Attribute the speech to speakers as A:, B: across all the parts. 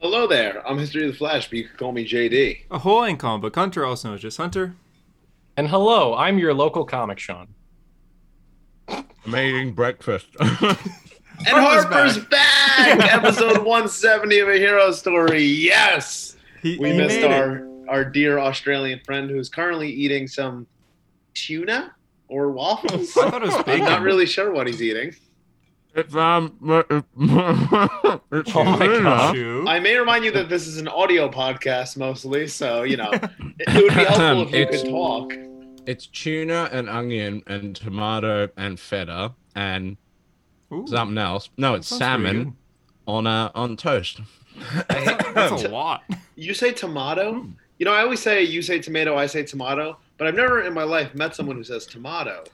A: Hello there. I'm History of the Flash, but you can call me JD.
B: A whole and column, but Hunter also knows just Hunter.
C: And hello, I'm your local comic, Sean.
D: Amazing breakfast.
A: And
B: Harper's
A: Harper's back. Episode 170 of A Hero Story. Yes.
B: He,
A: We
B: he
A: missed
B: made it.
A: our our dear Australian friend who's currently eating some tuna or waffles.
B: I thought it was
A: I'm
B: bacon.
A: not really sure what he's eating.
D: it's um, it's
C: Oh my
D: tuna.
C: gosh.
B: Shoe.
A: I may remind you that this is an audio podcast mostly, so you know it, it would be helpful if you
D: It's-
A: could talk.
D: It's tuna and onion and tomato and feta and
B: Ooh,
D: something else. No, it's
B: that sounds pretty
D: salmon on uh, on toast.
B: good. That's a lot.
A: You say tomato.
C: Hmm.
A: You know, I always say you say tomato, I say tomato, but I've never in my life met someone who says tomato.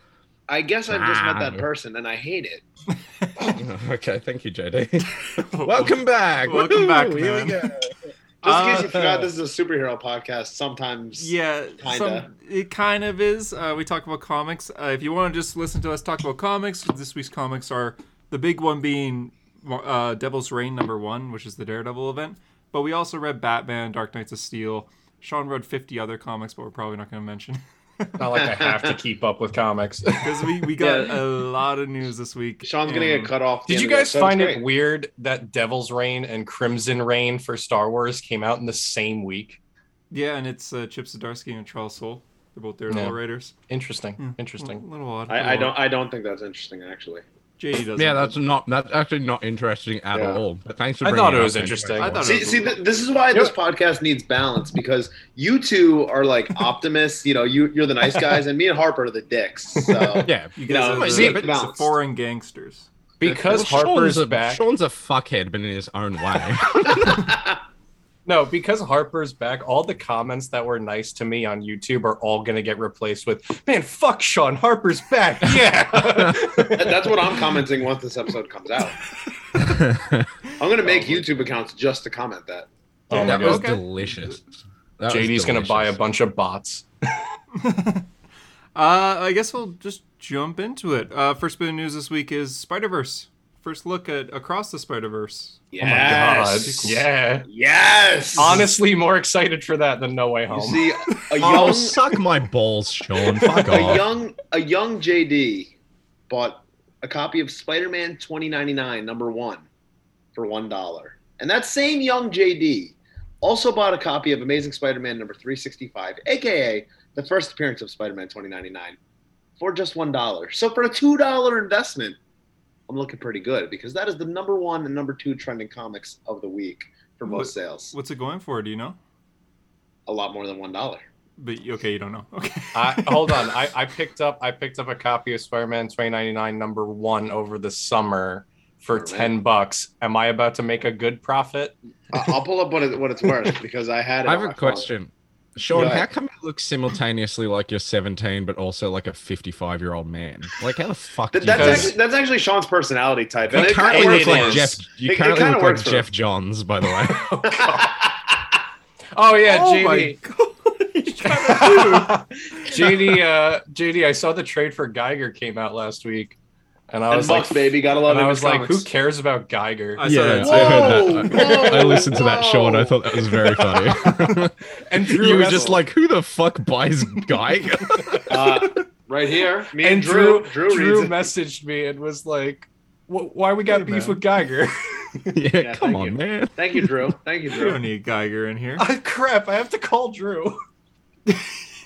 A: I guess I've just met
C: Ah.
A: that
D: Tomato.
A: person, and I hate it.
D: okay, thank you, JD. Welcome back.
B: Welcome
D: Woohoo,
B: back,
D: Here we
B: man.
D: go.
A: Just in
B: Uh,
A: case you forgot, this is a superhero podcast. Sometimes,
B: Yeah,
A: Kinda.
B: some, it kind of is. Uh, we talk about comics. Uh, if you want to just listen to us talk about comics, this week's comics are the big one being uh, Devil's Reign number one, which is the Daredevil event. But we also read Batman, Dark Knights of Steel. Sean read 50 other comics, but we're probably not going to mention
C: Not like I have to keep up with comics.
B: because we, we got a lot of news this week.
A: Sean's gonna
B: and-
A: get cut off. at the
C: Hmm. Did
A: end
C: you
A: of this,
C: guys
A: so it's
C: find
A: great.
C: it weird that Devil's Reign and Crimson Reign for Star Wars came out in the same week?
B: Yeah, and it's uh, Chip Zdarsky and Charles Soule. They're both Daredevil
C: Yeah.
B: writers.
C: Interesting.
B: Hmm.
C: Interesting.
B: A little odd.
A: I, I
B: little
A: don't.
B: odd.
A: I don't think that's interesting, actually.
B: JD doesn't.
D: Yeah, that's not that's actually not interesting at
A: Yeah.
D: all. But thanks for
C: I
D: bringing
C: thought it
D: up
C: was
D: anyway.
C: interesting.
B: I thought it
A: See,
B: was-
A: see, th- this is why this podcast needs balance because you two are like optimists. You know, you you're the nice guys, and me and Harper are the dicks. So
D: Yeah.
B: You
A: You
B: guys
A: know,
B: are the,
A: see,
B: the
A: but-
B: foreign gangsters.
C: Because
D: Well,
C: Harper's
D: Sean's a,
C: back. Oh
D: Sean's a fuckhead, but in his own way.
C: No, because Harper's back, all the comments that were nice to me on YouTube are all going to get replaced with, man, fuck Sean, Harper's back. Yeah. Oh
A: that- that's what I'm commenting once this episode comes out. I'm gonna make YouTube accounts just to comment that.
C: oh my
D: that was
C: God.
B: Okay.
D: delicious. That was
C: JD's going to buy a
D: delicious.
C: bunch of bots.
B: Uh, I guess we'll just jump into it. Uh, first bit of news this week is Spider Verse. First look at across the Spider Verse.
C: Oh my God.
A: Yes.
C: Yeah.
A: Yes.
C: Honestly, more excited for that than No Way
A: you
C: Home.
A: see, a
D: Oh,
A: young,
D: suck my balls, Sean. Fuck
A: a
D: off.
A: young, a young JD bought a copy of Spider-Man 2099 number one for one dollar, and that same young JD also bought a copy of Amazing Spider-Man number 365, aka the first appearance of Spider-Man 2099, for just one dollar. So for a two dollar investment, I'm looking pretty good because that is the number one and number two trending comics of the week for
B: What-
A: most sales.
B: What's it going for? Do you know?
A: A lot more than one dollar.
B: But okay, you don't know. Okay.
C: I, oh, hold on. I, I picked up I picked up a copy of Spider-Man 2099 number one over the summer for
A: All right.
C: 10 bucks. Am I about to make a good profit?
A: I- I'll pull up what it, what it's worth because I had. It
D: I
A: on
D: have
A: my
D: a
A: phone.
D: question. Sean,
A: Yeah.
D: how come you look simultaneously like you're 17 but also like a 55 year old man? Like, how the fuck
A: Th-
D: do
A: that's
D: you
C: Because-
A: actually that's actually Sean's personality type.
D: you
A: And it-
D: currently
A: it
D: look like
A: is.
D: Jeff. You
A: It- it
D: currently
A: kinda
D: look
A: works
D: like
A: for
D: Jeff
A: him.
D: Johns, by the way.
C: Oh yeah,
B: oh
C: JD.
B: my god!
C: JD uh JD, I saw the trade for Geiger came out last week. And I
A: and
C: was
A: Bucks,
C: like
A: baby, gotta love
C: and
A: him.
C: I
A: in
C: was like,
A: comics.
C: who cares about Geiger?
B: I saw that.
A: I heard that. Whoa,
D: I listened to that, Sean. I
A: whoa.
D: thought that was very funny.
C: and Drew
D: you were
C: Wessel.
D: just like, who the fuck buys guy?
A: Uh, right here, me and,
C: and
A: Drew.
C: Drew
A: Drew, reads
C: Drew
A: it.
C: messaged me and was like, "Wh- why we got
B: Hey,
C: beef
B: man.
C: with Geiger?
D: yeah,
A: Yeah,
D: come
A: thank you.
D: on, man.
A: Thank you, Drew. Thank you,
B: you don't
A: Drew.
B: need Geiger in here.
C: oh, crap, I have to call Drew.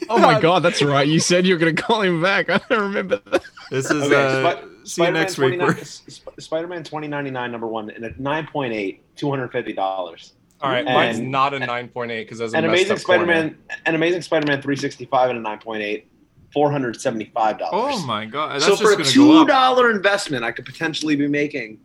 D: Oh my god, that's right. You said you were gonna call him back. I don't remember that.
B: This is
A: Okay,
B: uh,
A: Spi-
B: see you next week.
A: 29 Sp- Spider-Man 2099 number one and at 9.8, 250 dollars.
C: All right,
A: And-
C: mine's not a 9.8 because that's a
A: An
C: messed
A: amazing
C: up corner.
A: Spider-Man, an amazing Spider-Man 365 and a 9.8, 475 dollars.
B: Oh my god!
D: Uh,
B: That's
A: so
B: just
A: for a
B: gonna go
A: two
B: up.
A: dollar investment, I could potentially be making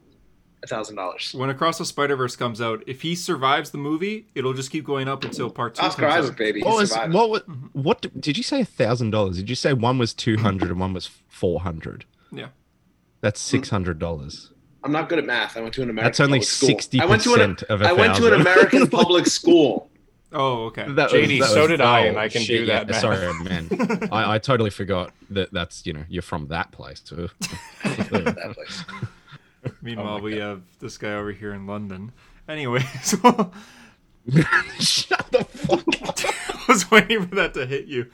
A: a thousand dollars.
B: When Across the Spider Verse comes out, if he survives the movie, it'll just keep going up until part two.
A: Oscar
B: comes out.
A: Isaac, baby. He
D: What was
A: survived.
D: what was,
C: Mm-hmm.
D: what did, did you say? A thousand dollars? Did you say one was two hundred and one was four hundred?
B: Yeah.
D: That's six hundred dollars.
A: I'm not good at math. I went to an Hmm. American.
D: That's only
A: public school.
D: sixty
A: I went to an
D: percent of a
A: I went to an American public school.
B: Oh, okay.
D: That
C: JD, so did I,
D: oh,
C: and I can
D: shit,
C: do
D: yeah,
C: that math.
D: Sorry, man. I, I totally forgot that. That's you know you're from that place too.
A: That place.
B: Meanwhile,
D: my
A: oh
B: we have this guy over here in London. Anyways,
D: Shut the fuck up.
B: I was waiting for that to hit you.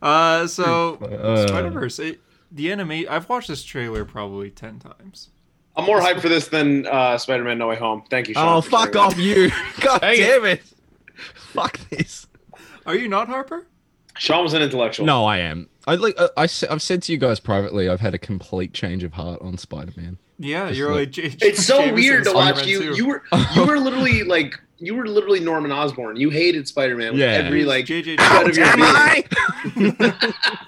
B: Uh, so
D: Uh.
B: Spider Verse, the anime. I've watched this trailer probably ten times.
A: I'm more hyped for this than uh, Spider-Man: No Way Home. Thank you. Sean,
D: Oh,
A: for
D: fuck
A: sharing
D: off, you. God
C: Dang it.
D: damn it. Fuck this.
B: Are you not Harper?
A: that. Sean was an intellectual.
D: No, I am. I like. I, have said to you guys privately. I've had a complete change of heart on Spider-Man.
B: Yeah,
D: Just
B: you're
D: like-
B: like J-
A: it's so
B: Jameson
A: weird to watch
B: Spider-Man
A: you.
B: too.
A: You were you were literally like you were literally Norman Osborn. You hated Spider-Man. With
D: Yeah.
A: Every like,
B: JJ
A: out of your
D: Damn
A: being.
D: I?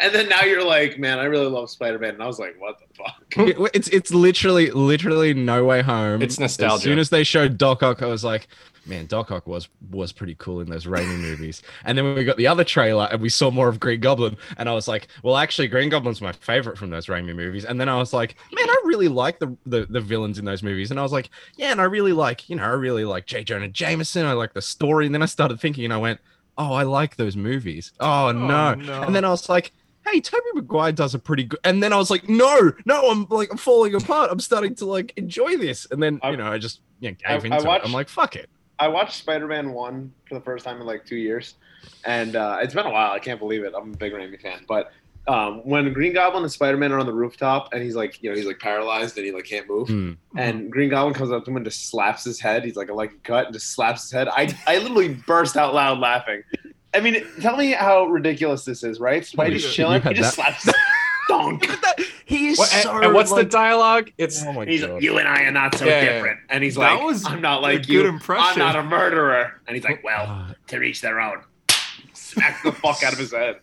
A: and then now you're like, man, I really love Spider-Man. And I was like, what the fuck?
D: It- It's it's literally literally no way home.
C: It's nostalgia.
D: As soon as they showed Doc Ock, I was like, man, Doc Ock was was pretty cool in those rainy movies. And then we got the other trailer and we saw more of Green Goblin, and I was like, well, actually, Green Goblin's my favorite from those rainy movies. And then I was like, man, I really like the, the the villains in those movies. And I was like, yeah, and I really like you know I really like J Jonah Jameson. I like the story. And then I started thinking, and I went, oh, I like those movies. Oh no.
B: no.
D: And then I was like, hey, Toby Maguire does a pretty good. And then I was like, no, no, I'm like, I'm falling apart. I'm starting to like enjoy this. And then,
A: I-
D: you know, I just you know,
A: I-
D: gave
A: I
D: into it.
A: watched-
D: I'm like, fuck it.
A: I watched Spider-Man one for the first time in like two years, and uh, it's been a while. I can't believe it. I'm a big Raimi fan, but um, when Green Goblin and Spider-Man are on the rooftop, and he's like, you know, he's like paralyzed and he like can't move.
D: Mm.
A: and Green Goblin comes up to him and just slaps his head. He's like a lucky cut and just slaps his head. I, I literally burst out loud laughing. I mean, tell me how ridiculous this is, right?
D: Holy
A: Spidey's
B: shit,
A: chilling.
D: you
A: He
D: had
A: just slaps his donk.
D: He is
C: What- and-
D: so.
C: and, what's
D: like,
C: the dialogue? It's
D: Oh my
A: He's
D: god.
A: like, you and I are not so
C: Yeah, yeah, yeah.
A: different. And he's
B: That
A: like,
B: was
A: I'm not
B: a
A: like
B: good
A: you. I'm
B: impression.
A: not a murderer. And he's like, well,
D: Ah,
A: to reach their own. Smack the fuck out of his head.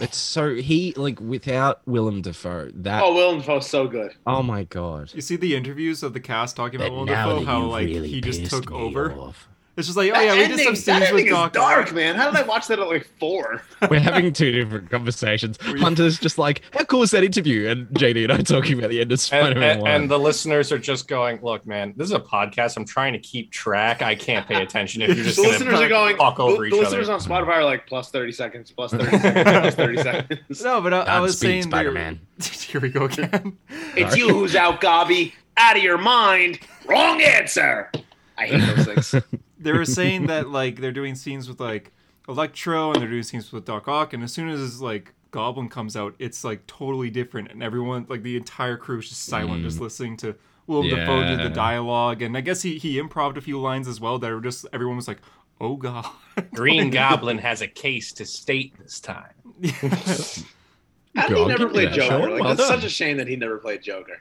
D: it's so he like without Willem Dafoe that
A: Oh,
D: oh,
A: Willem Dafoe's so good.
D: my god
B: You see the interviews of the cast talking about
D: But
B: Willem
D: now
B: Dafoe,
D: that
B: how
D: you've
B: like
D: really
B: he just
D: pissed
B: took
D: me
B: over.
D: off.
B: It's just like, oh yeah, we just have
A: that
B: scenes with
A: ending is
B: Doc.
A: dark, man. How did I watch that at like four?
D: We're having two different conversations.
B: We-
D: Hunter's just like, how cool is that interview? And JD and I talking about the end of
C: and,
D: Spider-Man
C: and,
D: One.
C: and the listeners are just going, look, man, this is a podcast. I'm trying to keep track. I can't pay attention if you're just
A: the
C: going
A: listeners are
C: to
A: going.
C: talk
A: the,
C: over
A: the
C: each
A: listeners
C: other.
A: on Spotify are like plus thirty seconds, plus thirty seconds, plus thirty seconds.
B: No, but I, I was
D: Godspeed,
B: saying they-
D: Spider-Man.
B: Here we go again.
A: It's you who's out, Gobby. Out of your mind. Wrong answer. I hate those things.
B: they were saying that like they're doing scenes with like Electro and they're doing scenes with Doc Ock, and as soon as like Goblin comes out, it's like totally different, and everyone like the entire crew is just silent,
D: Mm.
B: just listening to Willem Dafoe do
D: Yeah.
B: the dialogue, and I guess he he improvised a few lines as well that were just everyone was like, oh god.
C: Green Goblin has a case to state this time.
A: How did
D: Go
A: he
D: on,
A: never
D: keep
A: played
D: doing that,
A: Joker?
D: Sean.
A: Like,
D: Well
A: that's
D: done.
A: such a shame that he never played Joker.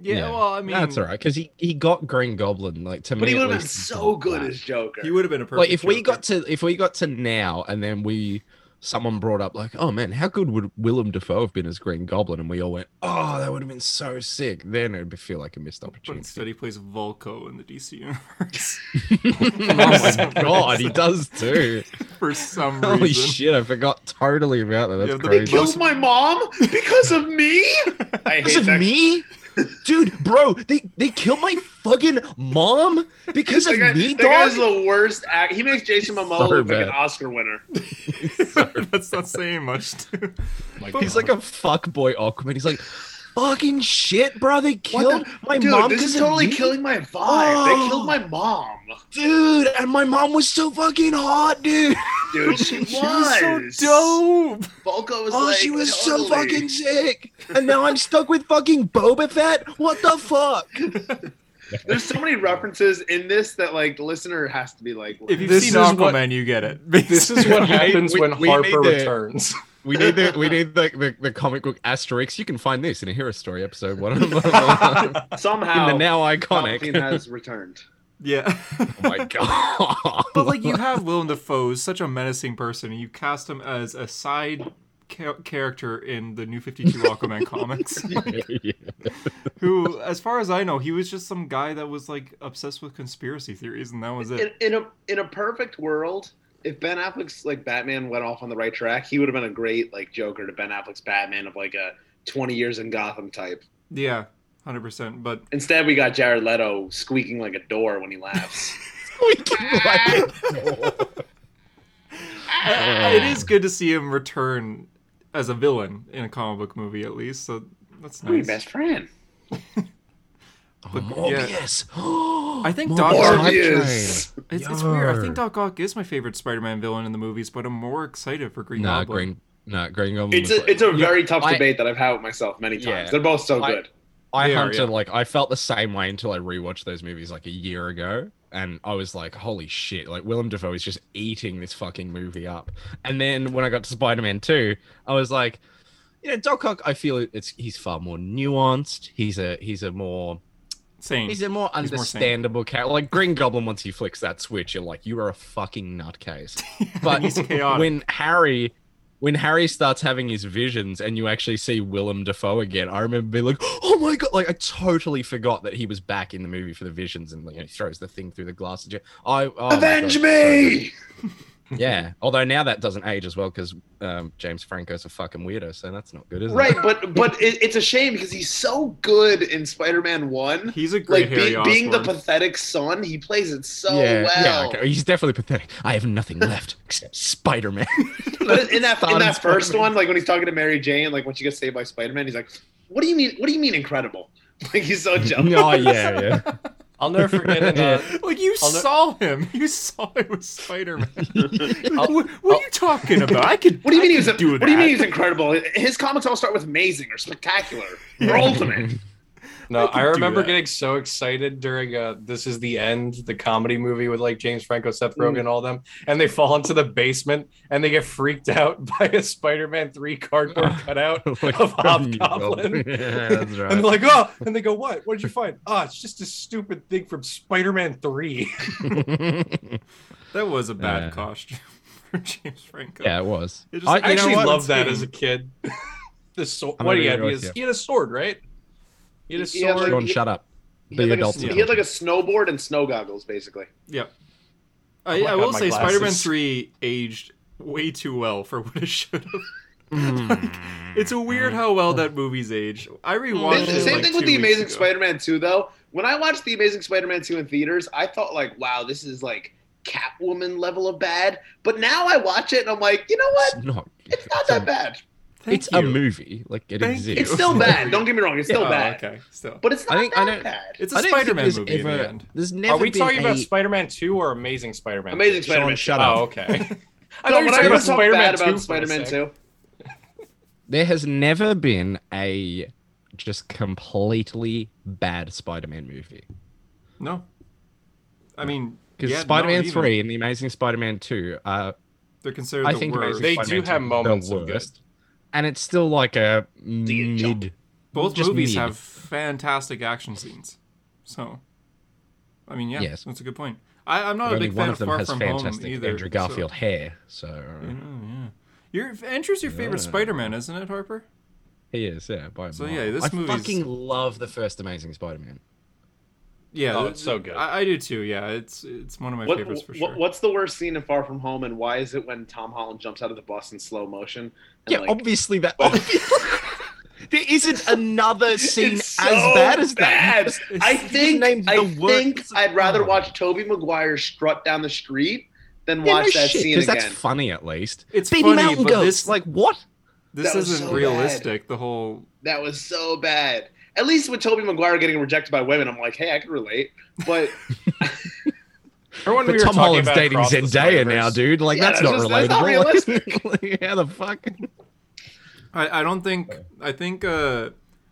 B: yeah,
D: Yeah.
B: well, I mean,
D: That's all right because he, he got Green Goblin like to
A: But
D: me.
A: he
D: at
A: would have been
D: least, he
A: so
D: got
A: good
D: that.
A: as Joker.
B: He would have been a perfect.
D: like if we
B: Joker.
D: got to if we got to now and then we someone brought up like oh man how good would Willem Dafoe have been as Green Goblin and we all went oh that would have been so sick then it would feel like a missed
B: But
D: opportunity.
B: instead, he plays Volko in the DC universe
D: oh my god he does too.
B: for some reason.
D: Holy shit I forgot totally about that. That's
B: Yeah, the
A: They
B: big
D: crazy.
B: kill-
A: killed my mom because of me. I
D: Because
A: hate
D: of
A: that.
D: me. Dude, bro, they they killed my fucking mom because
A: That
D: of
A: guy,
D: me,
A: that guy's
D: dog.
A: the worst act. He makes Jason Momoa
D: So
A: look like an
D: bad.
A: Oscar winner.
B: That's not saying much. Too.
C: My
D: He's
C: God.
D: like a fuckboy Aquaman. He's like, fucking shit, bro. They
A: What
D: killed
A: the-
D: my
A: Dude,
D: mom.
A: this is
D: 'cause of
A: totally
D: me?
A: killing my vibe. They
D: Oh.
A: killed my mom.
D: dude. And my mom was so fucking hot, dude.
A: Dude, she was.
B: She was so dope.
A: Volko was
D: Oh,
A: like,
D: she was so
A: totally.
D: fucking sick. And now I'm stuck with fucking Boba Fett. What the fuck?
A: There's so many references in this that like the listener has to be like,
B: If you've
C: This
B: seen
C: is
B: Aquaman,
C: what-
B: you get it.
C: This is what happens
D: we-
C: when
D: we
C: Harper
D: need to-
C: returns.
D: We need the we need the, the, the comic book asterix. You can find this in a hero story episode. One of them
A: somehow Palpatine
D: iconic.
A: has returned.
B: yeah.
D: Oh my god!
B: but like you have Willem Dafoe, who's such a menacing person, and you cast him as a side cha- character in the New Fifty Two Aquaman comics. Who, as far as I know, he was just some guy that was like obsessed with conspiracy theories, and that was
A: In,
B: it.
A: in a in a perfect world, if Ben Affleck's like Batman went off on the right track, he would have been a great like Joker to Ben Affleck's Batman of like a 20 years in Gotham type.
B: Yeah, hundred percent. But
A: Instead, we got Jared Leto squeaking like a door when he laughs.
D: We can like-
B: it is good to see him return as a villain in a comic book movie, at least. So that's
A: My
B: nice.
A: best friend.
D: Oh,
B: But- yeah.
D: Morbius. Yeah.
B: I think Doc
D: Doctor
B: Ock-
A: Morbius.
B: It's, it's weird. I
D: Yar.
B: think Doc Ock is my favorite Spider-Man villain in the movies, but I'm more excited for Green
D: Nah,
B: Goblin.
D: Green. Nah, Green Goblin.
A: It's
D: was
A: a it's a
D: Yeah,
A: very tough
D: I-
A: debate that I've had with myself many times.
D: Yeah.
A: They're both so
D: I-
A: good.
D: I
B: They are,
D: hunted
B: yeah.
D: like I felt the same way until I rewatched those movies like a year ago, and I was like, "Holy shit!" Like Willem Dafoe is just eating this fucking movie up. And then when I got to Spider Man Two, I was like, "You know, Doc Ock. I feel it's he's far more nuanced. He's a he's a more
B: Same.
D: he's a more
B: He's more sane.
D: understandable character. Like Green Goblin, once he flicks that switch, you're like, you are a fucking nutcase." But
B: he's chaotic.
D: when Harry when Harry starts having his visions and you actually see Willem Dafoe again, I remember being like, "Oh my god!" Like I totally forgot that he was back in the movie for the visions, and like, he throws the thing through the glass. And you- I oh my
A: Avenge
D: God, so
A: me!
D: good. yeah. Although now that doesn't age as well because um, James Franco's a fucking weirdo, so that's not good, is it?
A: Right, but but it, it's a shame because he's so good in Spider-Man One.
B: he's a great
A: Like
B: Harry
A: be, being the
B: Osborn.
A: pathetic son, he plays it so
D: yeah,
A: well.
D: yeah. okay, He's definitely pathetic. I have nothing left except Spider Man.
A: But in that in
D: Son
A: that
D: of
A: first
D: Spider-Man.
A: one, like when he's talking to Mary Jane, like when she gets saved by Spider-Man, he's like, "What do you mean? What do you mean incredible?" Like he's so jealous.
D: oh yeah, yeah.
C: I'll never forget it. Uh,
B: Like you
C: I'll ne-
B: saw him. You saw it was Spider-Man.
C: I'll-
B: what what are you talking about? I could.
A: What do you
B: I
A: mean
B: could
A: he's? a-
B: do
A: what do you
B: that.
A: mean he's incredible? His comics all start with amazing or spectacular or ultimate.
C: No,
B: I could
C: I,
B: do
C: remember
B: that.
C: getting so excited during uh, "This Is the End," the comedy movie with like James Franco, Seth Rogen,
D: Mm.
C: and all them, and they fall into the basement and they get freaked out by a Spider-Man three cardboard cutout,
D: Like,
C: Of
D: from New
C: Hobgoblin.
D: Goblin. yeah, that's right.
C: and they're like, "Oh!" and they go, "What? What did you find?" Ah, it's just a stupid thing from Spider-Man three.
B: That was a bad
D: Yeah.
B: costume for James Franco.
D: yeah, it was.
B: It just-
D: I-
C: I
D: you know
C: actually
D: what?
C: loved that as a kid. the sword.
D: I'm
C: What
D: gonna
C: do you have?
D: agree
C: He,
D: with
C: has- he
D: you.
C: had a sword, right? He had a
A: He had,
C: sword.
A: like-
D: Sean, shut up.
A: He
D: The
A: had, like
D: adults
A: a,
D: are
A: he had like a snowboard and snow goggles, basically.
B: Yep.
C: Oh
B: I,
C: my
B: I
C: God,
B: will
C: my
B: say
C: glasses.
B: Spider-Man 3 aged way too well for what it should have. Hmm.
D: Mm.
B: It's a weird how well that movie's aged. I rewatched
A: Same-
B: it
A: same
B: like
A: thing with the
B: two weeks
A: Amazing
B: ago.
A: Spider-Man 2, though. When I watched the Amazing Spider-Man 2 in theaters, I thought like, wow, this is like Catwoman level of bad. But now I watch it and I'm like, you know what?
D: It's not.
A: It's not
D: a-
A: that bad.
B: Thank
D: it's
B: you.
D: a movie. Like it
B: Thank you.
D: exists.
A: It's still bad. Don't get me wrong, it's still
B: Oh,
A: bad.
B: okay. Still.
A: But it's
D: I
A: not
D: think- I
A: that
D: don't-
A: bad.
B: It's
D: I
B: a
D: don't think
B: Spider-Man
D: there's
B: movie in
D: ever-
B: the end.
D: There's never.
C: Are we
D: been
C: talking about
D: a-
C: Spider-Man two or Amazing Spider-Man?
A: Amazing Spider-Man.
D: Sean,
A: 2.
D: shut up.
C: Oh, okay.
A: No,
C: I thought you
A: when
C: were
A: I
C: talking about
A: was talking
C: Spider-Man
A: bad
C: 2 for a
A: about Spider-Man
C: sec.
A: 2.
D: There has never been a just completely bad Spider-Man movie.
B: No. I mean,
D: Because
B: yeah,
D: Spider-Man
B: not even.
D: Three and the Amazing Spider-Man Two are
B: They're considered
D: I
B: the
D: think
B: worst.
D: Amazing
C: They do
D: Spider-Man 2
C: have
D: the
C: moments of good.
D: worst. and it's still like a
A: Didn't jump.
D: mid.
B: Both
D: just
B: movies
D: mid.
B: have fantastic action scenes. So, I mean, yeah,
D: Yes.
B: that's a good point. I, I'm not a
D: Only
B: big fan
D: one
B: of
D: of them
B: Far
D: has
B: From
D: fantastic
B: Home either.
D: Andrew
B: so- Mm-hmm.
D: Garfield hair. So
B: Yeah, yeah. Your Andrew's your favorite
D: Yeah.
B: Spider-Man, isn't it, Harper?
D: he is, yeah. By a
B: So,
D: mile.
B: yeah, this
D: I
B: movie's-
D: fucking love the first Amazing Spider-Man.
B: Yeah,
C: Oh,
B: th-
C: it's so good.
B: I, I do too. Yeah, it's it's one of my
A: What,
B: favorites for
A: what-
B: sure.
A: what's the worst scene in Far From Home and why is it when Tom Holland jumps out of the bus in slow motion? And,
D: Yeah, oh,
A: like,
D: obviously that. there isn't another scene
A: It's
D: as
A: so
D: bad as
A: bad.
D: that.
A: I
D: You
A: think
D: named
A: I
D: the worst-
A: think I'd rather
D: Oh.
A: watch Toby Maguire strut down the street than
D: Yeah, no
A: watch that
D: shit,
A: scene
D: 'cause
A: again.
D: that's funny at least.
B: it's
D: Big
B: funny,
D: mountain
B: but
D: goats.
B: this
D: Like what?
B: this
A: That was
B: isn't
A: so
B: realistic. The whole
A: that was so bad. At least with Toby Maguire getting rejected by women, I'm like, hey, I can relate. But
C: Remember when we
D: But
C: were
D: Tom
C: talking
D: Holland's
C: about
D: dating
C: Across the
D: Zendaya now,
C: Spider-Verse?
D: dude. Like
A: Yeah,
D: that's,
A: that's
D: not
A: just- that's not
D: relatable. Like, how the fuck?
B: I, I don't think I think uh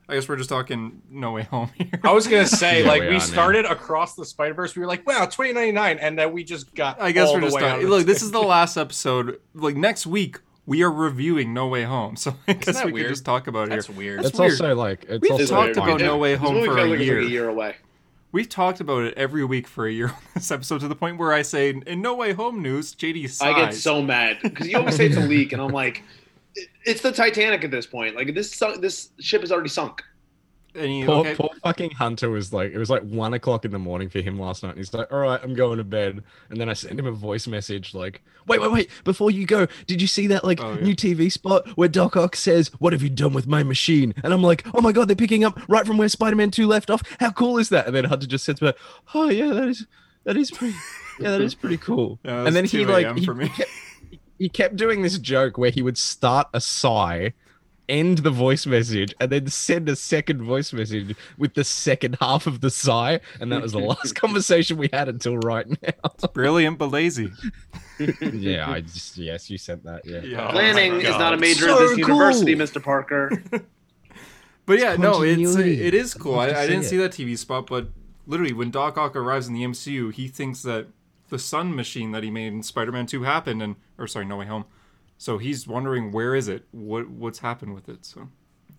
B: I guess we're just talking No Way Home here.
C: I was gonna say,
D: Yeah,
C: like,
D: we
C: we,
D: are now.
C: started across the Spider Verse. We were like, "Wow, 2099," and then we just got.
B: I guess
C: all
B: we're
C: the
B: just
C: way out
B: talking.
C: of
B: Look,
C: the-
B: this is the last episode. Like next week, we are reviewing No Way Home, so I guess
C: that
B: we
C: weird?
B: can just talk about it
C: That's
B: here.
C: weird.
B: That's
D: It's
B: weird.
D: also like it's
B: We've
D: also
B: talked about
D: fine.
B: No Way
A: This
B: Home
A: movie
B: for
A: feels
B: a
A: like it's
B: year.
A: Like a year away.
B: We've talked about it every week for a year on this episode to the point where I say, in No Way Home news, JD sighs.
A: I get so mad because you always say it's a leak, and I'm like, it- it's the Titanic at this point. Like this, sunk, this ship has already sunk.
B: And he-
D: Poor,
B: okay.
D: poor fucking Hunter was like, it was like one o'clock in the morning for him last night. And he's like, all right, I'm going to bed. And then I sent him a voice message like, wait, wait, wait, before you go, did you see that like
B: Oh, yeah.
D: new TV spot where Doc Ock says, what have you done with my machine? And I'm like, oh my God, they're picking up right from where Spider Man 2 left off. How cool is that? And then Hunter just said to me, oh yeah, that is, that is pretty, yeah, that is pretty cool.
B: Yeah, that
D: and then
B: was
D: he
B: 2
D: like,
B: a.m.
D: he
B: for me.
D: kept, he kept doing this joke where he would start a sigh end the voice message and then send a second voice message with the second half of the sigh. And that was the last conversation we had until right now.
B: Brilliant but lazy.
D: yeah, I just, yes, you sent that. Yeah.
B: Yeah.
A: Planning
C: my
A: is
C: God.
A: not a major
D: So
A: at this university,
D: cool.
A: Mr. Parker.
B: But yeah, no, it's uh,
D: Continuity.
B: it is cool. I,
D: Love to
B: I didn't
D: see
B: see that TV spot, but literally when Doc Ock arrives in the MCU, he thinks that the sun machine that he made in Spider-Man 2 happened, and or sorry, No Way Home. So he's wondering where is it? What what's happened with it? So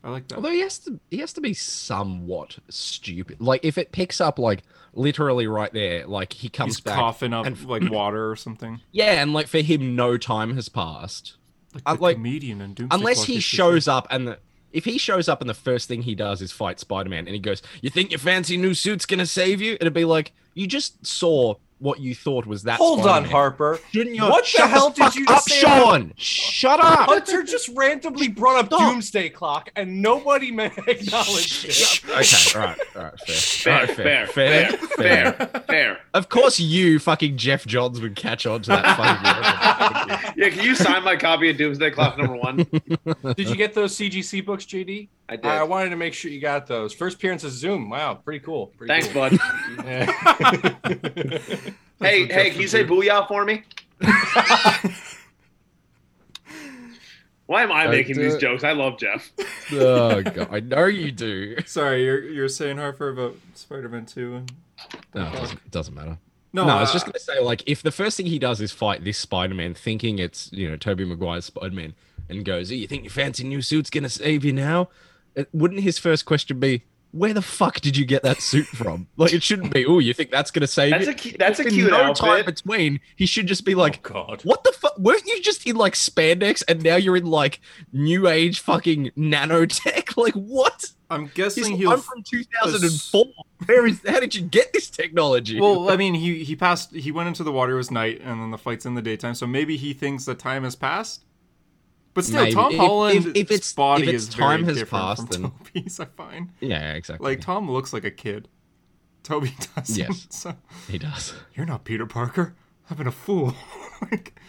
B: I like that.
D: Although he has to, he has to be somewhat stupid. Like if it picks up, like literally right there, like he comes
B: He's
D: back.
B: coughing up
D: and-
B: like water or something.
D: Yeah, and like for him, no time has passed.
B: Like
D: Uh,
B: the
D: like,
B: comedian and Doomsday
D: unless
B: Clock
D: he
B: is just-
D: shows up and the, if he shows up and the first thing he does is fight Spider-Man and he goes, "You think your fancy new suit's gonna save you?" It'd be like you just saw what you thought was that.
C: Hold on,
D: Spider-Man.
C: Harper.
D: Shouldn't you?
C: What the
D: shut
C: hell did
D: fuck
C: you
D: up,
C: say
D: Sean? Shut up.
C: Hunter just randomly brought up
D: Stop.
C: Doomsday Clock, and nobody ma- acknowledged it.
D: okay, all right, all right,
A: Fair,
D: fair, all right,
A: fair,
D: fair,
A: fair, fair, fair.
D: Of course, you fucking Jeff Johns would catch on to that fucking. word.
A: Yeah, can you sign my copy of Doomsday Clock number one?
C: Did you get those CGC books, JD?
A: I did.
C: I wanted to make sure you got those. First appearance is Zoom. Wow, pretty cool. Pretty
A: Thanks,
C: cool.
A: bud.
C: Yeah.
A: hey,
B: what
A: hey,
B: Jeff
A: can
B: would
A: you say
B: do.
A: booyah for me? Why am I
D: I
A: making
D: do
A: these
D: it.
A: jokes? I love Jeff.
D: oh god, I know you do.
B: Sorry, you're you're saying Harper about Spider-Man 2 and
D: No, it doesn't, it doesn't matter.
B: No,
D: No, I was just
B: uh,
D: gonna say, like, if the first thing he does is fight this Spider-Man, thinking it's you know Toby Maguire's Spider-Man, and goes, "Hey, "You think your fancy new suit's gonna save you now?" It, wouldn't his first question be, "Where the fuck did you get that suit from?" like, it shouldn't be, "Oh, you think that's gonna save
A: That's
D: you?"
A: a cu- that's a
D: There's
A: cute
D: no time
A: outfit.
D: between. He should just be like,
C: oh, God.
D: "What the fuck? Weren't you just in like spandex, and now you're in like new age fucking nanotech? Like, what?"
B: I'm guessing
D: He's,
B: he'll
D: I'm from 2004. Where is? How did you get this technology?
B: Well, I mean, he he passed. He went into the water. It was night, and then the fight's in the daytime. So maybe he thinks that time has passed. But still,
D: Maybe.
B: Tom
D: If-
B: Holland's
D: if- if it's-
B: body
D: if it's
B: is
D: time
B: very
D: has
B: different
D: passed,
B: from
D: then-
B: Toby's. I find
D: yeah, exactly.
B: like Tom looks like a kid. Toby doesn't.
D: Yes.
B: So
D: he does.
B: you're not Peter Parker. I've been a fool. like,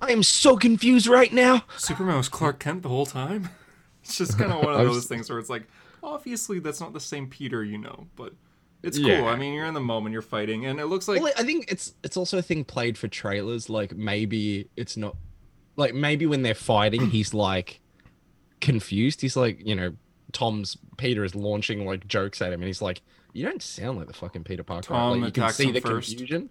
D: I am so confused right now.
B: Superman was Clark Kent the whole time. It's just kind of one of
D: I was-
B: those things where it's like, obviously that's not the same Peter, you know, but it's
D: Yeah.
B: cool. I mean, you're in the moment, you're fighting, and it looks like
D: Well, I think it's it's also a thing played for trailers. Like maybe it's not, like maybe when they're fighting, he's like confused. He's like, you know, Tom's Peter is launching like jokes at him, and he's like, "You don't sound like the fucking Peter Parker."
B: Tom
D: like, you can
B: attacks
D: see
B: him
D: the
B: first.
D: confusion.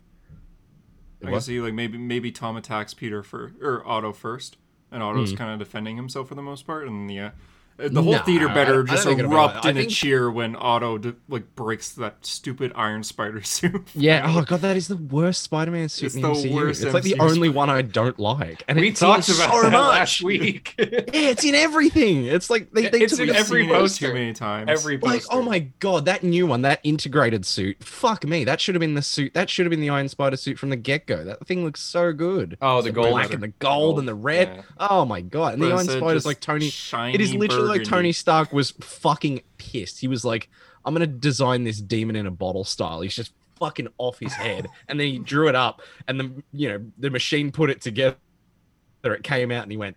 B: I
D: What?
B: can see like maybe maybe Tom attacks Peter for or Otto first, and Otto's kind of defending himself for the most part, and the uh, the whole
D: Hmm. Nah,
B: theater
D: I-
B: better
D: I
B: just
D: don't think it'll be like
B: erupt
D: that. I
B: in a
D: think-
B: cheer when Otto d- like breaks that stupid Iron Spider suit.
D: Yeah. Oh god, that is the worst Spider-Man suit
B: It's
D: in
B: the
D: the MCU.
B: worst
D: it's like the
B: MCU
D: only one I don't like, and
C: We
D: it's
C: talked about
D: so
C: that
D: much.
C: last week.
D: Yeah, it's in everything. It's like they, they
C: It's
D: took
C: in
D: a
C: every
B: Seen it
C: poster.
B: too many times.
C: Every poster.
D: Like, oh my god, that new one, that integrated suit. Fuck me, that should have been the suit. That should have been the Iron Spider suit from the get go. That thing looks so good.
C: Oh, the gold
D: black
C: leather.
D: and the gold and the red.
C: Yeah.
D: Oh my god, and
B: But
D: the Iron
B: instead
D: Spider's
B: just
D: like Tony.
B: Shiny
D: It is literally like
B: burgundy.
D: Tony Stark was fucking pissed. He was like, I'm gonna design this demon in a bottle style. He's just fucking off his head, and then he drew it up, and the you know the machine put it together. It came out, and he went.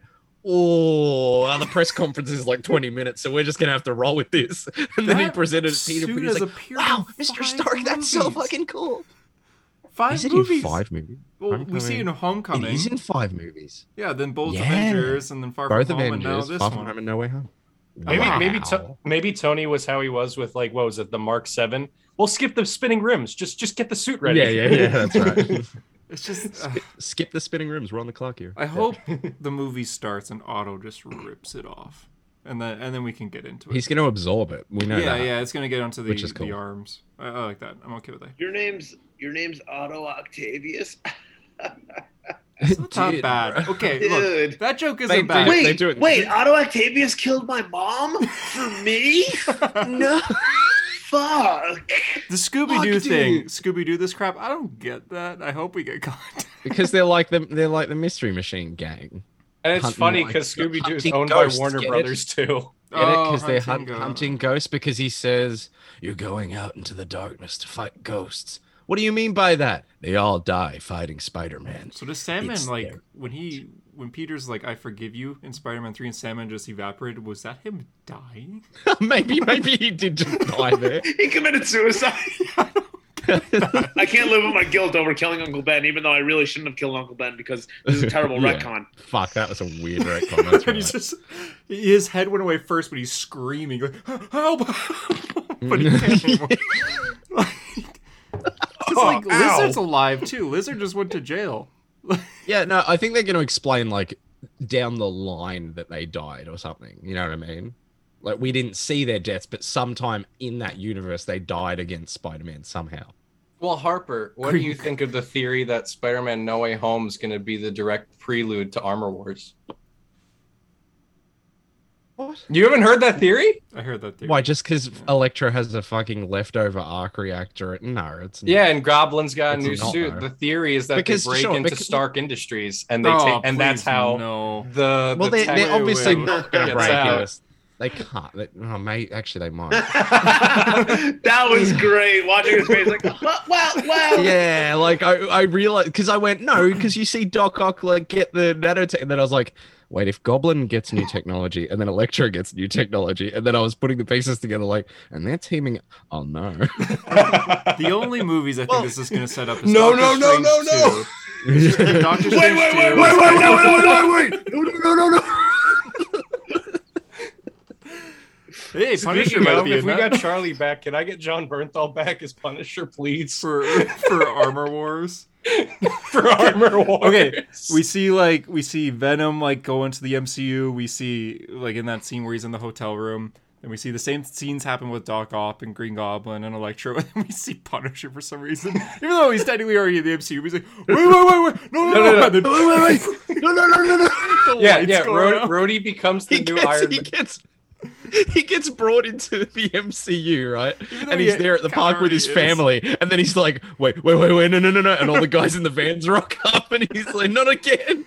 D: Oh, well, the press conference is like 20 minutes, so we're just gonna have to roll with this. And then he
B: That
D: presented it to Peter.
B: suit
D: Peter's
B: has
D: like,
B: appeared in
D: "Wow, Mr.
B: five
D: Stark, that's so
B: movies."
D: fucking cool."
B: Five
D: Is it
B: movies.
D: in five movies?
B: Well, we see in Homecoming.
D: It is in five movies.
B: Yeah, then both
D: Yeah.
B: Avengers and then Far
D: Both
B: From Home,
D: Avengers,
B: and now this
D: Far
B: one.
D: From Home and No Way Home.
C: Maybe maybe
D: Wow.
C: to- maybe Tony was how he was with like what was it the Mark Seven? We'll skip the spinning rims. Just just get the suit ready.
D: Yeah, yeah, yeah. That's right.
B: It's just. uh,
D: Skip, skip the spinning rooms. We're on the clock here.
B: I hope the movie starts and Otto just rips it off, and then and then we can get into it.
D: he's going to absorb it. We know
B: yeah,
D: that.
B: yeah, it's gonna get onto the,
D: Which is
B: the
D: cool.
B: arms. I, I like that. I'm okay with that.
A: Your name's your name's Otto Octavius.
B: It's not that
D: Dude,
B: bad.
D: bro.
B: Okay, look,
A: Dude.
B: that joke isn't
D: They- they-
B: bad.
D: Wait,
A: Wait,
D: do it-
A: wait, Otto Octavius killed my mom for me?
D: No.
A: Fuck.
B: the Scooby Doo
D: fuck,
B: thing,
D: dude.
B: Scooby Doo, this crap. I don't get that. I hope we get caught.
D: because they're like the they're like the mystery machine gang.
C: And it's
D: Hunting
C: funny
D: like-
C: because Scooby Doo is
D: hunting
C: owned
D: ghosts,
C: by Warner
D: get it?
C: Brothers too.
D: Get it?
B: Oh,
D: Because they're
B: hunting
D: hunt,
B: ghosts.
D: hunting ghosts. Because he says you're going out into the darkness to fight ghosts. What do you mean by that? They all die fighting Spider Man.
B: So does Sandman
D: It's
B: like
D: there.
B: when he when Peter's like I forgive you in Spider-Man 3 and Sandman just evaporated was that him dying?
D: maybe, maybe he did just die there.
A: He committed suicide. I can't live with my guilt over killing Uncle Ben, even though I really shouldn't have killed Uncle Ben because this is a terrible
D: Yeah.
A: retcon.
D: Fuck, that was a weird retcon. That's
B: and he's
D: right.
B: just his head went away first but he's screaming like help but he can't anymore. Like, 'cause, like
C: Oh, ow.
B: Lizard's alive too. Lizard just went to jail.
D: Yeah, no, I think they're going to explain like down the line that they died or something. You know what I mean? Like we didn't see their deaths, but sometime in that universe they died against Spider-Man somehow.
C: Well, Harper, what do you think of the theory that Spider-Man No Way Home is going to be the direct prelude to Armor Wars?
D: What?
C: You haven't heard that theory?
B: I heard that theory.
D: Why? Just because Electro has a fucking leftover arc reactor? No, it's not.
C: Yeah, and Goblin's got a
D: It's
C: new
D: not,
C: suit.
D: though.
C: The theory is that
D: Because-
C: they break
D: sure,
C: into
D: because-
C: Stark Industries and they
B: Oh,
C: take, and that's
B: please,
C: how
B: no.
C: the
D: Well, they,
C: the
D: they're
B: wait,
D: obviously
B: wait,
D: not going to
C: wait.
D: break
C: It's out.
D: into us. They can't. They, oh, mate, actually, they might.
A: that was great. Watching his face, like, wow, wow, wow.
D: yeah, like I, I realized because I went no, because you see Doc Ock like get the nanotech, and then I was like, wait, if Goblin gets new technology, and then Electro gets new technology, and then I was putting the pieces together, like, and they're teaming. Oh no!
B: The only movies I think
D: Well-
B: this is going to set up is
C: No,
B: Doctor
C: no, no, no,
B: Strange
C: no.
B: 2. Doctor
A: Wait,
B: Strange
A: wait,
B: 2.
A: wait, wait, wait, wait, wait, wait, wait, wait.
D: no, no, no, no!
B: Hey, Punisher
C: Speaking
B: might
C: of,
B: be
C: if
B: in
C: we
B: that
C: got Charlie back, can I get John Bernthal back as Punisher, please?
B: for for Armor Wars.
C: For Armor Wars.
B: Okay, We see like we see Venom like go into the MCU. We see like in that scene where he's in the hotel room, and we see the same scenes happen with Doc Ock and Green Goblin and Electro. And we see Punisher for some reason, even though he's technically already in the MCU. He's like, wait, wait, wait, wait, no, no, no,
C: No, no, no.
B: and then
D: Wait, wait, wait! No, no, no, no, no!
B: the
C: yeah,
B: lights
C: yeah.
B: go
C: Ro-
B: out.
C: Rhodey becomes the
D: He
C: new
D: gets,
C: Iron
D: he
C: Man.
D: gets, he gets brought into the MCU, right?
B: Even though
D: and he's
B: he
D: there at the
B: kinda
D: park with his
B: already is.
D: family, and then he's like, "Wait, wait, wait, wait, no, no, no, no!" And all the guys in the vans rock up, and he's like, "Not again!"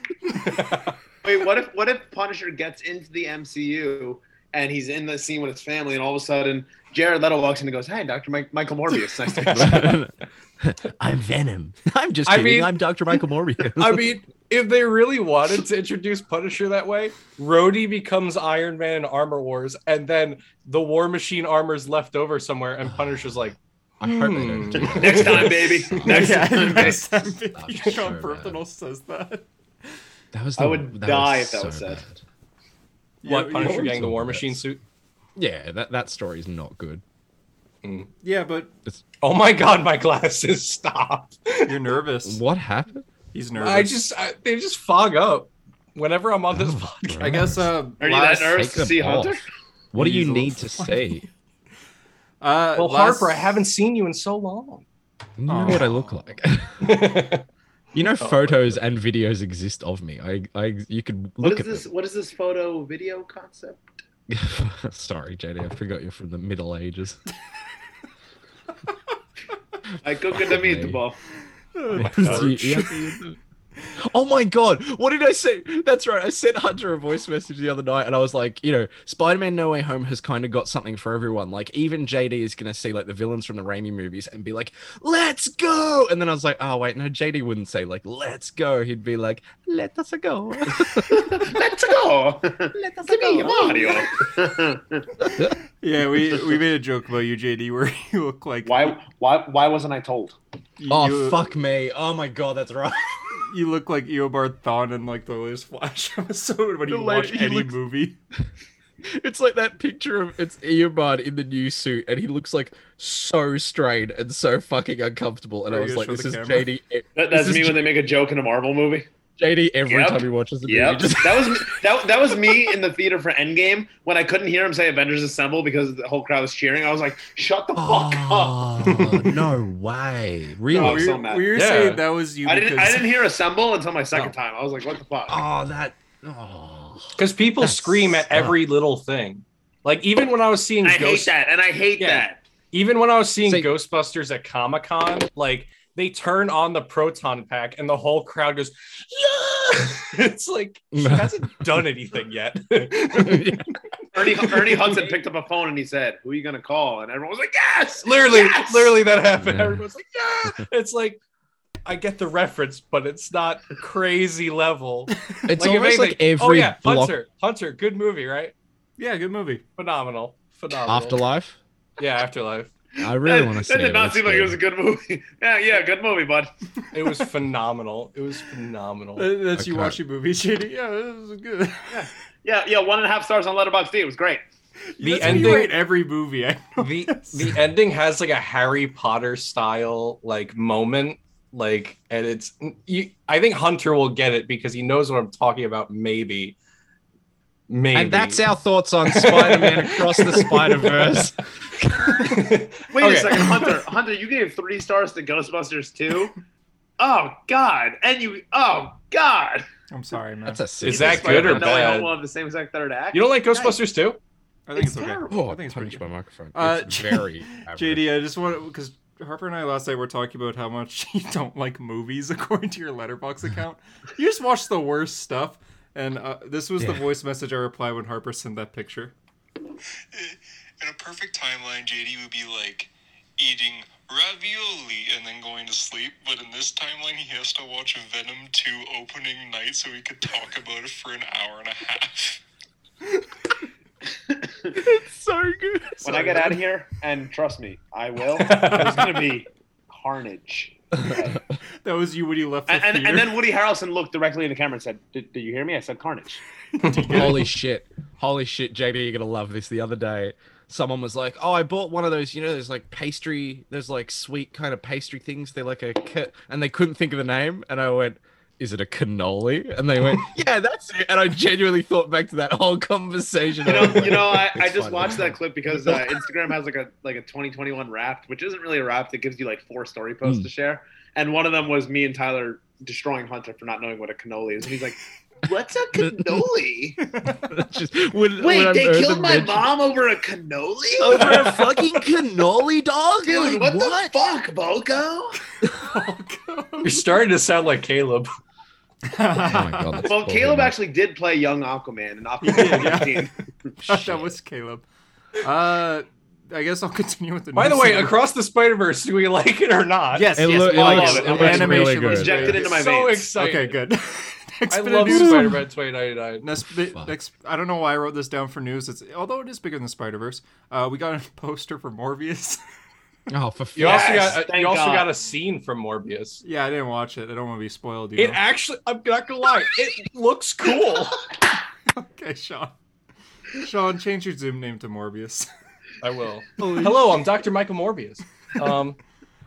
A: Wait, what if what if Punisher gets into the MCU and he's in the scene with his family, and all of a sudden Jared Leto walks in and goes, "Hi, Doctor Mike- Michael Morbius, nice to meet you."
D: I'm Venom. I'm just
C: I
D: kidding.
C: mean-
D: I'm Doctor Michael Morbius.
C: I mean, if they really wanted to introduce Punisher that way, Rhodey becomes Iron Man in Armor Wars, and then the War Machine armor's left over somewhere, and Punisher's like,
D: I hope they don't do that.
A: Hmm. Next time, baby. Next
B: yeah,
A: time.
B: next time,
D: I'm
B: John
D: sure
B: sure
D: about it.
B: says that.
D: That was
A: I would
D: that was
A: die if that was said.
D: bad.
B: Yeah,
C: "What
B: you-
C: Punisher
D: yeah.
C: getting the War Machine suit?"
D: Yeah, that that story's not good.
B: yeah, but
C: Oh my God, my glasses! Stop!
B: you're nervous.
D: What happened?
B: He's nervous.
C: I just I, they just fog up whenever I'm on this
D: Oh,
C: podcast.
D: right.
B: I guess. Uh,
A: Are you
B: last-
A: that nervous
D: Take
A: to
D: them
A: see
D: off.
A: Hunter?
D: What do
B: He's
D: you
B: a little
D: need to
B: funny.
D: say?
B: Uh,
C: Well,
B: last-
C: Harper, I haven't seen you in so long.
D: You know what I look like. You
A: Oh,
D: know, photos and videos exist of me. I, I, you could
A: What is
D: look at
A: this? What is this photo video concept?
D: them. Sorry, JD, I forgot you're from the Middle Ages.
A: I cook it to meet the ball.
D: You- yeah. Oh my god, what did I say? That's right, I sent Hunter a voice message the other night and I was like, you know, Spider Man No Way Home has kind of got something for everyone. Like, even JD is going to see like the villains from the Raimi movies and be like, let's go. And then I was like, oh, wait, no, JD wouldn't say like, let's go. He'd be like, let us go.
A: Let's go.
D: let us
A: Give me
D: go.
A: Mario.
B: Yeah, we we made a joke about you, JD, where you look like
A: why? Why? Why wasn't I told?
B: you,
D: Oh,
B: you-
D: fuck me. Oh my god, that's right.
B: You look like Eobard Thawne in like the latest Flash episode when you
D: The
B: watch
D: lady- he
B: any
D: looks-
B: movie.
D: It's like that picture of it's Eobard in the new suit, and he looks like so strained and so fucking uncomfortable. And
B: Are
D: I
B: you
D: was
B: gonna show
D: like, this
B: the
D: is
B: camera?
D: JD.
A: That, that's
D: This is
A: me when they make a joke in a Marvel movie.
D: JD every
A: Yep.
D: time he watches the movie.
A: Yep.
D: just-
A: that was that, that was me in the theater for Endgame when I couldn't hear him say Avengers Assemble because the whole crowd was cheering. I was like, "Shut the fuck up!"
D: Oh, no way!
A: No,
B: we,
A: so
B: were-
A: mad.
B: we were
C: Yeah.
B: saying that was you
A: I
B: because
A: didn't I didn't hear Assemble until my second
C: No.
A: time. I was like, "What the fuck?"
D: Oh, that. Oh.
C: Because people
D: That's-
C: scream at every little thing. Like even when I was seeing
A: I hate
C: Ghost,
A: that, and I hate
C: Yeah.
A: that.
C: even when I was seeing
D: See-
C: Ghostbusters at Comic Con, like they turn on the proton pack and the whole crowd goes, yeah! it's like she hasn't done anything yet.
A: Ernie, Ernie Hudson picked up a phone and he said, "Who are you gonna call?" And everyone was like, "Yes,
C: literally,
A: yes!"
C: literally that happened.
D: Yeah.
C: Everyone's like, yeah. It's like I get the reference, but it's not crazy level.
D: It's
C: if
D: almost like
C: anything-
D: every
C: oh yeah,
D: block
C: Hunter, Hunter, good movie, right?
B: Yeah, good movie.
C: Phenomenal, phenomenal.
D: afterlife.
C: yeah, Afterlife.
D: I really
A: That-
D: want to see
A: That did
D: it.
A: not
D: That's
A: seem like it
D: good.
A: was a good movie. yeah, yeah, good movie, bud.
C: It was phenomenal. It was phenomenal.
B: That- That's
D: I
B: you
D: can't-
B: watching movie, JD. Yeah, this is good.
A: Yeah, yeah, one and a half stars on Letterboxd. It was great.
C: The
B: That's what
C: ending.
B: you rate every movie. I know.
C: the the ending has like a Harry Potter style like moment like and it's you, I think Hunter will get it because he knows what I'm talking about maybe maybe
D: And that's our thoughts on Spider-Man across the Spider-Verse.
A: Wait
C: Okay.
A: a second, Hunter. Hunter, you gave three stars to Ghostbusters too. Oh God! And you, oh God!
B: I'm sorry, man.
D: That's a sick.
C: that
A: Despite
C: good or
A: No Way
C: bad?
A: Home will have the same exact third act.
C: You don't like Ghostbusters too?
B: I think it's, okay.
D: Oh,
B: I
D: I
B: think it's pretty
D: punched
B: good.
D: my microphone.
B: Uh,
D: it's very average.
B: JD, I just want because Harper and I last night were talking about how much you don't like movies according to your letterbox account. You just watch the worst stuff, and uh, this was the
D: Yeah.
B: voice message I replied when Harper sent that picture.
E: In a perfect timeline, JD would be like eating ravioli and then going to sleep, but in this timeline, he has to watch Venom 2 opening night so he could talk about it for an hour and a half.
D: so good.
A: when I get out of here, and trust me, I will. There's gonna be carnage.
B: That was you when you left the
A: And, and,
B: theater.
A: and then Woody Harrelson looked directly in the camera and said, did, "Did you hear me? I said carnage."
D: Holy shit. Holy shit, JB, you're gonna love this. The other day, someone was like, Oh, I bought one of those, you know, there's like pastry, there's like sweet kind of pastry things. They're like a kit and they couldn't think of the name. And I went, Is it a cannoli? And they went, Yeah, that's it. And I genuinely thought back to that whole conversation.
A: You
D: I was
A: know, you
D: like,
A: know, I,
D: "It's
A: I just
D: funny."
A: watched that clip because uh, Instagram has like a like a 2021 Wrapped, which isn't really a Wrapped. It gives you like four story posts to share, and one of them was me and Tyler destroying Hunter for not knowing what a cannoli is, and he's like, "What's a cannoli?
D: Just- when- when
A: Wait,
D: I've
A: they
D: heard
A: killed
D: them
A: my
D: mention-
A: mom over a cannoli?
D: over a fucking cannoli dog?
A: Dude,
D: Like,
A: what, the fuck, Boko?
C: You're starting to sound like Caleb.
D: Oh my god. that's
A: Well,
D: awful,
A: Caleb
D: man.
A: actually did play young Aquaman in
B: did, yeah.
A: Aquaman 15.
B: that
D: Shit.
B: was Caleb. Uh, I guess I'll continue with the.
C: By the
B: news
C: way,
B: segment.
C: across the Spider Verse, do we like it or not?
B: yes,
D: It
B: yes,
D: loo- it
B: we like
A: looks- it looks
B: animation
D: really good.
B: looks
A: Injected
B: great.
A: into my
C: so
A: veins.
C: excited.
B: Okay, good. Next
C: I
B: bit of
C: love
B: news.
C: Spider Man 2099.
B: Next, bit-
D: Fuck.
B: next, I don't know why I wrote this down for news. It's although it is bigger than Spider Verse. Uh, we got a poster for Morbius.
D: Oh, for
C: You
D: fuck's
C: also
A: Yes,
C: got
A: thank
C: you also
A: God.
C: got a scene from Morbius.
B: yeah, I didn't watch it. I don't want to be spoiled. You
C: It
B: know?
C: actually, I'm not gonna lie, it looks cool.
B: okay, Sean. Sean, change your Zoom name to Morbius.
C: I will. Hello, I'm Dr. Michael Morbius. Um,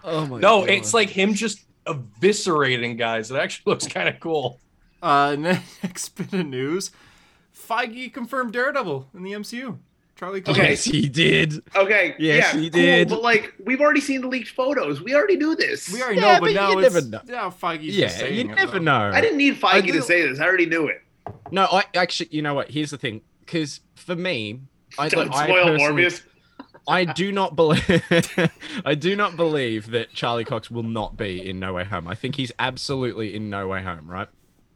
D: Oh my
C: no,
D: God.
C: it's like him just eviscerating guys. It actually looks kind of cool.
B: Uh, ne- next bit of news: Feige confirmed Daredevil in the MCU. Charlie. Cox.
A: Okay.
D: Yes, he did.
A: Okay,
D: Yes,
A: yeah,
D: he
A: cool,
D: did.
A: But like, we've already seen the leaked photos. We already knew this.
B: We already
D: Yeah,
B: know, but,
D: but
B: now
D: you
B: it's
D: never know.
B: yeah. Feige's just
D: Yeah,
B: saying
D: you
B: it,
D: never
B: though.
D: know.
A: I didn't need
D: I
A: Feige to
D: do-
A: say this. I already knew it.
D: No, I actually, you know what? Here's the thing, because for me, I
A: Don't
D: like, I
A: spoil
D: personally-
A: Morbius.
D: I do not believe, I do not believe that Charlie Cox will not be in No Way Home. I think he's absolutely in No Way Home, right?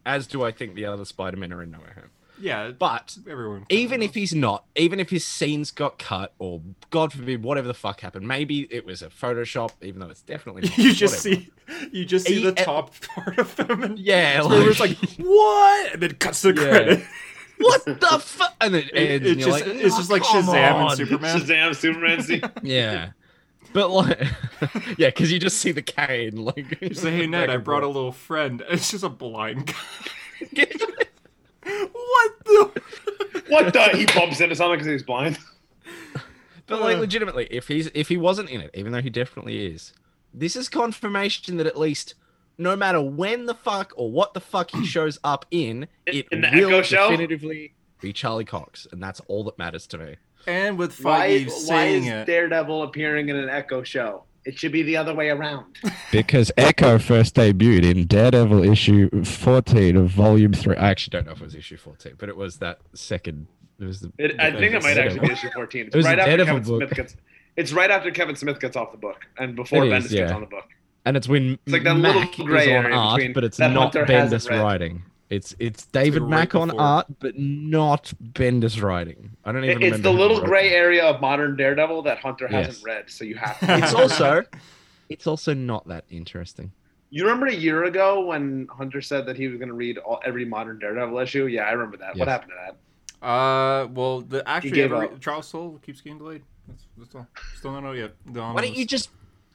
D: As do I think the other Spider-Men are in No Way Home.
B: Yeah,
D: But
B: everyone.
D: even if he's not, even if his scenes got cut or God forbid, whatever the fuck happened, maybe it was a Photoshop, even though it's definitely not.
B: you just
D: whatever.
B: see, you just see
D: He- e-
B: the top part of him, and
D: Yeah,
B: It was like what, and then cuts to
D: Yeah.
B: credit.
D: what the fuck? And it,
B: It-
D: ends,
B: it's
D: and you're
B: just
D: like,
B: it's just like
D: "Oh, come
B: Shazam
D: on."
B: and Superman.
A: Shazam, Superman. see-
D: Yeah. But like, yeah, because you just see the cane. Like,
B: You say, "Hey Ned, I brought a little friend." It's just a blind guy. what the?
A: what the? He bumps into something because he's blind.
D: But
B: Uh.
D: like, legitimately, if he's if he wasn't in it, even though he definitely is, this is confirmation that at least, no matter when the fuck or what the fuck he shows up in,
A: In-
D: it
A: in the
D: will
A: Echo Show?
D: definitively be Charlie Cox, and that's all that matters to me.
B: And with
A: Why,
B: Feige
A: why
B: saying
A: is
B: it,
A: Daredevil appearing in an Echo show? It should be the other way around.
F: Because Echo first debuted in Daredevil issue 14 of Volume 3.
D: I actually don't know if it was issue fourteen, but it was that second. It was the.
A: It, I
D: the-
A: think it might
D: Daredevil.
A: actually be issue 14. It's
D: It was
A: right
D: a
A: after
D: Daredevil
A: Kevin
D: book.
A: Smith gets. It's right after Kevin Smith gets off the book and before
D: It
A: Bendis
D: is, yeah.
A: gets on the book.
D: And it's when
A: It's like that little
D: Mac
A: gray
D: is on
A: area
D: art,
A: between-
D: but it's
A: that
D: not
A: Hunter hasn't
D: Bendis
A: read.
D: writing. It's it's David
B: right
D: Mack on
B: before.
D: art, but not Bender's writing. I don't even.
A: It's
D: remember
A: the
D: who
A: little
D: wrote
A: gray
D: it.
A: area of modern Daredevil that Hunter hasn't
D: Yes.
A: read, so you have to.
D: It's also, it's also not that interesting.
A: You remember a year ago when Hunter said that he was going to read all, every modern Daredevil issue? Yeah, I remember that. What
D: Yes.
A: happened to that?
B: Uh, well, the actually
A: gave
B: every,
A: up.
B: Trial Soul keeps getting delayed. That's, that's all. Still not out yet. The
D: Why don't
B: omnibus.
D: you just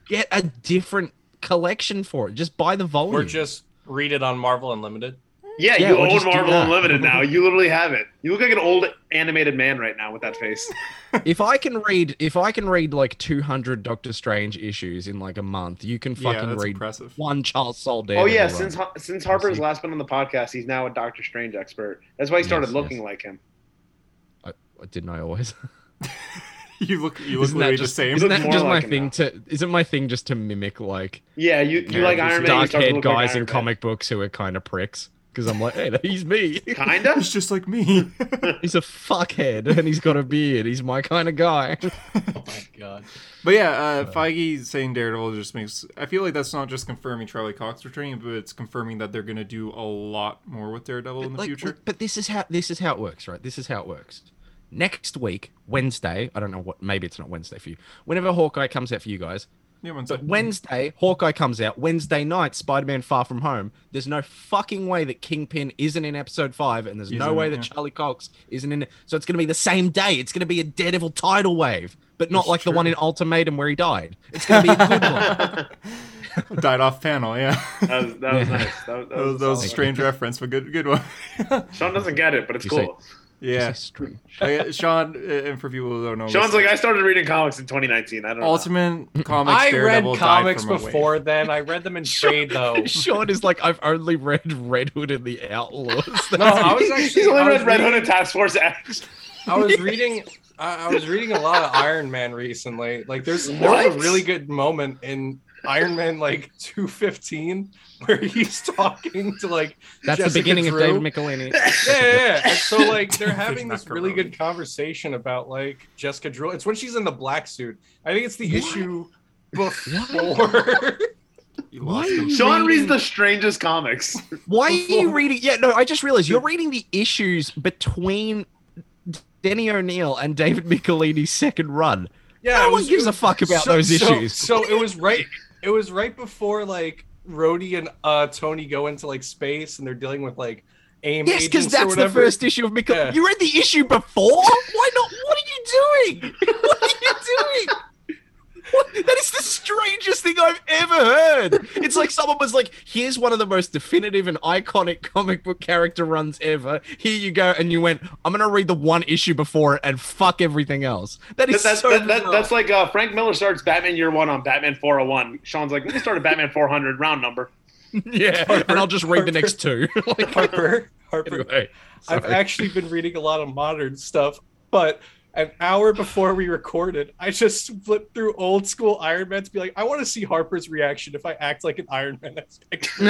D: get a different collection for it? Just buy the volume.
C: Or just read it on Marvel Unlimited.
A: Yeah,
D: Yeah,
A: you
D: or
A: own
D: just do
A: Marvel
D: that.
A: Unlimited now. You literally have it. You look like an old animated man right now with that face.
D: if I can read, if I can read like two hundred Doctor Strange issues in like a month, you can
B: yeah,
D: fucking
B: that's
D: read
B: impressive.
D: one Charles Soule.
A: oh
D: Daredevil
A: yeah,
D: run.
A: since Har- since Harper's
D: see.
A: last been on the podcast, he's now a Doctor Strange expert. That's why he started
D: Yes,
A: looking
D: yes.
A: like him.
D: didn't I always?
B: You look, you look
D: Isn't that
B: literally
D: just-
B: the same.
D: Isn't
A: Look
D: that
A: more
D: just my
A: like him
D: thing
A: now.
D: to? Isn't my thing just to mimic like
A: Yeah, you you like
B: Yeah,
A: Iron Man. you
D: dark
A: start to
D: haired
A: look like
D: guys
A: Iron
D: in
A: Man.
D: comic books who are kind of pricks? Because I'm like, hey, he's me.
A: Kinda.
B: It's just like me.
D: He's a fuckhead and he's got a beard. He's my kind of guy.
C: Oh my god.
B: But yeah, uh, Feige saying Daredevil just makes. I feel like that's not just confirming Charlie Cox returning, but it's confirming that they're going to do a lot more with Daredevil in the
D: Like,
B: future.
D: But this is how this is how it works, right? This is how it works. Next week, Wednesday. I don't know what. Maybe it's not Wednesday for you. Whenever Hawkeye comes out for you guys,
B: Yeah, one sec.
D: but Wednesday, Hawkeye comes out. Wednesday night, Spider-Man: Far From Home. There's no fucking way that Kingpin isn't in Episode Five, and there's
B: He's
D: no
B: in
D: way
B: it,
D: that
B: yeah.
D: Charlie Cox isn't in it. So it's gonna be the same day. It's gonna be a Daredevil tidal wave, but not
B: That's
D: like
B: true.
D: the one in Ultimatum where he died. It's gonna be a good one.
B: Died off panel, yeah.
A: That was, that was nice. That was,
B: That was, that was a strange reference, but good, good one.
A: Sean doesn't get it, but it's
D: You
A: cool.
B: yeah,
D: This is strange.
B: I, Sean uh, and for people who don't know,
A: Sean's like,
B: listen,
A: I started reading comics in 2019. I don't know.
B: Ultimate Comics.
C: I
B: Daredevil
C: read
B: died
C: comics
B: from a wave.
C: before then. I read them in trade though.
D: Sean is like, I've only read Red Hood and the Outlaws.
C: No, I was
A: He's
C: actually
A: only
C: I was
A: read Red
C: reading-
A: Hood and Task Force X.
C: I was reading. I, I was reading a lot of Iron Man recently. Like, there's there was a
A: What?
C: really good moment in Iron Man like 215 where he's talking to like
D: That's
C: Jessica
D: the beginning
C: Drew.
D: of David McElhinney.
C: yeah, yeah, yeah. And so like they're having
B: There's
C: this really
B: macaroni.
C: good conversation about like Jessica Drew. It's when she's in the black suit. I think it's the issue before.
B: You lost
D: Why?
B: him.
A: Sean reads
D: Reading-
A: the strangest comics.
D: Why are you reading? Yeah, no, I just realized you're reading the issues between Denny O'Neill and David Michelini's second run.
C: yeah,
D: no
C: it
D: one
C: was-
D: gives a fuck about
C: So-
D: those
C: so-
D: issues.
C: So, it was right. It was right before like Rhodey and uh, Tony go into like space, and they're dealing with like aim.
D: yes, because
C: agents or
D: that's the
C: whatever.
D: first issue of Michel.
C: Yeah.
D: You read the issue before? Why not? What are you doing? What are you doing? What? That is the strangest thing I've ever heard. It's like someone was like, "Here's one of the most definitive and iconic comic book character runs ever. Here you go," and you went, "I'm gonna read the one issue before it and fuck everything else." That
A: That,
D: is
A: that's,
D: so.
A: that, that,
D: bizarre.
A: that's like uh, Frank Miller starts Batman Year One on Batman 401. Sean's like, let me start at Batman 400, round number.
D: yeah, and I'll just read
C: Harper.
D: the next two. like,
C: Harper. Harper.
D: anyway,
C: I've
D: sorry.
C: actually been reading a lot of modern stuff, but an hour before we recorded, I just flipped through old school Iron Man to be like, I want to see Harper's reaction if I act like an Iron Man expectation.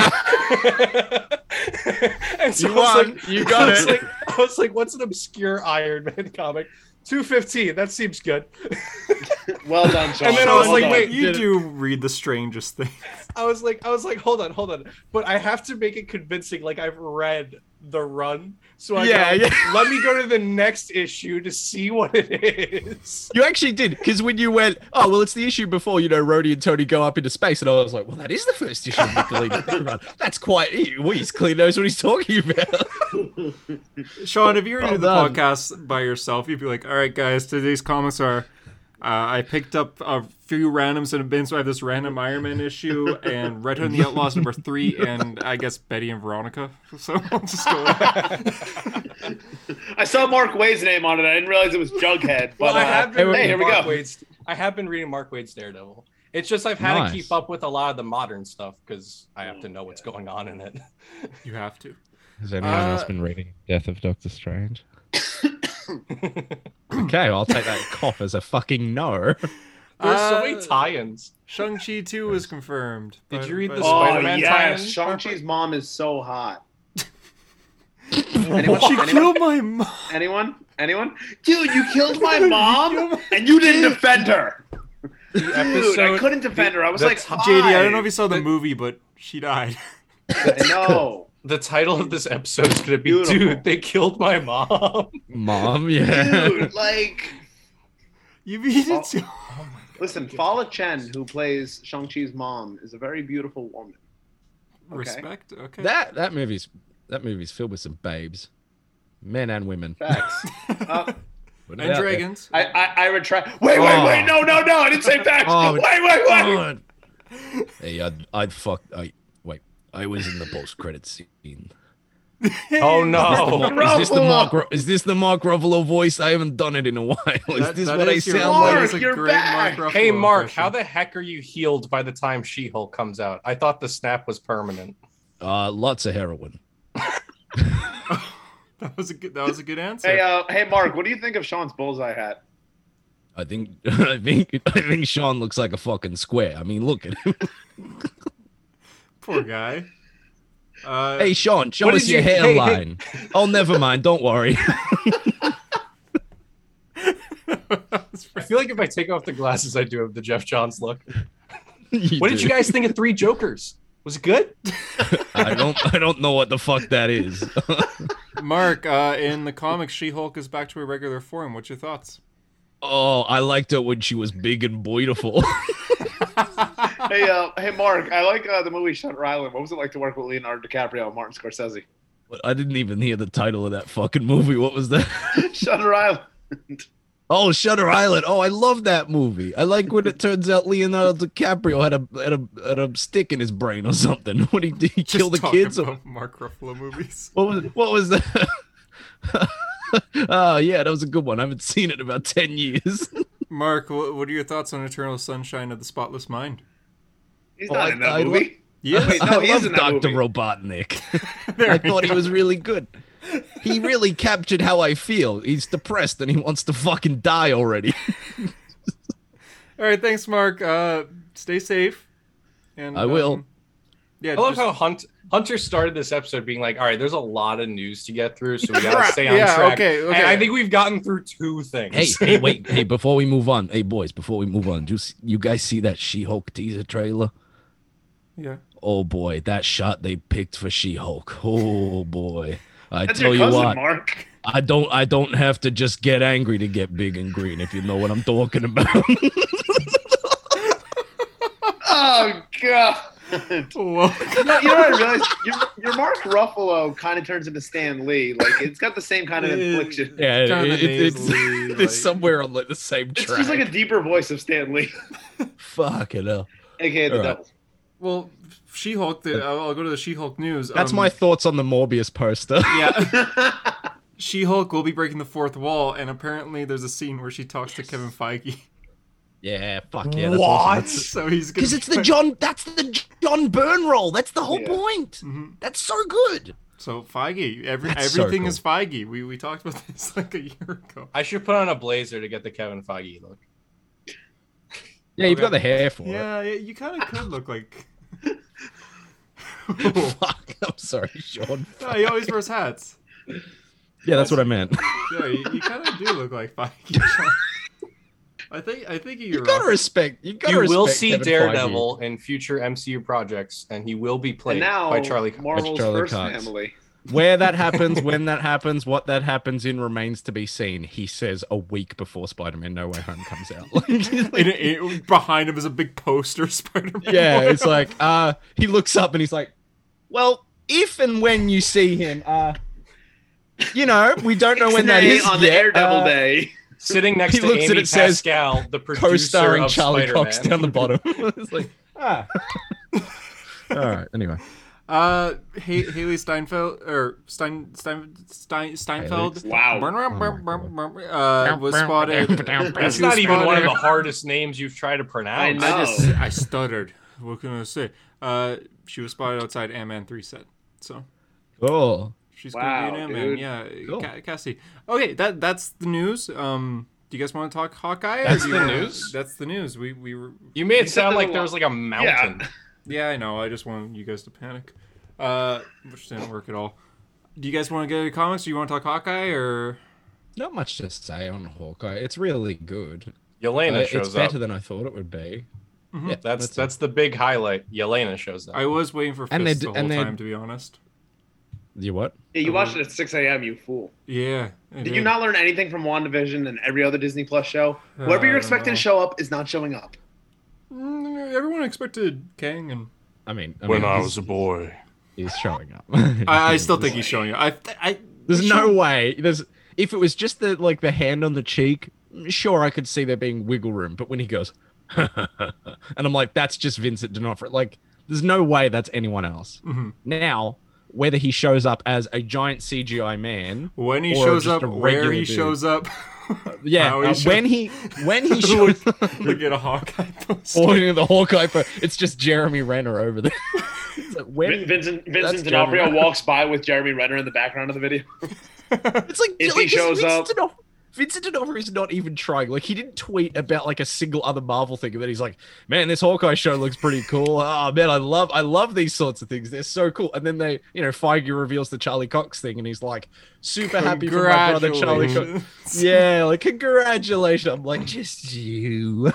C: and so
D: You
C: I was
D: won.
C: like,
D: You got
C: I was
D: it.
C: like- I was like, what's an obscure Iron Man comic? 215, that seems good.
A: Well done, Sean.
C: And then I was
A: Well
C: like,
A: done.
C: wait,
B: you do read the strangest thing.
C: I was like, I was like, hold on, hold on. But I have to make it convincing, like I've read the run. So I
D: Yeah,
C: go,
D: yeah.
C: let me go to the next issue to see what it is.
D: You actually did, because when you went, oh well, it's the issue before you know Rhodey and Tony go up into space, and I was like, well, that is the first issue of Nickelodeon Run. That's quite. e- Well, he clearly knows what he's talking about.
B: Sean, if you were to
D: Well
B: do the
D: done.
B: podcast by yourself, you'd be like, all right, guys, today's comics are. Uh, I picked up a few randoms in a bin, so I have this random Iron Man issue and Red Hood and the Outlaws number three, and I guess Betty and Veronica. So I'll just go.
A: I saw Mark Wade's name on it. I didn't realize it was Jughead. But
C: Well, I
A: uh,
C: have been
D: hey,
A: here
C: reading
A: we
C: Mark
A: go.
C: Wade's. I have been reading Mark Wade's Daredevil. It's just I've had
D: Nice.
C: to keep up with a lot of the modern stuff because I have
A: Oh,
C: to know what's going on in it.
B: You have to.
D: Has
B: anyone else Uh,
D: been reading Death of Doctor Strange? okay, well, I'll take that cough as a fucking no.
C: There's so
B: Uh,
C: many tie-ins.
B: Shang-Chi 2 was confirmed.
C: Did
B: but-
C: you read
B: but-
C: the
A: oh,
C: Spider-Man
A: yes.
C: tie-in?
A: Shang-Chi's mom is so hot.
D: What?
B: Oh, She
A: Anyone?
B: killed my mom.
A: Anyone? Anyone? Dude, you killed my mom and you didn't defend her. Dude, I
C: episode-
A: couldn't defend her. I was
C: the
A: like,
C: ti-
B: JD, I don't know if
A: "Why?"
B: you saw the movie, but she died.
A: I know.
C: The title of this episode is gonna be
A: Beautiful.
C: "Dude, they killed my mom."
D: Mom, yeah.
A: Dude, like,
B: You beat
A: Oh.
B: it to.
A: listen, Fala Chen, who plays Shang Chi's mom, is a very beautiful woman. Okay.
B: Respect. Okay.
D: That that movie's that movie's filled with some babes, men and women.
A: Facts. Uh,
D: Put it
B: and
D: out there.
B: dragons.
A: I, I, I retract. Wait, wait, wait! No, no, no! I didn't say facts.
D: Oh,
A: wait, wait, wait!
D: God. Hey, I'd, I'd fuck. I wait. I was in the post credit scene.
C: oh no!
D: Is this the
A: Ruffalo.
D: Mark? Ru- Is this the Mark Ruffalo voice? I haven't done it in a while. Is
B: That-
D: this
B: that
D: what I
B: is your-
D: sound
A: Mark,
B: that
D: like?
B: is a
A: you're
B: great
A: back.
B: Mark
C: Hey
B: Ruffalo
C: Mark,
B: impression.
C: how the heck are you healed by the time She-Hulk comes out? I thought the snap was permanent.
D: Uh, lots of heroin.
B: That was a good. That was a good answer.
A: Hey, uh, hey, Mark, what do you think of Sean's bullseye hat?
D: I think. I think. I think Sean looks like a fucking square. I mean, look at him.
B: Poor guy. Uh,
D: Hey, Sean, show
C: What
D: us
C: did
D: your
C: you- hey, hey.
D: hairline. Oh, never mind. Don't worry.
C: I feel like if I take off the glasses, I do have the Jeff Johns look.
D: You
C: What did
D: do.
C: you guys think of Three Jokers? Was it good?
D: I don't. I don't know what the fuck that is.
B: Mark, uh, in the comics, She-Hulk is back to her regular form. What's your thoughts?
D: oh, I liked it when she was big and beautiful.
A: Hey, uh, hey, Mark, I like uh, the movie Shutter Island. What was it like to work with Leonardo DiCaprio and Martin Scorsese?
D: But I didn't even hear the title of that fucking movie. What was that?
A: Shutter Island.
D: Oh, Shutter Island. Oh, I love that movie. I like when it turns out Leonardo DiCaprio had a had a had a stick in his brain or something. What he did he kill the
B: talk
D: kids? or-
B: About Mark Ruffalo movies.
D: What was what was that? oh yeah, that was a good one. I haven't seen it in about ten years.
B: Mark, wh- what are your thoughts on Eternal Sunshine of the Spotless Mind?
A: He's
D: Oh,
A: not
D: I-
A: in that
D: I
A: movie.
B: Yeah,
A: Wait, no,
D: I
A: he is
D: love
A: in that
D: Doctor
A: movie.
D: Robotnik. I thought he was really good. He really captured how I feel. He's depressed and he wants to fucking die already.
B: All right, thanks, Mark. Uh, stay safe. And
D: I will.
B: um, yeah,
C: I love
B: just-
C: how Hunt, Hunter started this episode being like, "All right, there's a lot of news to get through, so we
B: Crap.
C: gotta stay on
B: Yeah,
C: track."
B: okay, okay.
C: And I think we've gotten through two things.
D: Hey, hey, wait, hey, before we move on, hey, boys, before we move on, do you, s- you guys see that She Hulk teaser trailer?
B: yeah.
D: Oh boy, that shot they picked for She Hulk. Oh boy. I
A: That's
D: tell
A: your
D: you
A: cousin,
D: what,
A: Mark.
D: I don't I don't have to just get angry to get big and green if you know what I'm talking about.
A: Oh God. you
B: Whoa.
A: know, you know what I realized? Your, your Mark Ruffalo kind of turns into Stan Lee. Like it's got the same kind of infliction.
D: yeah,
B: Kinda
D: it- it- it's
B: nasally,
D: it's
B: like-
D: somewhere on like the same
A: It's
D: track.
A: just like a deeper voice of Stan Lee,
D: fucking hell.
A: aka the
D: All right.
A: devil.
B: Well, She-Hulk. The, I'll I'll go to the She-Hulk news.
D: That's
B: Um,
D: my thoughts on the Morbius poster.
B: yeah. She-Hulk will be breaking the fourth wall, and apparently there's a scene where she talks to Kevin Feige.
D: Yeah, fuck yeah. That's
C: What?
D: awesome. That's-
B: so he's gonna
D: Because it's the John. That's the John Byrne role. That's the whole
A: Yeah.
D: point.
B: Mhm.
D: That's so good.
B: So Feige, every,
D: That's so
B: everything
D: cool.
B: is Feige. We we talked about this like a year ago.
C: I should put on a blazer to get the Kevin Feige look.
D: Yeah, you've got the hair for
B: Yeah, yeah, you kind of could look like.
D: it. Fuck. I'm sorry, Sean.
B: Yeah, he always wears hats.
D: Yeah, that's what I meant.
B: Yeah, you, you kind of do look like Feige. I think I think
D: You
B: you're.
D: gotta
B: off.
D: respect. You gotta
C: You will
D: respect
C: see
D: Kevin
C: Daredevil in future MCU projects, and he will be
A: And
C: played
A: now
C: by Charlie. Cox.
A: Marvel's
D: Charlie
A: first
D: Cox.
A: family.
D: Feige. Where that happens, when that happens, what that happens in remains to be seen. He says a week before Spider-Man: No Way Home comes out. Like,
B: In- in- behind him is a big poster, Spider-Man.
D: yeah, it's like uh, he looks up and he's like, "Well, if and when you see him, uh, you know, we don't know when that
A: Today
D: is
A: on the
D: yet,
A: Daredevil
D: uh,
A: Day.
C: Sitting next
D: He
C: to
D: looks
C: Amy
D: at it, says,
C: Pascal, the producer
D: co-starring
C: of
D: Charlie
C: Spider-Man.
D: Cox down the bottom. it's like, ah. All right. Anyway,
B: Uh, ha- Haley Steinfeld or Stein Stein, Stein Steinfeld.
A: Wow.
B: Uh, was spotted.
C: That's
B: That's
C: not even one of Oh. the hardest names you've tried to pronounce.
A: I know.
B: I just I stuttered. What can I say? Uh, she was spotted outside Ant Man three set. So
D: cool.
B: she's
A: Wow,
B: gonna be an Ant Man.
A: dude.
B: Yeah,
D: Cool.
B: Ca- Cassie. Okay, that that's the news. Um, do you guys want to talk Hawkeye?
C: That's
B: or do you
C: the
B: wanna-
C: news?
B: That's the news. We we were.
C: You made
A: You
C: it
A: said
C: sound
A: that a
C: like there
A: lot.
C: was like a mountain.
B: Yeah, I know. I just want you guys to panic, uh, which didn't work at all. Do you guys want to get into comics? Do you want to talk Hawkeye or?
D: Not much to say on Hawkeye. It's really good. Uh,
C: Yelena
D: it's
C: shows up.
D: better than I thought it would be.
B: Mhm.
D: Yeah,
C: That's that's the big highlight. Yelena shows up.
B: I was waiting for Fist
D: And they d-
B: the whole
D: and they-
B: time, to be honest.
D: You what?
A: Yeah, you watched it at 6 a.m., you fool.
B: Yeah. I
A: Did you not learn anything from WandaVision and every other Disney Plus show? Whoever
B: Uh,
A: you're
B: I
A: expecting
B: don't
A: to show up is not showing up.
B: Mm, Everyone expected Kang, and
D: I mean, I
C: when
D: mean,
C: I
D: he's-
C: was a boy.
D: he's showing up.
B: I, I still think he's showing up. I, I,
D: There's
B: we
D: no
B: should-
D: way. There's if it was just the like the hand on the cheek, sure I could see there being wiggle room. But when he goes, and I'm like, that's just Vincent D'Onofrio. Like, there's no way that's anyone else.
B: Mhm.
D: Now, whether he shows up as a giant CGI man,
B: When he
D: Or
B: shows
D: just
B: up,
D: a
B: where
D: regular
B: he
D: dude.
B: shows up,
D: yeah,
B: how he
D: uh,
B: shows-
D: when he when he
B: look,
D: shows up,
B: look at a Hawkeye poster.
D: pointing at the Hawkeye, but it's just Jeremy Renner over there. it's like, where
A: Vin- Vincent
D: that's
A: Vincent D'Onofrio
D: Jeremy.
A: walks by with Jeremy Renner in the background of the video.
D: It's like,
A: If
D: like
A: he shows
D: Vincent
A: up-
D: D'Onof- Vincent D'Onofrio is not even trying. Like he didn't tweet about like a single other Marvel thing, and then he's like, "Man, this Hawkeye show looks pretty cool. Oh man, I love, I love these sorts of things. They're so cool." And then they, you know, Feige reveals the Charlie Cox thing, and he's like, "Super happy for my brother Charlie Cox."
B: Congratulations.
D: Yeah, like congratulations. I'm like, just you.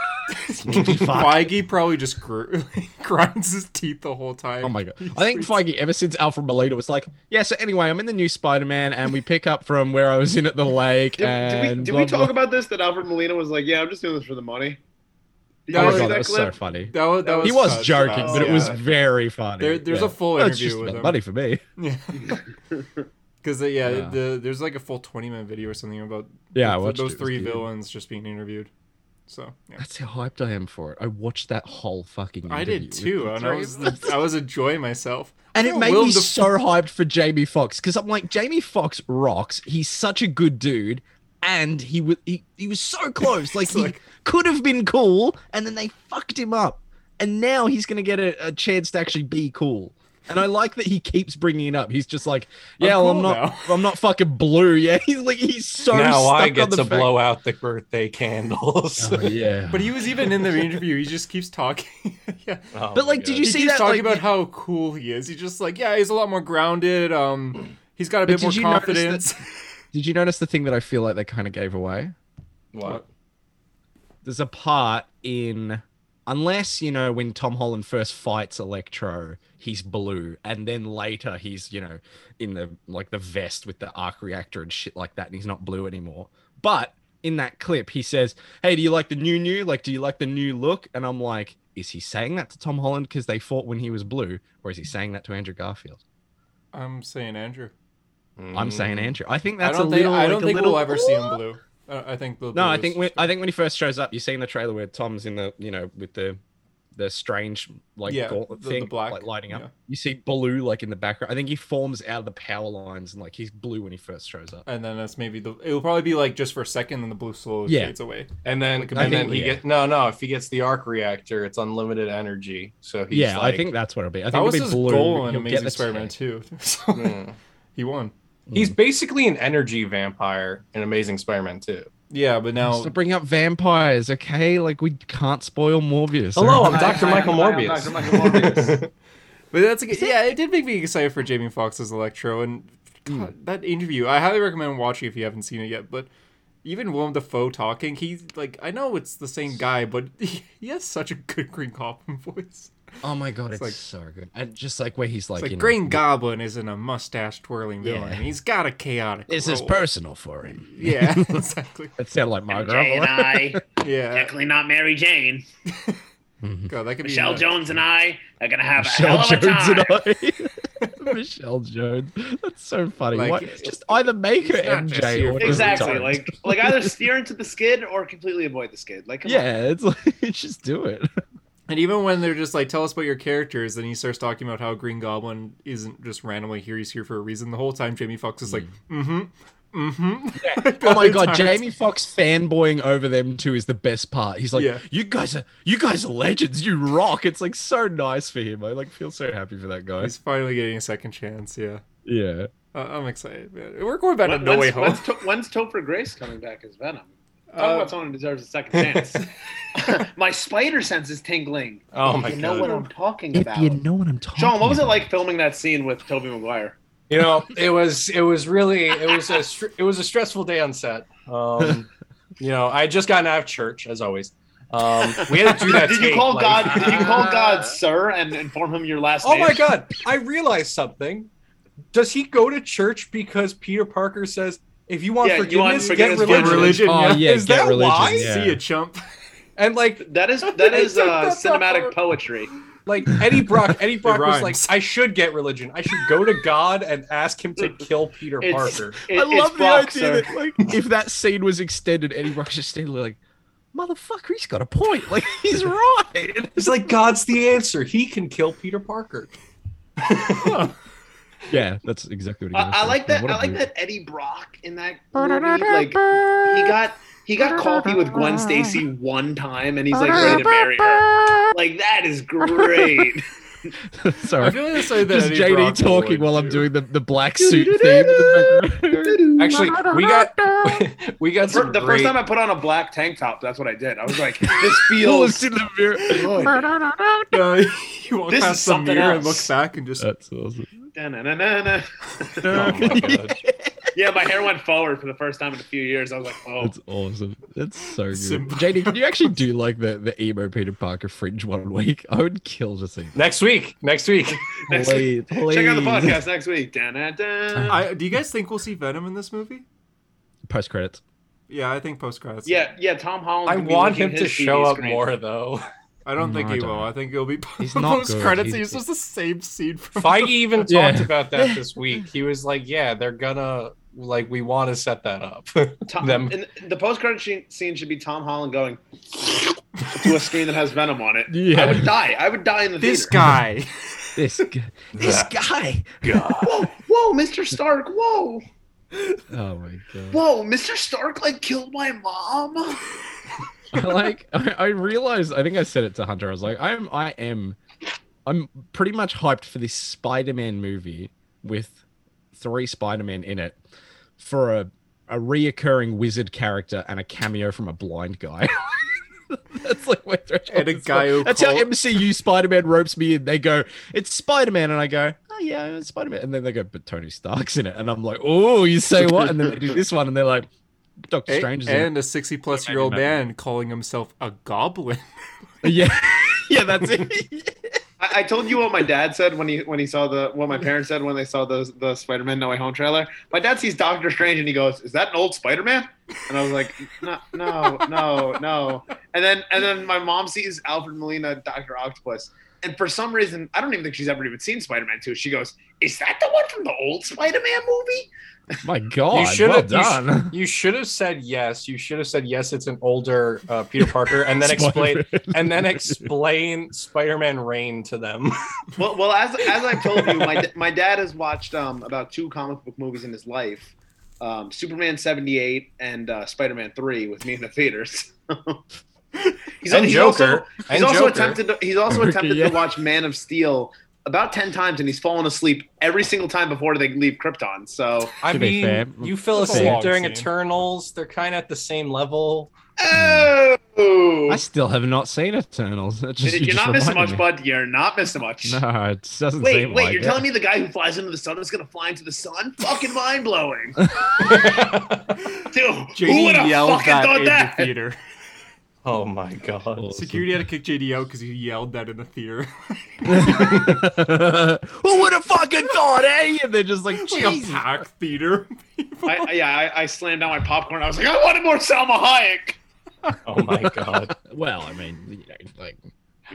D: Sneaky fuck.
B: Feige probably just gr- grinds his teeth the whole time.
D: Oh my god! I think Feige ever since Alfred Molina was like, yeah. So anyway, I'm in the new Spider-Man, and we pick up from where I was in at the lake.
A: Did, did we,
D: and
A: did
D: blah,
A: we
D: blah,
A: talk about this? That Alfred Molina was like, "Yeah, I'm just doing this for the money." Did
B: Oh
A: you
B: my
A: see
B: God,
A: that clip?
D: funny.
B: That was, that
D: He
B: was
D: was
B: cut.
D: joking,
A: us,
D: but it was
B: Yeah.
D: very funny.
B: There- there's a full
D: That's
B: interview
D: just
B: with him.
D: Money for me.
B: Yeah. Because yeah,
D: Yeah.
B: The, there's like a full 20 minute video or something about
D: Yeah, I
B: th-
D: watched it,
B: those
D: it was
B: three
D: good.
B: villains just being interviewed. So yeah.
D: That's how hyped I am for it. I watched that whole fucking.
B: I
D: interview
B: did
D: with
B: too,
D: the
B: and I
D: three
B: was
D: of us.
B: I was enjoying myself.
D: And
B: I
D: it made
B: will
D: me
B: def-
D: so hyped for Jamie Fox because I'm like, Jamie Fox rocks. He's such a good dude, and he was he, he was so close. Like
B: It's
D: he
B: like-
D: could have been cool, and then they fucked him up, and now he's gonna get a, a chance to actually be cool. And I like that he keeps bringing it up. He's just like, yeah, well, I'm
B: cool
D: not,
B: now."
D: I'm not fucking blue. Yeah, he's like, he's so
C: now
D: stuck
C: I
D: on
C: get
D: the
C: to
D: fact-
C: blow out the birthday candles.
D: Oh, yeah.
B: But he was even in the interview. He just keeps talking. yeah.
C: Oh my
D: But, like, did
C: God.
B: he
D: you see
B: keeps
D: that,
B: talking
D: like,
B: about
D: you-
B: how cool he is. He's just like, yeah, he's a lot more grounded. Um, he's got a
D: But
B: bit more
D: did you notice that-
B: confidence.
D: Did you notice the thing that I feel like they kind of gave away?
C: What?
D: There's a part in, unless you know when Tom Holland first fights Electro, he's blue, and then later he's you know in the like the vest with the arc reactor and shit like that, and he's not blue anymore. But in that clip, he says, "Hey, do you like the new new? Like, do you like the new look?" And I'm like, is he saying that to Tom Holland because they fought when he was blue, or is he saying that to Andrew Garfield?
B: I'm saying Andrew.
D: I'm saying Andrew. I think
B: Mm. I
D: that's
B: don't
D: a
B: think
D: little.
B: I don't
D: like, a
B: think
D: little,
B: we'll ever see him blue. Uh, I think the
D: No,
B: blue
D: I
B: is
D: think when
B: just-
D: I think when he first shows up, you see in the trailer where Tom's in the you know with the the strange like
B: Yeah,
D: gauntlet
B: the- the
D: thing
B: black,
D: like lighting up.
B: yeah.
D: You see blue like in the background. I think he forms out of the power lines and like he's blue when he first shows up.
B: and then that's maybe the it'll probably be like just for a second, and the blue slowly
D: Yeah.
B: fades away.
C: And then,
D: Like, I
C: and then
D: think-
C: he
D: yeah.
C: get no, no. If he gets the arc reactor, it's unlimited energy. So he's
D: yeah,
C: like-
D: I think that's what it'll be. I think
B: That was
D: it'll be
B: his
D: blue.
B: goal in
D: he'll get
B: Amazing
D: the
B: Spider-Man
D: tank.
B: 2.
C: Mm.
B: he won.
C: he's basically an energy vampire in Amazing Spider-Man 2.
B: Yeah, but now
D: Stop bringing up vampires, okay? Like we can't spoil Morbius.
C: Hello,
D: alright?
C: I'm Dr.
A: Hi, hi,
C: Michael
A: hi, I'm
C: Morbius.
A: Dr. Michael Morbius.
B: But that's a, yeah, it did make me excited for Jamie Foxx's Electro and God, that interview. I highly recommend watching if you haven't seen it yet. But even Willem Dafoe talking, he's like, I know it's the same guy, but he, he has such a good Green Goblin voice.
D: Oh my god, it's,
B: like-
D: so good. And just like where he's like,
B: It's like,
D: you know,
B: Green Goblin isn't a mustache twirling
D: Yeah.
B: villain. He's got a chaotic.
D: this is
B: role.
D: personal for him.
B: Yeah, exactly.
D: That sounded like Margaret.
A: Jay and I,
B: Yeah,
A: definitely not Mary Jane.
B: God, that could be
A: Michelle
B: nuts.
A: Jones and I are gonna have
D: Michelle
A: a hell of a
D: Jones
A: time.
D: and I. Michelle Jones. That's so funny.
B: Like,
D: Why-
B: it's-
D: just either make her
B: it's not just
D: MJ
B: your
D: or just
A: Exactly,
D: don't.
A: like like either steer into the skid or completely avoid the skid. Like, come on.
D: yeah, it's like just do it.
B: And even when they're just like, tell us about your characters, then he starts talking about how Green Goblin isn't just randomly here, he's here for a reason. The whole time, Jamie Foxx is like, mm hmm, mm hmm.
D: Oh my god, Jamie Fox fanboying over them too is the best part. He's like,
B: Yeah.
D: "You guys are you guys are legends. You rock." It's like so nice for him. I like feel so happy for that guy.
B: He's finally getting a second chance, yeah.
D: yeah.
B: I I'm excited, man. We're going back
A: When-
B: to No Way
A: when's,
B: Home.
A: when's, to- when's Topher Grace coming back as Venom? Talk
B: Uh,
A: about someone who deserves a second chance. my spider sense is tingling.
C: Oh my
A: you know
C: god!
A: what I'm talking
D: If
A: about.
D: you know what I'm talking.
A: Sean, what was it
D: about.
A: like filming that scene with Toby Maguire?
C: You know, it was it was really it was a str- it was a stressful day on set. Um, you know, I had just gotten out of church as always. Um, we had to do that.
A: Did you
C: tape,
A: call
C: like-
A: God? Did you call God, sir, and inform him your last
C: Oh
A: name?
C: my god! I realized something. does he go to church because Peter Parker says, if you want
E: Yeah,
C: forgiveness,
E: you want
C: get
E: forgiveness,
C: religion?
E: get
B: religion.
D: Oh yeah,
C: Is
D: get
C: that
D: religion.
C: why?
D: Yeah.
B: See you, chump.
C: And like
A: That is that is uh,
C: That's not
A: cinematic
C: hard.
A: poetry.
C: like Eddie Brock, Eddie Brock was like,
B: rhymes.
C: I should get religion. I should go to God and ask him to kill Peter
A: It's-
C: Parker.
A: It-
D: I
A: it's
D: love the
A: Brock,
D: idea
A: sir.
D: that like if that scene was extended, Eddie Brock's just standing there like, motherfucker, he's got a point. Like he's right.
C: It's like God's the answer. He can kill Peter Parker.
D: Yeah, that's exactly what he.
A: I, I like that. I like that Eddie Brock in that movie. Like he got he got coffee with Gwen Stacy one time, and he's like ready to marry her. Like that is great.
D: that.
B: I
D: Sorry.
B: feel like that's something that
D: Just
B: Eddie
D: JD
B: Brock
D: talking
B: would
D: while I'm
B: do.
D: doing the, the black suit thing.
C: Actually, we got we got
A: Fir-
C: some
A: the
C: great-
A: first time I put on a black tank top, that's what I did. I was like, this feels
D: in the mirror.
A: good.
B: Uh, you walk
A: This is
B: past the
A: something
B: mirror and look
A: else.
B: back and just.
D: That's awesome.
A: Da-na-na-na-na.
C: Oh my God.
A: yeah, my hair went forward for the first time in a few years. I was like, oh,
D: That's awesome. That's so good.
B: Simple.
D: JD, can you actually do like the, the emo Peter Parker fringe one week? I would kill to see. that.
C: Next week. Next week.
A: Next week.
D: Please,
A: check out the
D: please.
A: podcast next week. Da-na-na.
B: I, do you guys think we'll see Venom in this movie?
D: Post credits.
B: Yeah, I think post credits.
A: Yeah, yeah, Tom Holland.
C: I
A: could be
C: want
A: leaking
C: him to
A: his
C: show
A: TV
C: up
A: screen.
C: more though.
B: I don't
D: No,
B: think
D: I
B: he
D: don't.
B: will. I think he'll be
D: He's not good.
B: post credits. He's
D: He's-
B: just the same scene from.
C: Feige even talked
D: Yeah.
C: about that this week. He was like, "Yeah, they're gonna like we want to set that up."
A: Tom,
C: Them.
A: And the post credit scene- scene should be Tom Holland going to a screen that has Venom on it. I would
D: Yeah.
A: die. I would die in the
B: This
A: theater.
B: guy.
D: This guy. This guy.
A: Whoa, whoa, Mr. Stark. Whoa,
D: Oh my god.
A: whoa, Mr. Stark like killed my mom.
D: I like I, I realized I think I said it to Hunter. I was like, I'm I am I'm pretty much hyped for this Spider-Man movie with three Spider-Men in it for a a reoccurring wizard character and a cameo from a blind guy. That's like my threshold.
B: And a
D: is
B: guy who
D: That's how
B: called-
D: MCU Spider-Man ropes me in. They go, "It's Spider-Man," and I go, "Oh yeah, it's Spider-Man." And then they go, "But Tony Stark's in it," and I'm like, "Oh, you say what?" And then they do this one, and they're like, "Doctor
B: A-
D: Strange's in it."
B: and a 60 plus year old man calling himself a goblin.
D: Yeah, yeah, that's it.
A: I, I told you what my dad said when he when he saw the what my parents said when they saw the the Spider Man No Way Home trailer. My dad sees Doctor Strange and he goes, "Is that an old Spider Man?" And I was like, "No, no, no, no." And then and then my mom sees Alfred Molina, Doctor Octopus, and for some reason I don't even think she's ever even seen Spider Man Two. She goes, "Is that the one from the old Spider Man movie?"
D: My God,
C: You should
D: well
C: have- you sh-
D: done.
C: you should have said yes. You should have said yes. It's an older uh, Peter Parker, and then explain and then explain Spider-Man Rain to them.
A: Well, well, as as I've told you, my d- my dad has watched um about two comic book movies in his life. Um, Superman 78 and uh, Spider-Man 3 with me in the theaters. he's,
C: and
A: he's
C: Joker.
A: Also, he's
C: and
A: also
C: Joker.
A: attempted to, he's also
D: Okay,
A: attempted
D: yeah.
A: to watch Man of Steel about 10 times and he's fallen asleep every single time before they leave Krypton. So,
C: I
D: To be
C: mean,
D: fair,
C: you fell
D: that's a
C: asleep
D: long
C: during
B: scene.
C: Eternals. They're kind of at the same level.
A: oh,
D: I still have not seen Eternals. That Just, you
A: you're
D: just
A: not missing much,
D: reminded
A: bud. You're not missing much.
D: me. No, it doesn't
A: Wait,
D: seem
A: wait!
D: like
A: you're telling me the guy who flies into the sun is gonna fly into the sun? Fucking mind blowing, dude. who would
B: JD
A: have
B: yelled
A: fucking
B: that
A: thought
B: in
A: that?
B: the theater.
C: oh my god.
B: Security had to kick JD out because he yelled that in the theater.
D: Who would have fucking thought, eh? And they're just like,
B: like a
D: Jesus.
B: packed theater.
A: I, I- yeah, I, I slammed down my popcorn. I was like, I wanted more Salma Hayek.
C: Oh my god.
D: Well, I mean, you know, like.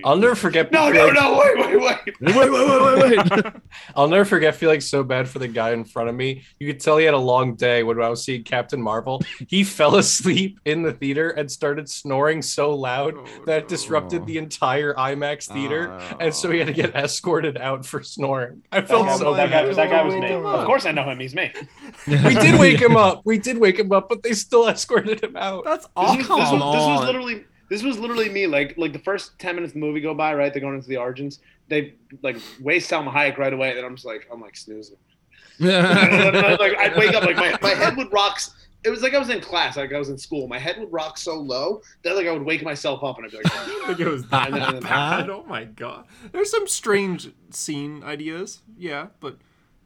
C: I'll never forget.
A: No, no,
C: Felix-
A: no! Wait, wait, wait!
D: Wait, wait, wait, wait, wait.
C: I'll never forget feeling so bad for the guy in front of me. You could tell he had a long day when I was seeing Captain Marvel. He fell asleep in the theater and started snoring so loud
B: Oh,
C: that it
A: Oh.
C: disrupted the entire IMAX theater. And so he had to get escorted out for snoring. I felt
B: guy-
C: so
B: that
C: bad.
B: guy- that guy was me. Of
A: course, I know him. He's me.
C: We did wake him up. We did wake him up, but they still escorted him out.
B: That's
A: This was,
B: awful.
A: this, was, this was
D: on.
A: literally this was literally me. Like like the first ten minutes of the movie go by, right? They're going into the origins. They like waste Salma Hayek right away, and I'm just like I'm like snoozing. like I'd wake up like my, my head would rock. s- It was like I was in class, like I was in school. My head would rock so low that like I would wake myself up and I'd be like,
B: I think it was
A: And then-
B: that
A: and then-
B: bad. Oh my god. There's some strange scene ideas, yeah, but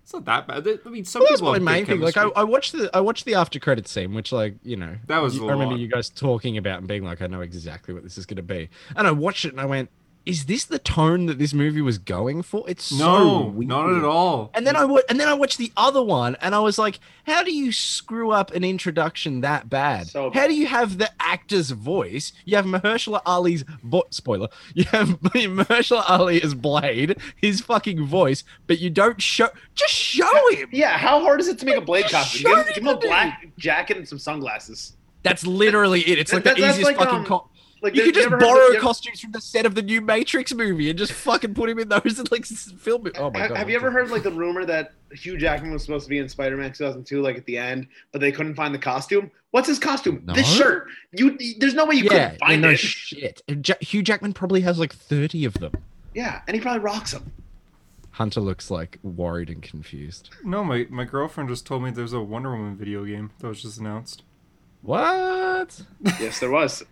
B: it's not that bad. I mean, some
D: Well, that's
B: people
D: my
B: have
D: main
B: good
D: thing. Like I,
B: chemistry.
D: I watched the I watched the after credit scene, which like you know
B: That was
D: you-
B: a
D: I remember
B: lot.
D: you guys talking about and being like, I know exactly what this is going to be, and I watched it and I went, is this the tone that this movie was going for? It's so
B: no,
D: weird.
B: not at all.
D: And then I wa- and then I watched the other one, and I was like, "How do you screw up an introduction that bad?
A: So
D: How do you have the actor's voice? You have Mahershala Ali's vo- spoiler. You have Mahershala Ali as Blade, his fucking voice, but you don't show. Just show him.
A: Yeah, how hard is it to make a Blade
D: Just
A: costume? Give,
D: shut
A: him- give him a
D: it to
A: black jacket and some sunglasses.
D: That's literally it. It's like
A: That-
D: the
A: that's
D: easiest
A: like,
D: fucking.
A: um,
D: co-
A: Like
D: you
A: there's
D: could just
A: never heard of-
D: borrow
A: you ever-
D: costumes from the set of the new Matrix movie and just fucking put him in those and like s- film it. Oh my
A: have,
D: god!
A: have you ever heard like the rumor that Hugh Jackman was supposed to be in Spider-Man 2002, like at the end, but they couldn't find the costume? What's his costume?
D: No.
A: This shirt. You, there's no way you
D: yeah,
A: couldn't find
D: no
A: it.
D: shit. Ja- Hugh Jackman probably has like thirty of them.
A: yeah, and he probably rocks them.
D: Hunter looks like worried and confused.
B: No, my, my girlfriend just told me there's a Wonder Woman video game that was just announced.
D: What?
A: yes, there was.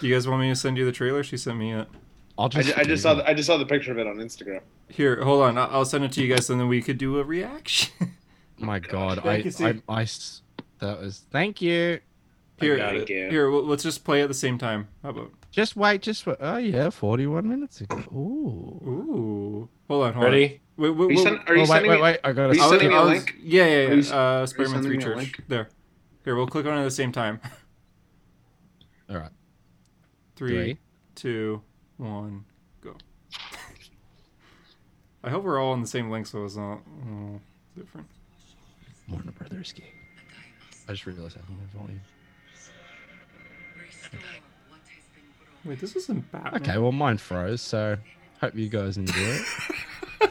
B: Do you guys want me to send you the trailer? She sent me it.
D: I'll
A: I, ju- I just saw the, I just saw the picture of it on Instagram.
B: Here, hold on. I- I'll send it to you guys, and then we could do a reaction.
D: Oh My God,
B: I
D: I,
B: can see.
D: I, I s- that was. Thank you.
B: Here,
C: got it.
A: Thank you.
B: here. w- Let's just play at the same time. How about?
D: Just wait, just wait. Oh yeah, forty-one minutes ago. Ooh.
B: Ooh, hold on, hold on.
C: Ready?
B: Wait,
A: Are
B: wait,
A: you,
B: wait.
A: send, are you
D: oh, wait,
A: sending
D: wait,
A: me-
D: wait. I got
A: are you
B: I was-
A: sending
D: to.
A: me a
B: I was-
A: link?
B: Yeah, yeah,
A: Are you
B: yeah.
A: s-
B: Uh,
A: sending
B: Spider-Man Three
A: me a
B: Church.
A: link?
B: There. Here, we'll click on it at the same time.
D: All right.
B: Three,
D: Three.
B: two, one, go. I hope we're all on the same link, so it's not oh, different.
D: Warner Brothers game. I just realized I have my volume.
B: Wait, this isn't Batman.
D: Okay, well mine froze, so hope you guys enjoy it.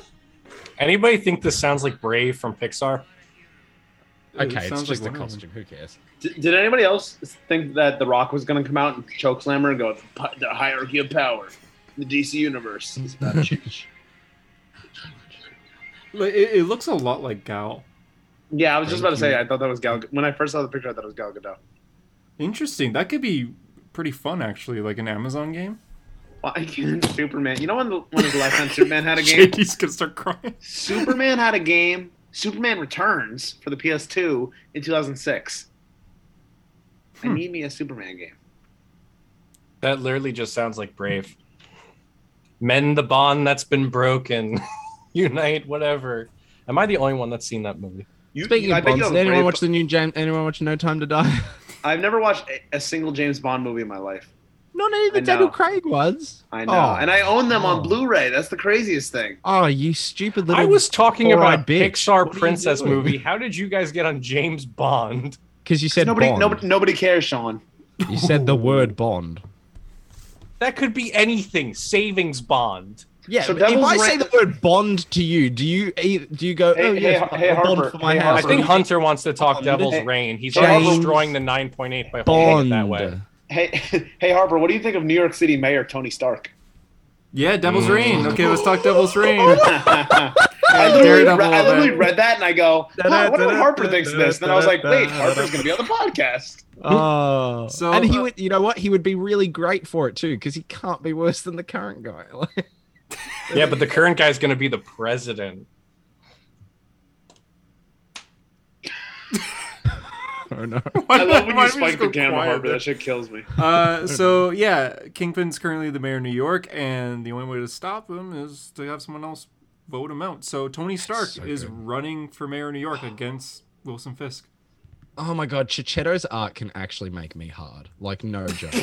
C: Anybody think this sounds like Brave from Pixar?
B: It
D: Okay, it's
B: sounds
D: just
B: like Wonder
D: the
B: Woman.
D: costume. Who cares?
A: D- Did anybody else think that The Rock was going to come out and choke slammer and go, the, pi- the hierarchy of power, the DC universe is about to change?
B: Like, It, it looks a lot like Gal.
A: yeah, I was just about to say, I thought that was Gal. When I first saw the picture, I thought it was Gal Gadot.
B: Interesting. That could be pretty fun, actually, like an Amazon game.
A: Why can't Superman? You know when the, when was the last time Superman had a game?
B: JD's gonna start crying.
A: Superman had a game. Superman Returns for the PS2 in 2006. I
B: Hmm.
A: need me a Superman game.
C: That literally just sounds like Brave. Mend the bond that's been broken. Unite, whatever. Am I the only one that's seen that movie?
A: You,
D: Speaking
A: I
D: of
A: bet you
D: Bonds,
A: have
D: did
A: a
D: anyone
A: brave-
D: watch the new James? Anyone watch No Time to Die?
A: I've never watched a, a single James Bond movie in my life.
D: Not any of the
A: I know.
D: Daniel Craig ones.
A: I know,
D: Oh.
A: and I own them
D: Oh.
A: on Blu-ray. That's the craziest thing.
D: Oh, you stupid little.
C: I was talking
D: four-eyed
C: about a
D: bitch.
C: Pixar
D: What are you
C: princess
D: doing?
C: movie. How did you guys get on James Bond?
D: because you said
A: nobody,
D: Bond.
A: nobody, nobody cares, Sean.
D: You said the word Bond.
C: That could be anything. Savings Bond.
D: Yeah.
A: So
D: but if
A: Devil's
D: I say
A: Reign-
D: the word Bond to you, do you e- do you go?
A: Hey-
D: oh
A: hey,
D: yes,
A: hey,
D: a Bond
A: Harper,
D: for my
A: hey,
D: house.
C: I
A: Harper.
D: or
C: think Hunter wants to talk
D: Bond.
C: Devil's
A: Hey,
C: Reign. He's
D: James
C: destroying the 9.8 by holding it
D: Bond.
C: that way.
A: Hey, hey, Harper, what do you think of New York City Mayor Tony Stark?
B: Yeah, Devil's Reign. Okay, let's talk Devil's Reign.
A: I literally,
B: Daredevil
A: re- I literally
B: event.
A: read that and I go, huh, I wonder what Harper thinks of this. Then I was like, wait, Harper's going to be on the podcast.
D: Oh.
B: So,
D: and he
B: uh,
D: would. You know what? He would be really great for it too, because he can't be worse than the current guy. Like,
C: Yeah, but the current guy's going to be the president.
D: oh no.
B: Why
A: I
B: did-
A: love when you
B: why did we just
A: spike
B: go
A: the camera,
B: quiet
A: Harper.
B: there?
A: That shit kills me.
B: Uh, so yeah, Kingpin's currently the mayor of New York, and the only way to stop him is to have someone else vote him out. So Tony Stark
D: so
B: is
D: good.
B: running for mayor of New York against Wilson Fisk.
D: Oh my God, Chichetto's art can actually make me hard. Like no joke.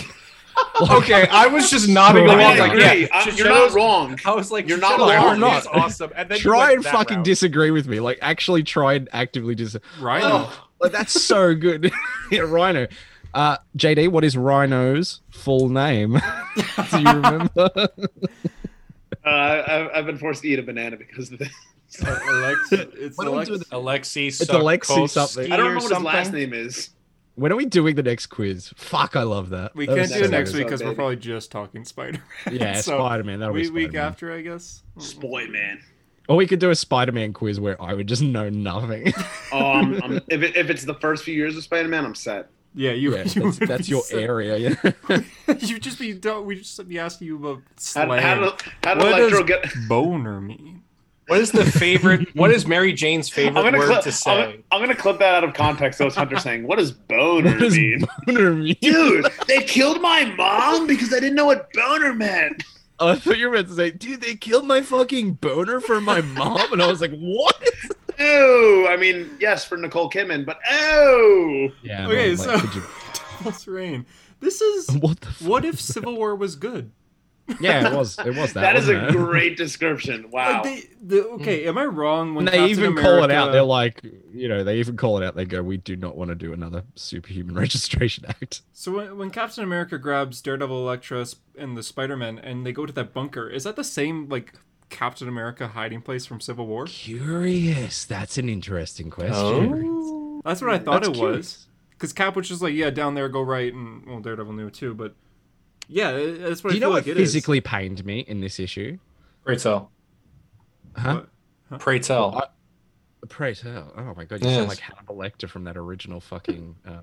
C: Okay, I was just nodding
D: Right.
C: along.
A: I
D: Harper's
C: Like,
A: agree.
C: yeah,
A: I'm- you're not
C: Chichetto's-
A: wrong.
C: I was like,
A: You're not
C: Chichetto's
A: wrong.
C: art
D: I'm not.
C: is awesome. And then you
D: try
C: went
D: and
C: that
D: fucking
C: route.
D: disagree with me. Like actually try and actively disagree.
B: Rhino.
A: Oh,
D: Like, that's so good. yeah, Rhino. Uh, JD, what is Rhino's full name? Do you remember?
A: uh, I've, I've been forced to eat a banana because of this.
B: Alex, it's
D: What do we
B: Alex.
D: do with
C: Alexei
D: It's Alexei
C: Sokovsky
D: something.
A: I don't know
C: or
A: what his
C: something.
A: last name is.
D: when are we doing the next quiz? Fuck, I love that.
B: We
D: That
B: can't
D: was
B: do it
D: so
B: next
A: good.
B: week because we're
A: Baby.
B: probably just talking Spider
D: good.
B: Man.
D: Yeah, Spider Man. That'll be
B: We
D: Spider
B: week
D: Man.
B: after, I guess.
A: Spoy man.
D: Or we could do a Spider Man quiz where I would just know nothing.
A: Oh, I'm, I'm, if, it, if it's the first few years of Spider Man, I'm set.
B: Yeah, you.
D: yeah,
B: you
D: that's,
B: would
D: that's
B: be
D: your
B: so-
D: area. Yeah.
B: you just be don't. We just be asking you about
A: How,
B: slang.
A: how, do, how did
B: What
A: Electro
B: does-
A: get?
B: Boner mean.
C: What is the favorite? What is Mary Jane's
A: I'm
C: favorite
A: gonna,
C: word
A: clip,
C: to
A: I'm,
C: say?
A: gonna- I'm gonna clip that out of context. Those Hunter saying, "What does boner
D: What does
A: mean?"
D: Boner mean?
A: Dude, they killed my mom because I didn't know what boner meant.
D: I thought Oh, you were about to say, dude, they killed my fucking boner for my mom. And I was like, what?
A: Ew. I mean, yes, for Nicole Kidman, but ew.
D: Yeah.
B: Okay, so Devil's Rain. This is
D: what the fuck?
B: what if Civil War was good?
D: Yeah, it was. It was that.
A: that is a
D: wasn't it?
A: great description. Wow.
B: Like Uh, they, the, okay, am I wrong? When
D: And they
B: Captain
D: even call it out. They're
B: America-
D: like, you know, they even call it out. They go, we do not want to do another superhuman registration act.
B: so when, when Captain America grabs Daredevil, Elektra, Sp- and the Spider Man, and they go to that bunker, is that the same like Captain America hiding place from Civil War?
D: Curious. That's an interesting question.
C: Oh.
B: That's what I thought
C: That's
B: it was. Because Cap was just like, yeah, down there, go right, and well, Daredevil knew it too, but yeah, it- that's what
D: Do
B: I
D: you
B: feel
D: know what
B: like it is.
D: physically pained me in this issue?
C: Pray tell.
D: Huh?
B: What?
C: Pray tell.
D: Pray tell. Oh my god, you
C: Yes.
D: sound like Hannibal Lecter from that original fucking um,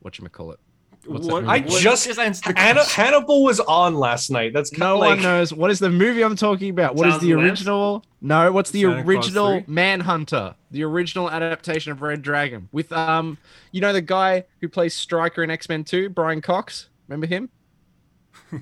D: what you call it. What's that
B: What-
D: movie?
C: I
B: what-
C: just
B: ends the
C: Hanna- Hannibal was on last night. That's kind
D: No
C: of like
D: one knows what is the movie I'm talking about. What is
A: Sounds
D: the
A: of the Lambs?
D: original? No, what's the
B: Santa Claus
D: original
B: 3?
D: Manhunter? The original adaptation of Red Dragon with um, you know the guy who plays Striker in X Men Two, Brian Cox. Remember him?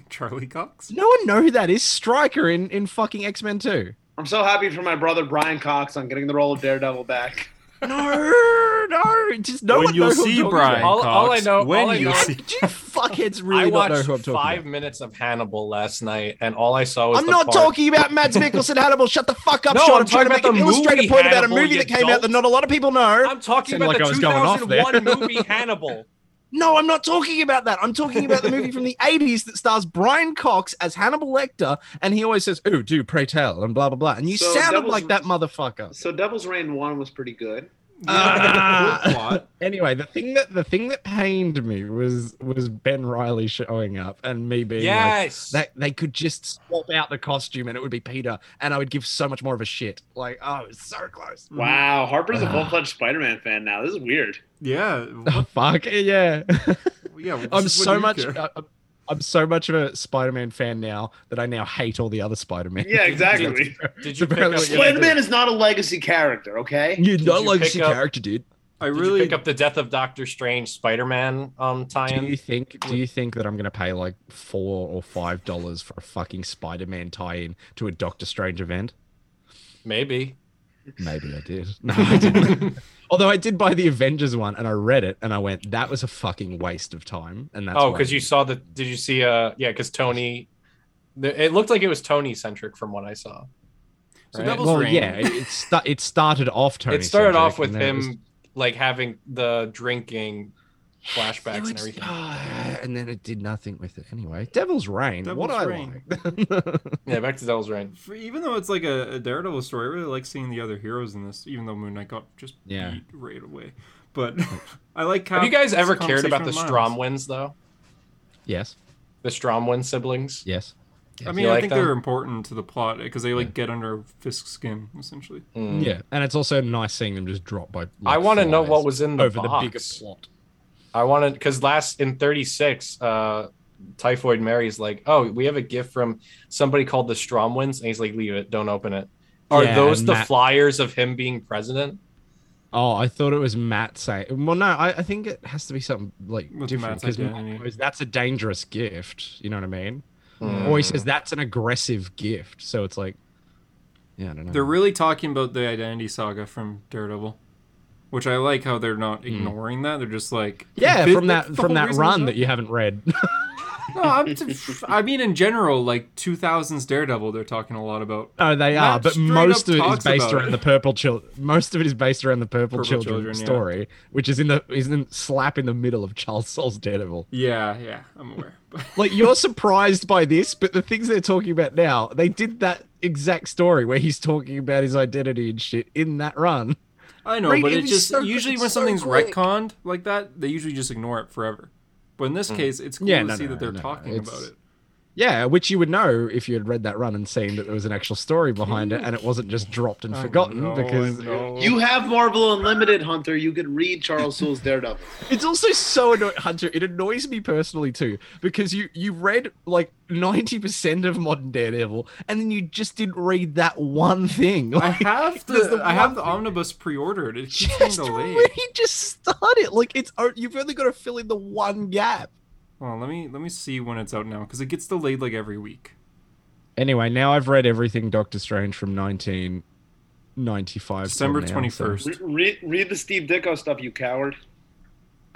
B: Charlie Cox.
D: Does no one know who that is? Striker in in fucking X Men Two.
A: I'm so happy for my brother Brian Cox on getting the role of Daredevil back.
D: No, no, just no
B: when
D: one knows
B: you'll
D: who I'm
B: see
D: talking
B: Brian
D: about.
C: All-
B: Cox,
C: all I know- all
B: when
C: I
B: you'll
C: know-
B: see
D: Do you fuckheads
C: I
D: really not know
C: watched
D: who I'm talking
C: five
D: about?
C: minutes of Hannibal last night, and all I saw was
D: I'm
C: the
D: not
C: part-
D: talking about Mads Mikkelsen Hannibal. Shut the fuck up,
C: No,
D: Sean.
C: I'm
D: I'm trying
C: talking
D: to make
C: about
D: an
C: the
D: illustrative
C: movie
D: point about a
C: Hannibal,
D: movie
C: you
D: that came out that
C: dolt.
D: not a lot of people know.
C: I'm talking
D: Sounded
C: about
D: like I
C: the
D: was going off
C: 2001
D: there.
C: movie Hannibal.
D: No, I'm not talking about that. I'm talking about the movie from the 80s that stars Brian Cox as Hannibal Lecter, and he always says, "Oh, do pray tell," and blah blah blah. And you
A: So
D: sounded
A: Devil's-
D: like that motherfucker.
A: So Devil's Reign one was pretty good.
D: Ah.
B: plot.
D: Anyway, the thing that the thing that pained me was was Ben Riley showing up and me being like,
C: Yes.
D: that they could just swap out the costume and it would be Peter, and I would give so much more of a shit. Like, oh, it's so close.
A: Wow, Harper's a
D: Ah.
A: full-fledged Spider-Man fan now. This is weird.
B: Yeah.
D: Oh,
B: What,
D: fuck
B: yeah
D: yeah!
B: this
D: I'm
B: is what
D: so
B: you
D: much. uh,
B: care.
D: I, I'm- I'm so much of a Spider-Man fan now that I now hate all the other Spider-Man.
A: Yeah, exactly.
C: Did you
D: It's
C: pick up,
D: apparently what you-
A: Spider-Man is not a legacy character, okay?
D: You're
C: not you like pick the up-
D: character, dude.
B: I
C: did you
B: really
C: pick up the death of Doctor Strange Spider-Man um,
D: Do you
C: tie-in?
D: think? Do you think that I'm gonna pay like four or five dollars for a fucking Spider-Man tie-in to a Doctor Strange event?
C: Maybe.
D: Maybe I did. No, I didn't. Although I did buy the Avengers one and I read it and I went, that was a fucking waste of time. And that's
C: oh,
D: why I
C: because you
D: didn't.
C: saw the. Did you see? Uh, yeah, because Tony. the- It looked like it was Tony centric from what I saw.
B: So
C: Right?
B: Devil's
D: well,
B: Reign.
D: yeah, it, it, sta- it started off Tony.
C: it started
D: Cedric,
C: off with
D: and then it
C: him
D: was-
C: like having the drinking
D: it
C: flashbacks and
D: was-
C: everything.
D: ah, and then it did nothing with it anyway. Devil's Reign.
B: Devil's
D: what I
B: Reign.
D: like.
C: Yeah, back to Devil's Reign.
B: For, even though it's like a, a Daredevil story, I really like seeing the other heroes in this. Even though Moon Knight got just
D: Yeah.
B: beat right away, but I like. How
C: Have you guys ever cared about the Stromwinds though?
D: yes.
C: The Stromwind siblings.
D: Yes.
B: I mean,
C: You
B: I
C: like
B: think
C: them?
B: they're important to the plot because they like get under Fisk's skin essentially.
C: Mm.
D: Yeah. And it's also nice seeing them just drop by.
C: I
D: like,
C: want to know
D: flies
C: what was in the
D: over
C: box.
D: the bigger plot.
C: I want to because last in 36, uh, Typhoid Mary's like, oh, we have a gift from somebody called the Stromwinds, and he's like, leave it, don't open it. Are
D: Yeah,
C: those
D: and
C: the
D: that-
C: flyers of him being president?
D: Oh, I thought it was Matt saying. Well, no, I, I think it has to be something like
B: With
D: different
B: Matt's
D: because
B: identity.
D: that's a dangerous gift. You know what I mean?
C: Mm.
D: Or he says that's an aggressive gift. So it's like, yeah, I don't know.
B: They're really talking about the identity saga from Daredevil, which I like how they're not ignoring that. They're just like
D: Hmm. yeah,
B: Th-
D: from
B: that's
D: that
B: the
D: from
B: whole
D: that
B: reason
D: run
B: it's
D: that you haven't read.
B: No, I'm t- I mean in general, like 2000s Daredevil, they're talking a lot about.
D: no, they
B: Matt
D: are, but
B: straight up
D: most of it is
B: talks
D: based
B: about
D: around
B: it.
D: the purple children. Most of it is based around the purple,
B: Purple
D: children,
B: Children, yeah.
D: story, which is in the is in slap in the middle of Charles Soule's Daredevil.
B: Yeah, yeah, I'm aware. But
D: Like you're surprised by this, but the things they're talking about now, they did that exact story where he's talking about his identity and shit in that run.
B: I know,
D: Right,
B: but
D: it
B: it
D: was
B: just
D: so-
B: usually
D: it's
B: when
D: so
B: something's
D: quick.
B: retconned like that, they usually just ignore it forever. But in this case, it's cool
D: Hmm. Yeah,
B: to
D: no,
B: see
D: no,
B: that they're
D: no, no,
B: talking about
D: it's-
B: it.
D: Yeah, which you would know if you had read that run and seen that there was an actual story behind it and it wasn't just dropped
B: Oh,
D: and forgotten
B: I know,
D: because
B: I know.
A: You have Marvel Unlimited, Hunter. You could read Charles Soule's Daredevil.
D: it's also so annoying, Hunter. It annoys me personally too because you you read like 90% of modern Daredevil and then you just didn't read that one thing.
B: I
D: Like,
B: have
D: there's
B: the,
D: the
B: I have
D: one
B: the
D: thing-
B: omnibus pre-ordered. It keeps
D: just
B: being delayed.
D: really just start it. Like it's o- you've only got to fill in the one gap.
B: Well, let me let me see when it's out now because it gets delayed like every week.
D: Anyway, now I've read everything Doctor Strange from 1995. till
B: December
D: now, so-
B: 21st.
A: Re- re- read the Steve Ditko stuff, you coward.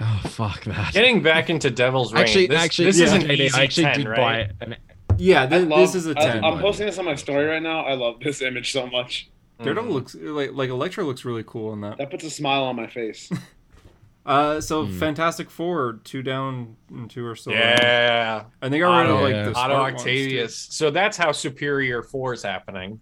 D: Oh fuck that!
C: Getting back into Devil's Reign.
D: actually,
C: this,
D: actually,
C: this
D: yeah,
C: is an
D: JD,
C: easy
D: I actually
C: 10,
D: did
C: right?
D: buy it. And
B: Yeah,
A: I
B: th-
A: love,
B: this is a ten.
A: I,
D: by
A: am
D: the
A: posting this on my story right now. I love this image so much.
B: Daredevil looks like like Electra looks really cool in that.
A: That puts a smile on my face.
B: Uh, so
D: Hmm.
B: Fantastic Four, two down and two are still. around.
C: Yeah,
B: and they got rid of
D: Otto-
B: like
D: yeah.
B: the
C: Otto
B: smart ones, too.
C: Octavius. So that's how Superior Four is happening.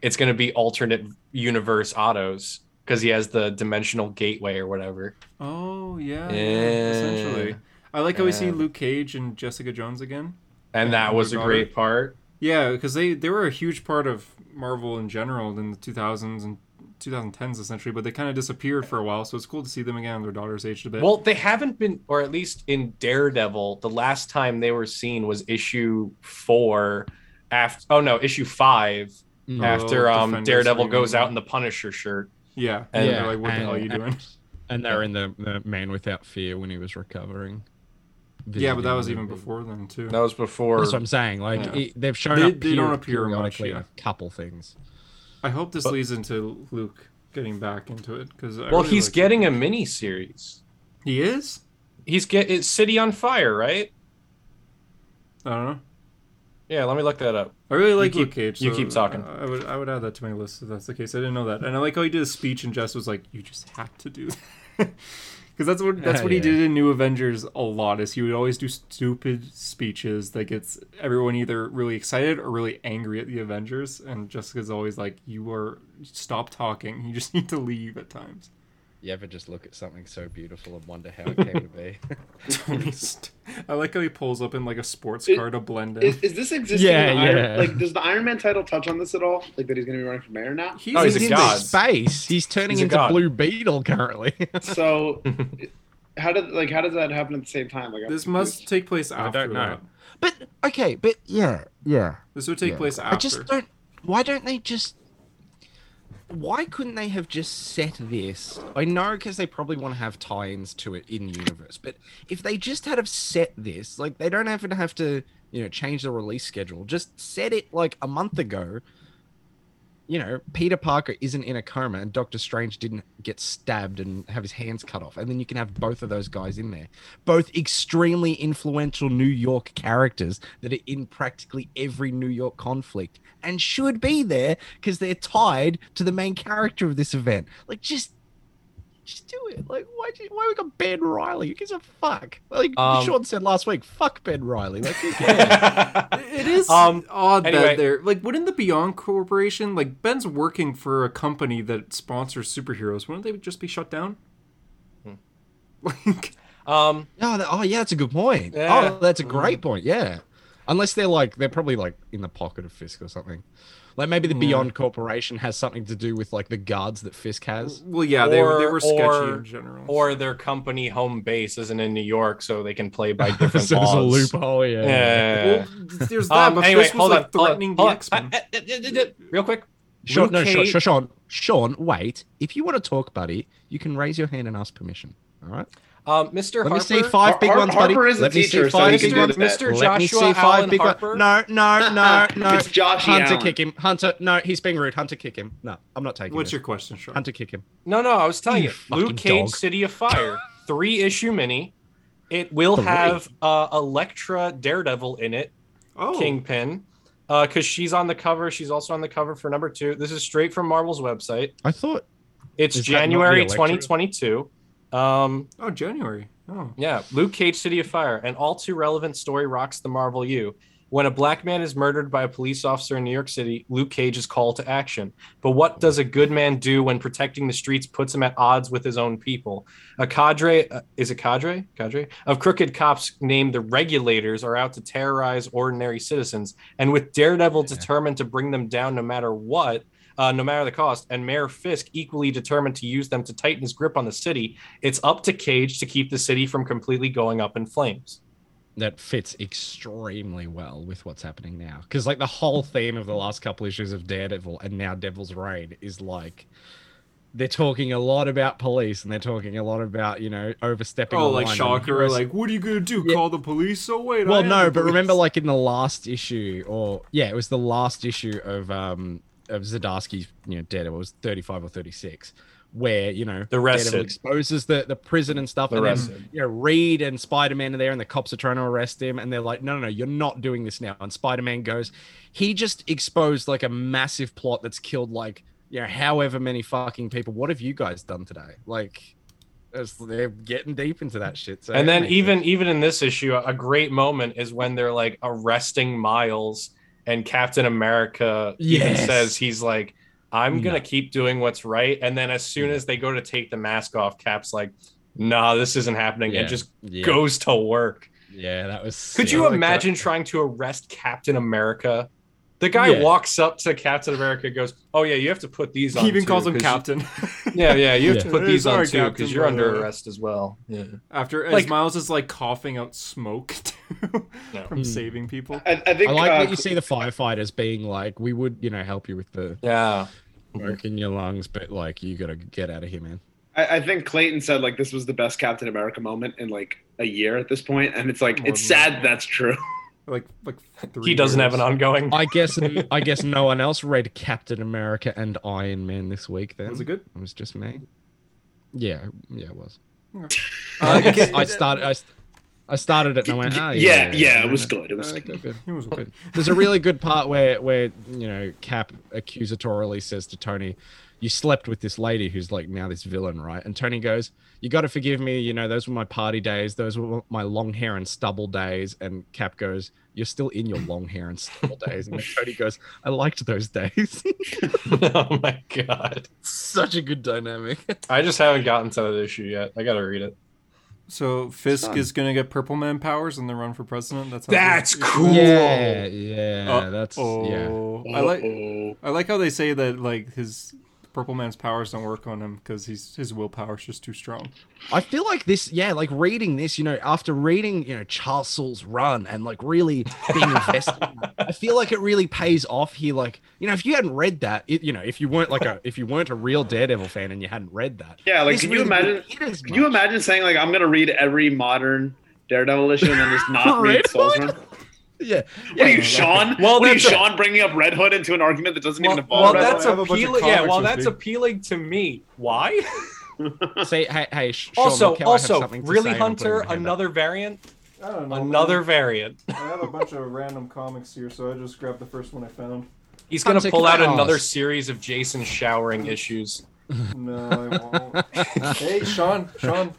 C: It's going to be alternate universe Otto's because he has the dimensional gateway or whatever.
B: Oh yeah, yeah,
C: Yeah.
B: essentially. I like how we see
C: Yeah.
B: Luke Cage and Jessica Jones again.
C: And
B: Yeah,
C: that was a
B: Robert.
C: great part.
B: Yeah, because they they were a huge part of Marvel in general in the 2000s and 2010s essentially, but they kind of disappeared for a while. So it's cool to see them again. Their daughters aged a bit.
C: Well, they haven't been, or at least in Daredevil, the last time they were seen was issue four. After oh no, issue five.
D: Mm.
C: after
B: Oh,
C: um,
B: Defenders
C: Daredevil
B: reunion.
C: goes out in the Punisher shirt.
B: yeah,
C: and-
B: they're like, "What the hell are you
D: and-
B: doing?"
D: And they're in the, the Man Without Fear when he was recovering.
B: Yeah, but that was even
D: Visiting-
B: before then too.
C: That was before.
D: That's what I'm saying. Like
B: Yeah.
D: it, they've shown
B: They-
D: up.
B: they don't
D: peri-
B: appear much,
D: periodically in
B: yeah.
D: a couple things.
B: I hope this
C: But-
B: leads into Luke getting back into it because
C: well, he's getting a mini series.
B: he is.
C: He's get it's City on Fire, right?
B: I don't know.
C: Yeah, let me look that up.
B: I really like
C: keep-
B: Luke Cage.
C: you
B: so
C: keep talking.
B: I I would I would add that to my list if that's the case. I didn't know that, and I like how he did a speech, and Jess was like, "You just had to do." Because that's what that's what he
D: Yeah.
B: did in New Avengers a lot. Is he would always do stupid speeches that gets everyone either really excited or really angry at the Avengers, and Jessica's always like, "You are stop talking. You just need to leave at times."
D: You ever just look at something so beautiful and wonder how it came to be?
B: Tony, st- I like how he pulls up in like a sports
A: It-
B: car to blend in.
A: Is, is this existing?
D: Yeah,
A: in Iron-
D: yeah.
A: Like, does the Iron Man title touch on this at all? Like that he's going to be running for mayor now?
B: he's,
C: Oh, he's a
B: in
D: into
C: god.
D: space. He's turning
C: He's a
D: into
C: god.
D: Blue Beetle currently.
A: So, how did like how does that happen at the same time? Like, I'm
B: This
A: confused.
B: must take place
D: I
B: after.
D: don't know.
B: that.
D: but okay, but yeah, yeah.
B: This would take
D: Yeah.
B: place after.
D: I just don't. Why don't they just? Why couldn't they have just set this? I know because they probably want to have tie-ins to it in universe, but if they just had have set this, like they don't even have to, you know, change the release schedule. Just set it like a month ago. You know, Peter Parker isn't in a coma, and Doctor Strange didn't get stabbed and have his hands cut off, and then you can have both of those guys in there both extremely influential New York characters that are in practically every New York conflict and should be there because they're tied to the main character of this event. Like, just. Just do it. Like, why? do you- Why we got Ben Riley? Who gives a fuck? Like
C: Um,
D: Sean said last week, fuck Ben Riley. Like, who cares?
B: It is
C: Um,
B: odd
C: anyway.
B: that they're like, wouldn't the Beyond Corporation like Ben's working for a company that sponsors superheroes? Wouldn't they just be shut down?
C: Hmm.
B: Like,
C: um,
D: oh, that- oh, yeah, that's a good point.
C: Yeah. Mm.
D: Oh, that's a great point. Yeah, unless they're like they're probably like in the pocket of Fisk or something. Like maybe
C: Mm.
D: the
B: Yeah.
D: Beyond Corporation has something to do with like the guards that Fisk has.
C: Mm.
B: well, yeah, they, they
C: Or-
B: were sketchy
C: or-
B: in general.
C: or their company home base isn't in New York, so they can play by different
D: so there's
C: laws.
D: a loophole, yeah.
C: Yeah.
B: well, there's that.
C: Um,
B: but
C: anyway,
B: this was
C: hold
B: like
C: on. hold on,
B: threatening
C: hold on.
B: the X Men.
C: Uh, uh, uh, uh, uh, Real quick.
D: Sean,
C: Luke
D: no, Sean,
C: Cage-
D: Sean, Sean, Sean, wait. If you want to talk, buddy, you can raise your hand and ask permission. All right.
C: Um, Mr.
D: Let
C: Harper.
D: me see five big
A: Har-
D: ones, buddy.
A: Harper is a
D: Let me see
A: teacher, so
D: five
A: he can
D: big
A: do
D: ones.
A: that.
C: Mr. Joshua
D: Let me see five
C: Allen
D: big ones.
C: Harper.
D: No, no, no, no.
A: It's Josh
D: Hunter,
A: Allen.
D: kick him. Hunter, no, he's being rude. Hunter, kick him. No, I'm not taking.
B: What's
D: this.
B: your question, Sean?
D: Hunter, kick him.
C: No, no, I was telling
D: You
C: you. Luke
D: fucking
C: Cage,
D: dog.
C: City of Fire, three issue mini. It will
D: Three.
C: have uh, Electra Daredevil in it,
B: Oh,
C: Kingpin, because she's on the cover. She's also on the cover for number two. This is straight from Marvel's website.
D: I thought.
C: It's
D: Is that not the
C: January
D: Electra?
C: 2022. Um,
B: oh, January. Oh,
C: yeah, Luke Cage, City of Fire, an all too relevant story rocks the Marvel U. When a black man is murdered by a police officer in New York City, Luke Cage is called to action. But what does a good man do when protecting the streets puts him at odds with his own people? A cadre uh, is a cadre, cadre of crooked cops named the Regulators are out to terrorize ordinary citizens, and with Daredevil determined to bring them down no matter what, uh, no matter the cost, and Mayor Fisk equally determined to use them to tighten his grip on the city, it's up to Cage to keep the city from completely going up in flames.
D: that fits extremely well with what's happening now. Because like the whole theme of the last couple issues of Daredevil and now Devil's Reign is like they're talking a lot about police and they're talking a lot about you know overstepping.
B: Oh,
D: the
B: like
D: line and
B: shocker,
D: harass-
B: like what are you gonna do?
D: Yeah.
B: Call the police? Oh wait, I
D: well,
B: am
D: no,
B: the
D: but
B: police.
D: remember, like in the last issue, or yeah, it was the last issue of um of Zdarsky's, you know, Daredevil it was thirty five or thirty six, where you know
C: The
D: Daredevil
C: Arrested.
D: exposes the the prison and stuff,
C: The
D: and then,
C: Arrested.
D: you know, Reed and Spider Man are there, and the cops are trying to arrest him, and they're like, no, no, no, you're not doing this now. And Spider Man goes, he just exposed like a massive plot that's killed like you know however many fucking people. What have you guys done today? Like, it's- they're getting deep into that shit. So
C: and
D: it
C: then
D: makes
C: even
D: sense.
C: even in this issue a great moment is when they're like arresting miles and captain america even
D: Yes.
C: says he's like i'm gonna keep doing what's right and then as soon
D: Yeah.
C: as they go to take the mask off cap's like nah this isn't happening
D: Yeah.
C: and just
D: yeah.
C: goes to work
D: Yeah, that was.
C: could
D: sick.
C: you
D: I like
C: imagine
D: that.
C: trying to arrest captain america the guy
D: Yeah.
C: walks up to captain america goes oh yeah you have to put these on
B: he even
C: too,
B: calls him
C: 'cause you-
B: captain.
C: yeah yeah you have to
B: Yeah.
C: put these on
B: Sorry,
C: too
B: Captain,
C: because you're
B: by the
C: under
B: way.
C: arrest as well yeah
B: After
C: Like-
B: as Miles is like coughing out smoke too,
C: No.
B: from
D: Mm.
B: saving people.
A: I, I think
D: I like
A: uh,
D: that you see the firefighters being like, "We would, you know, help you with the
C: yeah
D: smoke in your lungs, but like, you gotta get out of here, man."
A: I, I think Clayton said like this was the best Captain America moment in like a year at this point, and it's like
B: More
A: it's
B: than that.
A: sad that's true.
B: Like like three.
C: he doesn't
B: years.
C: have an ongoing
D: I guess, I guess no one else read Captain America and Iron Man this week. Then
B: Was it good?
D: It was just me. Yeah, yeah, it was.
B: Uh,
D: I, guess
B: okay.
D: I started. I, st- I started it and I went, oh,
A: yeah, yeah, it
D: no,
A: was
D: no,
A: good. It was
D: no,
A: good.
D: good, good."
B: He was okay.
D: There's a really good part where where you know Cap accusatorily says to Tony, "You slept with this lady who's like now this villain, right?" And Tony goes, "You got to forgive me. You know those were my party days. Those were my long hair and stubble days." And Cap goes, "You're still in your long hair and stubble days." And then Tony goes, "I liked those days.
C: oh my god.
D: Such a good dynamic."
C: I just haven't gotten to that issue yet. I gotta read it.
B: So Fisk
A: Son.
B: is gonna get Purple Man powers and then run for president. That's how
C: That's
B: it-
C: cool.
D: Yeah, yeah, that's yeah.
B: Oh, I like
A: Uh-oh.
B: I like how they say that like his Purple Man's powers don't work on him because he's his willpower is just too strong.
D: I feel like this, yeah, like reading this, you know, after reading, you know, Charles Soule's run and like really being invested, in that, I feel like it really pays off here. Like, you know, if you hadn't read that, it, you know, if you weren't like a, if you weren't a real Daredevil fan and you hadn't read that,
A: Yeah, like
D: this
A: can you
D: really wouldn't
A: imagine?
D: hit as
A: Can you
D: much.
A: imagine saying like I'm gonna read every modern Daredevil issue and then just not read
D: Red
A: Soul's Run?
D: Hood? Yeah.
A: What are you,
D: Yeah,
A: Sean?
C: Well,
A: what are you,
C: that's a-
A: Sean, bringing up Red Hood into an argument that doesn't
C: Well,
A: even involve
C: well,
A: Red
C: that's
B: I have a bunch of
C: appealing. Yeah,
B: comics
C: well,
B: with
C: that's
B: me.
C: appealing to me. Why?
D: Say, hey, hey, Sh- Sean
C: also,
D: McKell, I have
C: also,
D: something to say,
C: really,
D: and I'm putting
C: Hunter,
D: my hand up.
C: another variant,
B: I don't
C: another variant.
B: I have a bunch of random comics here, so I just grabbed the first one I found.
C: He's gonna
D: Hunter
C: pull out
D: Klaus.
C: another series of Jason showering issues.
B: No, I won't. hey, Sean, Sean,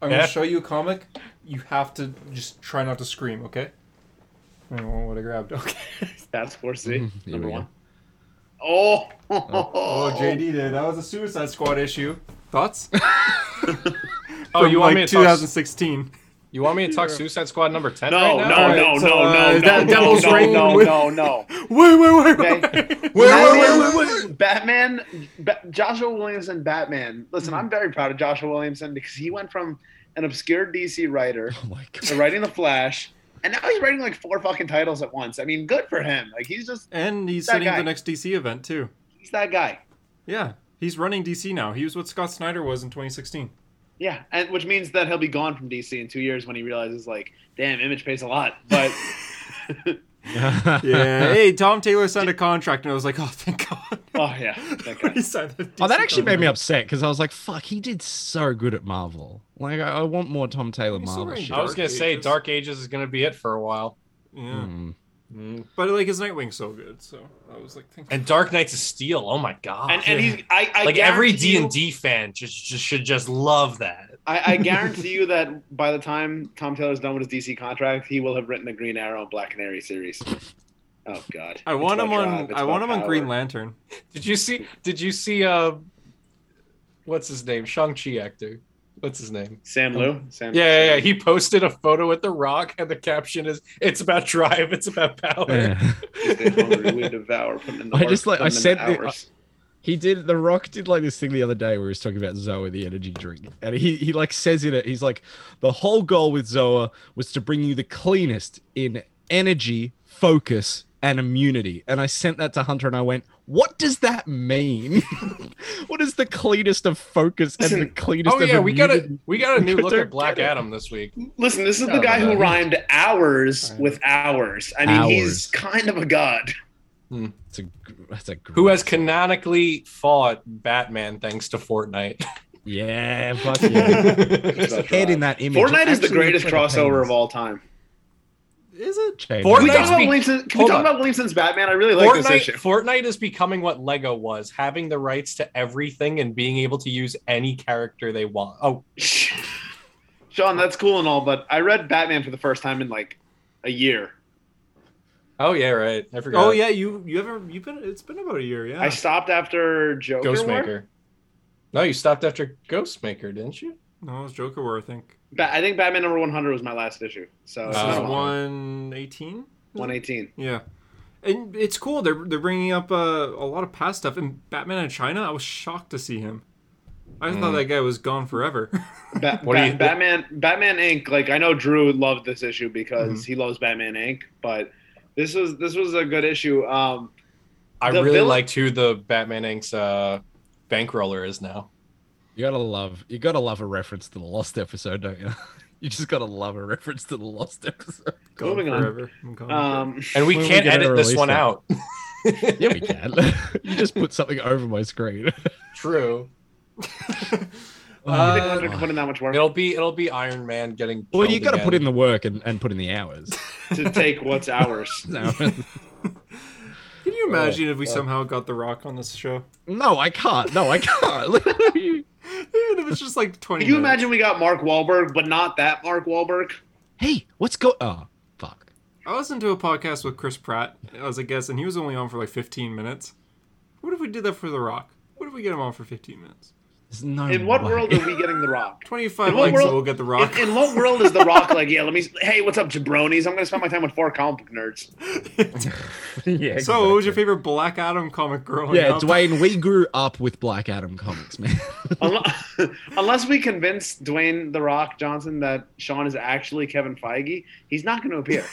B: I'm
C: Yeah?
B: gonna show you a comic. You have to just try not to scream, okay? I don't know what I grabbed. Okay.
A: That's 4C
D: Mhm, here
A: number
D: we go.
A: one. Oh,
B: Oh, JD did. That was a Suicide Squad issue. Thoughts?
C: Oh, you want me to talk?
B: 2016.
C: You want me to talk Suicide Squad number ten?
A: No,
C: right
A: no,
C: now?
A: no,
B: Alright, so,
A: no,
B: uh,
A: no, no,
B: that
A: no,
B: Devil's
A: no,
B: Reign
A: no,
B: with-
A: no, no.
B: Wait, wait, wait,
A: Okay. Batman,
B: wait.
A: Batman ba- Joshua Williamson, Batman.
B: Hmm.
A: Listen, I'm very proud of Joshua Williamson because he went from an obscure DC writer
D: Oh my
A: to
D: god.
A: writing The Flash, and now he's writing like four fucking titles at once. I mean, good for him. Like he's just
B: And he's
A: That
B: sitting at
A: guy.
B: the next DC event too.
A: he's that guy.
B: Yeah, he's running DC now. He was what Scott Snyder was in 2016.
A: Yeah, and which means that he'll be gone from DC in two years when he realizes like, damn, Image pays a lot. But
B: Yeah. hey, Tom Taylor signed a contract, and I was like, oh, thank God.
A: oh yeah, that guy.
B: He signed the
D: Oh, that
B: DC
D: actually made me
B: contract.
D: upset because I was like, "Fuck, he did so good at Marvel. Like, I, I want more Tom Taylor
B: He's so
D: Marvel."
B: right.
D: shit.
C: I was gonna
B: Dark
C: say
B: Ages.
C: Dark Ages is gonna be it for a while.
B: Yeah,
D: Mm.
C: Hmm.
B: but like his Nightwing's so good, so I was like, thank
C: And Dark Knights of Steel. Oh my god!
A: And, and he's I, I
C: like every
A: guarantee
C: D
A: you-
C: and D fan just, just should just love that.
A: I, I guarantee you that by the time Tom Taylor's done with his DC contract, he will have written the Green Arrow and Black Canary series. Oh God!
B: I
A: It's
B: want
A: about
B: him on.
A: drive, it's
B: I want him
A: about
B: on Green
A: power.
B: Lantern.
C: Did you see? Did you see? Uh, what's his name? Shang Chi actor. What's his name?
A: Sam Liu. Sam.
C: Yeah, yeah, yeah. He posted a photo with The Rock, and the caption is, "It's about drive. It's about power."
D: Yeah.
A: Stay hungry, we devour. Put in the
D: I
A: work,
D: just, like,
A: put in
D: I said
A: the
D: that-
A: hours.
D: He did. The Rock did like this thing the other day where he was talking about Zoa, the energy drink, and he he like says in it, he's like, the whole goal with Zoa was to bring you the cleanest in energy, focus, and immunity. And I sent that to Hunter and I went, What does that mean? what is the cleanest of focus and the
A: Listen,
D: cleanest
C: Oh
D: of
C: yeah, we got
D: immunity?
C: a we got a new
D: Because
C: look
D: they're
C: at Black
D: dead.
C: Adam this week.
A: Listen, this is
D: Oh,
C: Yeah,
A: the guy who
C: man.
A: rhymed hours
B: Right.
A: with hours. I mean,
D: Hours.
A: he's kind of a god.
D: That's a, gr- that's a
C: Who has
D: great-
C: canonically fought Batman thanks to Fortnite?
D: Yeah, fuck yeah. Just
A: That's
D: head
A: right.
D: in that image.
A: Fortnite is the
D: Actually
A: greatest
D: looks like a
A: crossover
D: penis.
A: of all time.
B: Is it?
D: James.
A: Can we
C: Fortnite-
A: talk
C: Fortnite's
A: about
C: be-
A: Williamson? Can we
C: hold
A: talk
C: on.
A: about Williamson's Batman? I really like this
C: Fortnite,
A: issue.
C: Fortnite is becoming what Lego was, having the rights to everything and being able to use any character they want. Oh,
A: Sean, that's cool and all, but I read Batman for the first time in like a year.
C: oh yeah, right. I forgot.
B: Oh yeah, you you ever you've been it's been about a year, yeah.
A: I stopped after Joker. War.
C: Ghostmaker. No, you stopped after Ghostmaker, didn't you?
B: no, it was Joker War, I think.
A: Ba- I think Batman number 100 was my last issue. So
B: This
A: it's been
B: is
A: a
C: Oh.
A: while.
B: one eighteen.
A: 118.
B: Yeah. And it's cool. They're they're bringing up uh, a lot of past stuff. And Batman in China, I was shocked to see him. I just thought
C: Mm.
B: that guy was gone forever.
A: Ba-
C: What do
A: Ba-
C: you-
A: Batman Batman Inc. Like I know Drew loved this issue because he loves Batman Inc. But this was this was a good issue. Um,
C: I
A: The
C: really
A: villain-
C: liked who the Batman Inc.'s uh, bankroller is now.
D: You gotta love. You gotta love a reference to the lost episode, don't you? You just gotta love a reference to the lost episode.
B: Gone
A: Moving on.
B: forever. I'm gone
A: um,
C: And we
D: When we
C: can't
D: get a
C: edit this
D: release
C: one
D: date.
C: out.
D: Yeah, we can. you just put something over my screen.
C: True.
B: forever.
A: Oh, you think
B: Uh,
A: Hunter could put in that much work
C: It'll be it'll be Iron Man getting.
D: Well, you
C: killed
D: gotta put
C: again.
D: in the work and, and put in the hours.
A: to take what's ours?
D: No,
B: Can you imagine
A: uh,
B: if we
C: God.
B: somehow got The Rock on this show?
D: no, I can't. No, I can't.
B: Even if it's just like twenty.
A: Can you
B: minutes.
A: imagine we got Mark Wahlberg, but not that Mark Wahlberg?
D: hey, what's go? Oh, fuck.
B: I listened to a podcast with Chris Pratt as a guest, and he was only on for like fifteen minutes. What if we did that for The Rock? What if we get him on for fifteen minutes?
D: There's no.
A: In what
D: way.
A: world are we getting The Rock?
B: Twenty-five
A: In what
B: likes,
A: world-
B: and we'll get The Rock.
A: In, in what world is The Rock like? Yeah, let me. Hey, what's up, jabronis? I'm gonna spend my time with four comic book nerds.
D: yeah.
B: So, what was your
D: exactly.
B: favorite Black Adam comic growing
D: Yeah,
B: up?
D: Dwayne, we grew up with Black Adam comics, man.
A: Unle- Unless we convince Dwayne The Rock Johnson that Sean is actually Kevin Feige, he's not going to appear.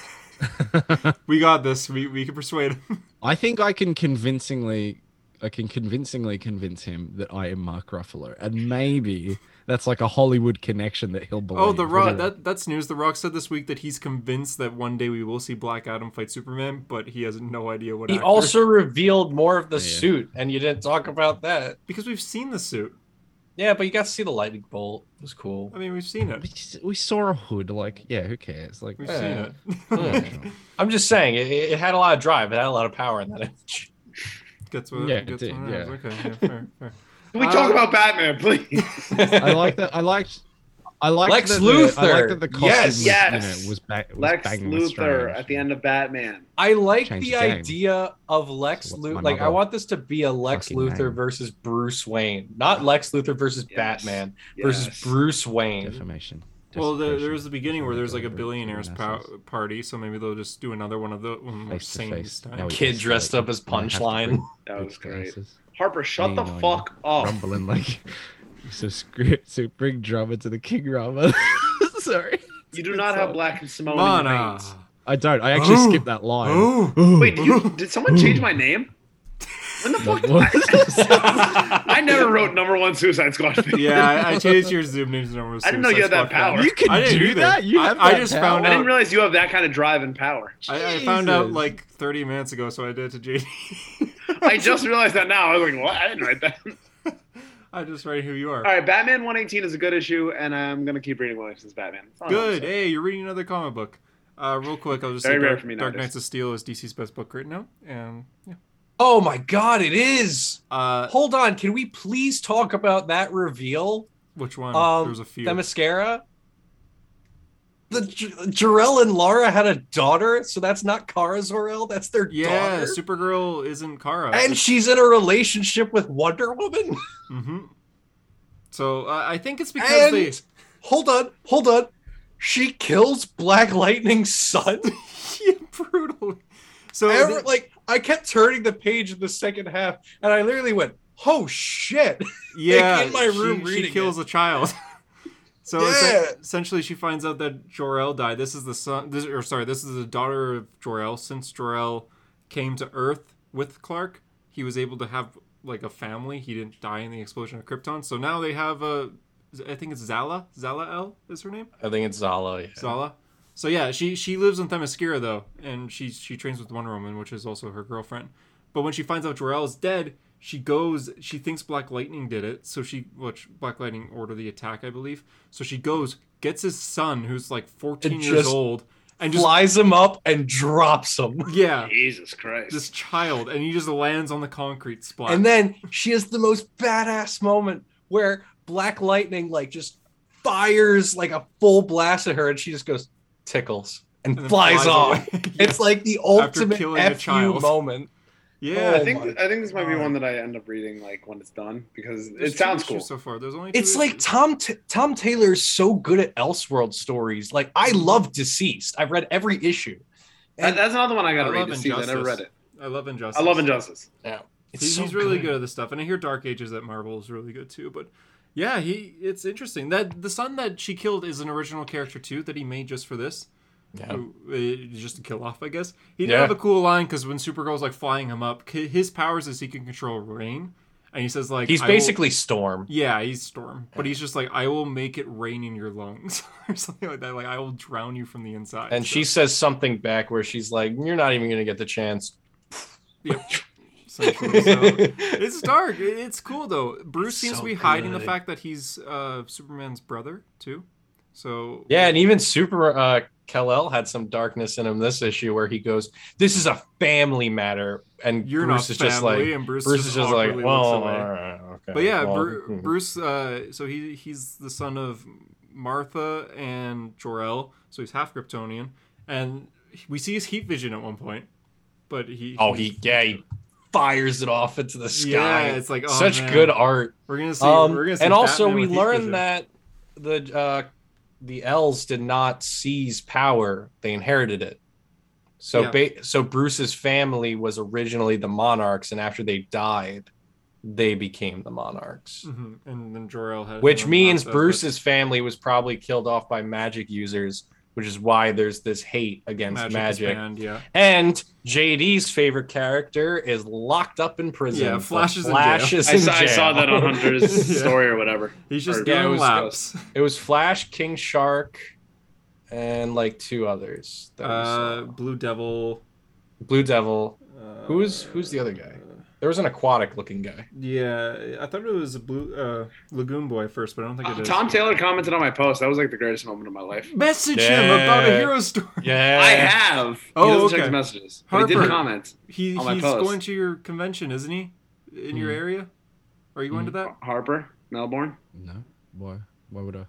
B: We got this. We we can persuade him.
D: I think I can convincingly, I can convincingly convince him that I am Mark Ruffalo, and maybe that's like a Hollywood connection that he'll believe.
B: Oh, the Rock. That that's news. The Rock said this week that he's convinced that one day we will see Black Adam fight Superman, but he has no idea what.
C: He
B: actor.
C: also revealed more of the
D: Oh, Yeah.
C: suit, and you didn't talk about that.
B: because we've seen the suit.
C: Yeah, but you got to see the lightning bolt. It was cool.
B: I mean, we've seen
D: we,
B: it.
D: just, we saw a hood. Like, yeah, Hmm. who cares? Like,
B: We've
C: Yeah.
B: seen it.
D: yeah,
C: I'm just saying, it, it it had a lot of drive. It had a lot of power in that image.
B: Gets what?
D: Yeah, it
B: gets
D: did,
B: what
D: yeah.
B: happens. Okay. Yeah, fair, fair.
A: Can we talk
B: Uh,
A: about Batman, please?
D: I like that. I liked. I liked
C: Lex
D: that the- I
C: Luthor.
D: liked that the costume
C: Yes.
D: was,
A: Yes.
D: You know, was, ba- was
A: Lex
D: banging with
A: Luthor
D: strange.
A: at the end of Batman.
C: I like
D: Change
C: the
D: the game.
C: idea of Lex
D: So what's
C: Luthor.
D: my
C: Like, I
D: motto?
C: want this to be a Lex
D: Fucking
C: Luthor
D: name.
C: versus Bruce Wayne, not Lex Luthor versus
A: Yes.
C: Batman
A: Yes.
C: versus Bruce Wayne.
D: Defamation.
B: Well, there,
D: Desecration.
B: there was the beginning where there's like a
D: Robert
B: billionaire's pow-
D: Dumas.
B: party, so maybe they'll just do another one of the one more
D: Face to
B: singing
D: face.
B: this time.
D: Now we
C: Kid
D: escalate.
C: dressed up as
D: Now I have to
C: Punchline.
D: bring
A: That was
D: big
A: great.
D: glasses.
A: Harper, shut the
D: Leaning on
A: fuck up.
D: rumbling like so script so bring drama to the king drama sorry
A: You do not have black and Samoan in your
B: Mana.
A: veins.
D: i don't i actually
B: Oh.
D: skipped that line
B: Oh.
A: Wait, did, you, did someone change my name? When the fuck? I never wrote number one Suicide Squad.
B: Yeah, I, I changed your Zoom names number.
A: I didn't know you had that power.
D: you
B: I
D: can
B: didn't
D: do
B: either.
D: that you
B: I-
D: have
B: I
D: that
B: just
D: power?
B: found
A: I
B: out-
A: didn't realize you have that kind of drive and power.
B: I, I found out
D: Jesus.
B: like 30 minutes ago, so I did it to JD.
A: I just realized that now. I was like, what? I didn't write that.
B: I just write who you are.
A: All right, Batman 118 is a good issue, and I'm gonna keep reading Williamson's Batman. Oh, It's on
B: Good.
A: episode.
B: Hey, you're reading another comic book. Uh, real quick, I'll just
A: Very
B: say
A: rare
B: Dark,
A: for me
B: Dark
A: nowadays.
B: Knights of Steel is DC's best book right now, and yeah.
C: Oh my God, it is.
B: Uh,
C: Hold on. Can we please talk about that reveal?
B: which one?
C: Um,
B: There's a few.
C: The mascara. The J- Jarell and Lara had a daughter, so that's not Kara Zor-El. That's their
B: yeah,
C: daughter.
B: Supergirl isn't Kara.
C: and she's in a relationship with Wonder Woman.
B: hmm So uh, I think it's because
C: And-
B: they.
C: hold on, hold on. She kills Black Lightning's son.
B: yeah, brutal. So
C: Ever-
B: they-
C: like I kept turning the page in the second half, and I literally went, "Oh shit!"
B: yeah,
C: in my room
B: she, she
C: reading
B: kills a child. so
C: Yeah.
B: essen- essentially, she finds out that Jor El died. This is the son. This or sorry, this is the daughter of Jor El. Since Jor El came to Earth with Clark, he was able to have like a family. He didn't die in the explosion of Krypton. So now they have a, I think it's Zala. Zala L is her name.
C: I think it's Zala. yeah.
B: Zala. So yeah, she she lives in Themyscira though, and she she trains with Wonder Woman, which is also her girlfriend. But when she finds out Jor-El is dead, she goes. She thinks Black Lightning did it, so she which Black Lightning ordered the attack, I believe. So she goes, gets his son, who's like fourteen
C: And
B: years
C: just
B: old, and just
C: Flies him up and drops him.
B: yeah,
A: Jesus Christ.
B: this child, and he just lands on the concrete splat.
C: And then she has the most badass moment where Black Lightning like just fires like a full blast at her, and she just goes tickles and,
B: And then
C: flies, off.
B: away.
C: It's like the
B: After
C: ultimate
B: killing a
C: FU
B: child.
C: moment.
B: yeah.
A: I
C: Oh
A: think
C: my
A: I think this might be
B: God.
A: one that I end up reading like when it's done because
B: There's
A: it
B: two
A: sounds
B: issues
A: cool.
B: so far. There's only two
C: It's like
B: issues.
C: Tom T- Tom Taylor is so good at Elseworld stories. Like I love Deceased. I've read every issue.
A: That- that's another one I got
B: I
A: to read
B: love
A: this season. I never read
B: Injustice.
A: it.
B: I love injustice.
A: I love Injustice.
C: It's
B: he's,
C: so
B: he's really good at this stuff, and I hear Dark Ages at Marvel is really good too. But yeah, he it's interesting that the son that she killed is an original character too that he made just for this,
C: Yeah.
B: who- uh, just to kill off, I guess. He did
C: Oh. Yeah.
B: have a cool line because when Supergirl's like flying him up, c- his powers is he can control rain, and he says like
C: He's
B: "I will-"
C: basically Storm.
B: yeah, he's Storm, but he's just like I will make it rain in your lungs or something like that. Like I will drown you from the inside.
C: And
B: So-
C: she says something back where she's like, "You're not even gonna get the chance."
B: Yep. Essentially, so- it's dark. It- It's cool though. Bruce
C: It's
B: seems
C: so
B: to be hiding the
C: good.
B: fact that he's uh, Superman's brother too. So
C: Yeah, and even Super uh, Kal El had some darkness in him this issue where he goes, "This is a family matter," and
B: you're not
C: Bruce is
B: family,
C: just like,
B: and Bruce,
C: Bruce is just like,
B: awkwardly
C: "Well,
B: looks
C: all
B: away."
C: right, okay."
B: But yeah,
C: well,
B: Bru-
C: hmm."
B: Bruce. Uh, so he he's the son of Martha and Jor El, so he's half Kryptonian, and we see his heat vision at one point. But he
C: oh, he yeah, he fires it off into the
B: yeah,
C: sky.
B: it's like oh,
C: Such
B: man.
C: good art.
B: We're gonna see.
C: Um,
B: we're gonna see
C: and also,
B: Batman
C: we
B: with heat vision.
C: learned that the uh, the elves did not seize power; they inherited it. So, ba- so Bruce's family was originally the monarchs, and after they died, they became the monarchs.
B: Mhm, and then Jor El had,
C: Which
B: and
C: means
B: Martha, but-
C: Bruce's family was probably killed off by magic users, which is why there's this hate against
B: magic,
C: magic.
B: is banned, yeah.
C: And JD's favorite character is locked up in prison.
B: Yeah,
C: but
B: Flash is in
C: Flash
B: jail.
C: is
A: I
C: in
A: saw, I saw
C: jail.
A: that on Hunter's
B: Yeah.
A: story or whatever.
B: He's just
A: Or-
B: doing
C: Yeah, it was-
B: laps.
C: It was Flash, King Shark, and like two others. That we
B: Uh,
C: saw.
B: Blue Devil.
C: Blue Devil.
B: Uh,
C: Who's who's the other guy? There was an aquatic looking guy.
B: Yeah, I thought it was a blue uh, Lagoon Boy first, but I don't think it
A: Uh,
B: is.
A: Tom Taylor commented on my post. That was like the greatest moment of my life.
B: message him
C: Yeah.
B: about a hero story.
C: Yeah.
A: I have.
B: Oh,
A: he doesn't check
B: okay.
A: his messages. But he did
B: Harper.
A: comment.
B: He
A: On my
B: he's
A: post.
B: going to your convention, isn't he? In your
C: Mhm.
B: area? Are you going
C: Hmm.
B: to that?
A: Harper, Melbourne.
D: No. Why? Why would I?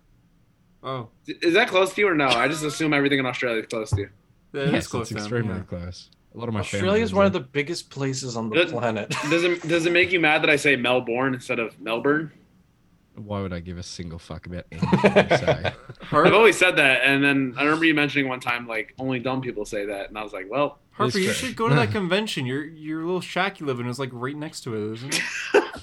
B: Oh,
A: Is that close to you or no? I just assume everything in Australia is close to you.
B: that is close
D: It's
B: to him.
D: extremely
B: Yeah.
D: close. A lot of my
C: Australia is
D: family
C: one of
D: lives
C: the biggest places on the
A: Doesn't-
C: planet.
A: Does it does it make you mad that I say Melbourne instead of Melbourne?
D: there. Why would I give a single fuck about anything you say?
A: I've
B: Har-
A: always said that, and then I remember you mentioning one time like only dumb people say that, and I was like, well,
B: Harper, you
D: fair.
B: should go to that convention. Your your little shack you live in is like right next to it, isn't it?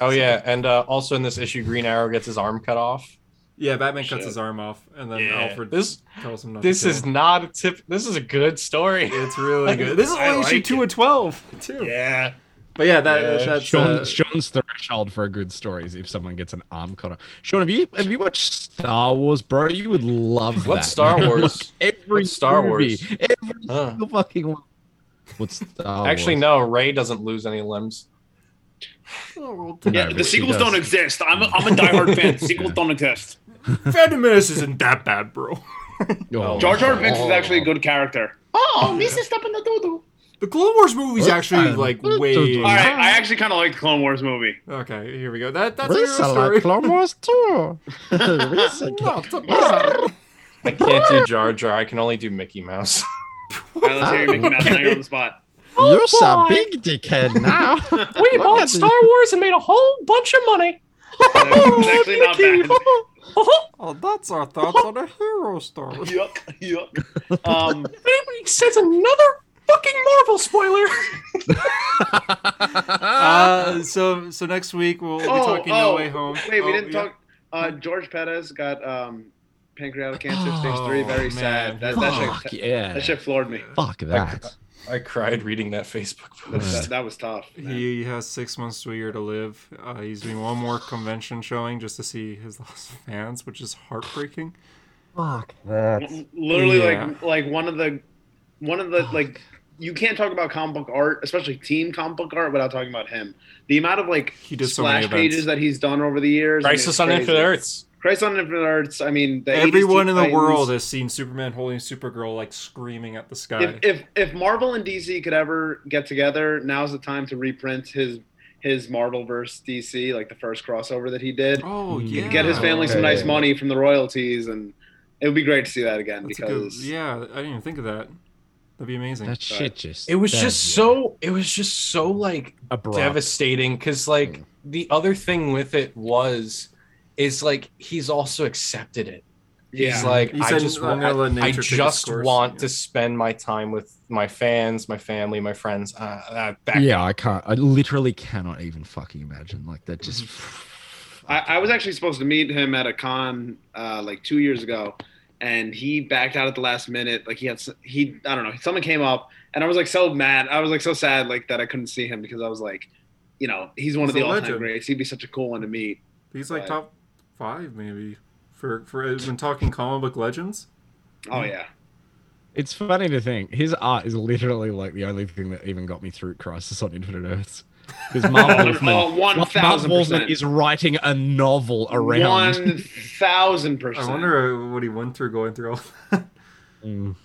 C: oh yeah, and uh, also in this issue, Green Arrow gets his arm cut off.
B: Yeah, Batman cuts
A: Shit.
B: his arm off, and then
C: Yeah.
B: Alfred
C: This-
B: tells him not
C: This
B: to kill
C: is
B: him.
C: not a tip. This is a good story.
B: It's really good. This is
C: I
B: only issue
C: like
B: two
C: it.
B: of twelve, too.
C: Yeah.
B: But yeah, that
C: Yeah.
B: that's
D: Sean,
B: uh,
D: Sean's threshold for a good story is if someone gets an arm cut off. Sean, have you have you watched Star Wars, bro? You would love
C: What
D: that.
C: Star Wars?
D: Every
C: What's Star
D: movie,
C: Wars?
D: Every
C: Huh.
D: single fucking one. What's Star
C: Actually,
D: Wars?
C: no. Ray doesn't lose any limbs.
D: No,
A: yeah,
D: but
A: the
D: she
A: sequels
D: does.
A: don't exist. I'm a, I'm a diehard fan. The sequels
D: Yeah.
A: don't exist.
B: Phantom Menace isn't that bad, bro.
D: Oh,
A: Jar Jar
D: oh.
A: Binks is actually a good character. Oh, Misa stopping the doodoo.
B: The Clone Wars movie's actually like way.
D: All
A: All right, I actually kind of like the Clone Wars movie.
B: Okay, here we go. That that's a
D: Risa
B: hero
D: like
B: story.
D: Clone Wars too. Risa
B: No,
D: can-
B: it's a bad-
C: I can't do Jar Jar. I can only do Mickey Mouse.
A: All right, let's hear you Mickey Mouse. Now you're on the spot.
D: You're so
C: Oh, boy.
D: big dickhead now.
C: We
D: Look bought at Star this.
C: Wars and made a whole bunch of money.
A: It's actually not bad.
B: Oh, that's our thoughts on a hero story.
A: Yuck, yuck. Um,
C: Nobody says another fucking Marvel spoiler.
B: Uh, so so next week we'll be talking No Way Home.
A: Oh, Wait, we
B: Oh,
A: didn't
B: yeah.
A: talk. Uh, George Pettis got um, pancreatic cancer
D: Oh,
A: stage three. Very
B: man.
A: sad. That, that,
D: Fuck
A: shit,
D: yeah.
A: that shit floored me.
D: Fuck that.
C: I cried reading that Facebook
A: That's,
C: post.
A: that, that was tough. man.
B: He has six months to a year to live. Uh, he's doing one more convention showing just to see his lost fans, which is heartbreaking.
D: Fuck that.
A: literally
B: Yeah.
A: like like one of the one of the like you can't talk about comic book art especially team comic book art without talking about him the amount of like
B: He did so many
A: splash
B: events.
A: pages that he's done over the years I mean,
C: Crisis
A: it's
C: on
A: crazy.
C: Infinite Earths.
A: crisis on infinite arts i mean the 80s
B: Everyone
A: Teen
B: in the
A: Titans.
B: world has seen Superman holding Supergirl, like screaming at the sky.
A: if, if if marvel and dc could ever get together now's the time to reprint his his marvel versus dc like the first crossover that he did
B: oh
D: Mm.
B: yeah,
D: Get
A: get his family some nice
D: Okay.
A: money from the royalties and it would be great to see that again
B: That's a good-
A: because
B: yeah, I didn't even think of that. That'd be amazing.
D: That shit just.
C: It was
D: that-
C: just so. It was just so like
D: abrupt.
C: devastating because like the other thing with it was, is like he's also accepted it. He's like,
B: He
C: I
B: said,
C: just,
B: "I'm
C: want,
B: gonna let
C: I
B: nature take its
C: just
B: course."
C: want
B: Yeah.
C: to spend my time with my fans, my family, my friends. Uh, uh, that,
F: Yeah, I can't. I literally cannot even fucking imagine. Like that just.
C: Mm-hmm.
A: I, I was actually supposed to meet him at a con uh, like two years ago, and he backed out at the last minute. Like he had s- he I don't know someone came up, and I was like so mad. I was like so sad like that I couldn't see him because I was like, you know, he's one of
B: He's
A: the
B: a
A: all time
B: legend.
A: greats. He'd be such a cool one to meet.
B: He's like
A: Right.
B: top five maybe for for when talking comic book legends.
A: Oh
B: Mm-hmm.
A: yeah,
D: It's funny to think his art is literally like the only thing that even got me through Crisis on Infinite Earths. Because Mark Wolfman,
A: oh, one
D: Mark
A: thousand
D: Wolfman
A: percent.
D: is writing a novel around.
A: one thousand
B: I
A: percent.
B: wonder what he went through going through all.
D: Mm.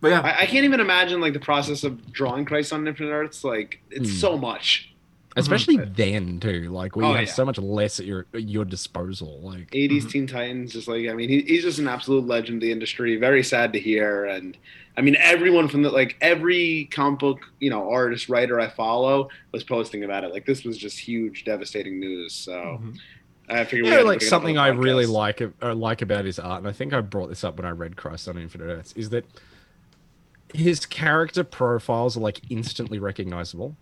B: But yeah,
A: I, I can't even imagine like the process of drawing Christ on Infinite Earths. Like it's
D: Hmm.
A: so much.
D: Especially then too, like we
A: Oh,
D: have
A: yeah.
D: so much less at your at your disposal. Like
A: 80s
B: Mhm.
A: Teen Titans, just like I mean, he, he's just an absolute legend of the industry. Very sad to hear, and I mean, everyone from the like every comic book you know artist writer I follow was posting about it. Like this was just huge, devastating news. So
C: Mm-hmm.
B: Mhm.
A: I figured, we
D: you
A: had
D: know,
A: to
D: Hmm.
A: bring
D: like
A: it up on
D: something
A: the
D: I really
A: podcast.
D: like uh, like about his art, and I think I brought this up when I read Christ on Infinite Earths, is that his character profiles are like instantly recognizable.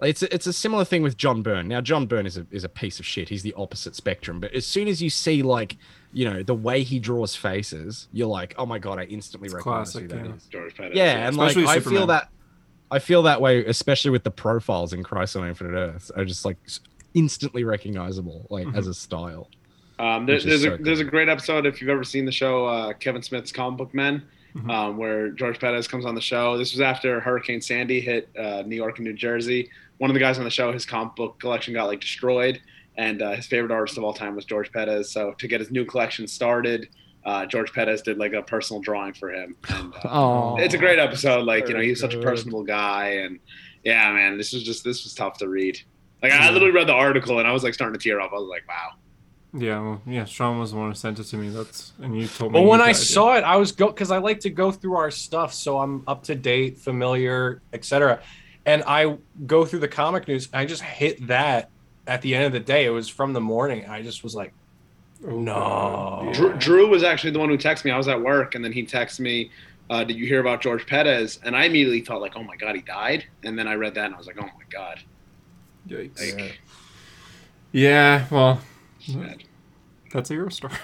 D: Like, It's a, it's a similar thing with John Byrne. Now John Byrne is a is a piece of shit. He's the opposite spectrum. But as soon as you see like you know the way he draws faces, you're like, oh my god, I instantly
B: It's
D: recognize
B: classic,
D: who that
B: yeah.
D: is.
A: George Pettis.
D: Yeah, and like
B: Especially
D: I
B: Superman.
D: feel that I feel that way, especially with the profiles in Christ on Infinite Earths. Are just like s- instantly recognizable, like
B: Mm-hmm.
D: as a style.
A: Um, there,
D: Which
A: there's
D: is so
A: a there's a
D: cool.
A: great episode if you've ever seen the show uh, Kevin Smith's Comic Book Men,
D: Mm-hmm.
B: Mhm.
A: um, where George Perez comes on the show. This was after Hurricane Sandy hit uh, New York and New Jersey. One of the guys on the show, his comic book collection got like destroyed, and uh, his favorite artist of all time was George Perez. So to get his new collection started, uh, George Perez did like a personal drawing for him. And, uh,
D: Oh,
A: it's a great episode. Like you know,
D: Very
A: he's such a
D: good.
A: personable guy, and yeah, man, this was just this was tough to read. Like I literally read the article and I was like starting to tear up. I was like, wow.
B: yeah, well, yeah. Sean was the one who sent it to me. That's and you told me.
C: But
B: you
C: when I
B: guys-
C: saw it, I was go because I like to go through our stuff, so I'm up to date, familiar, etc. And I go through the comic news. I just hit that at the end of the day. It was from the morning. I just was like,
B: Oh,
C: No.
B: God.
A: Drew, Drew was actually the one who texted me. I was at work, and then he texted me, uh, "Did you hear about George Perez?" And I immediately thought, like, "Oh my god, he died!" And then I read that, and I was like, "Oh my god."
B: Yikes.
A: Like,
B: Yeah, well,
A: Sad.
B: that's a hero story.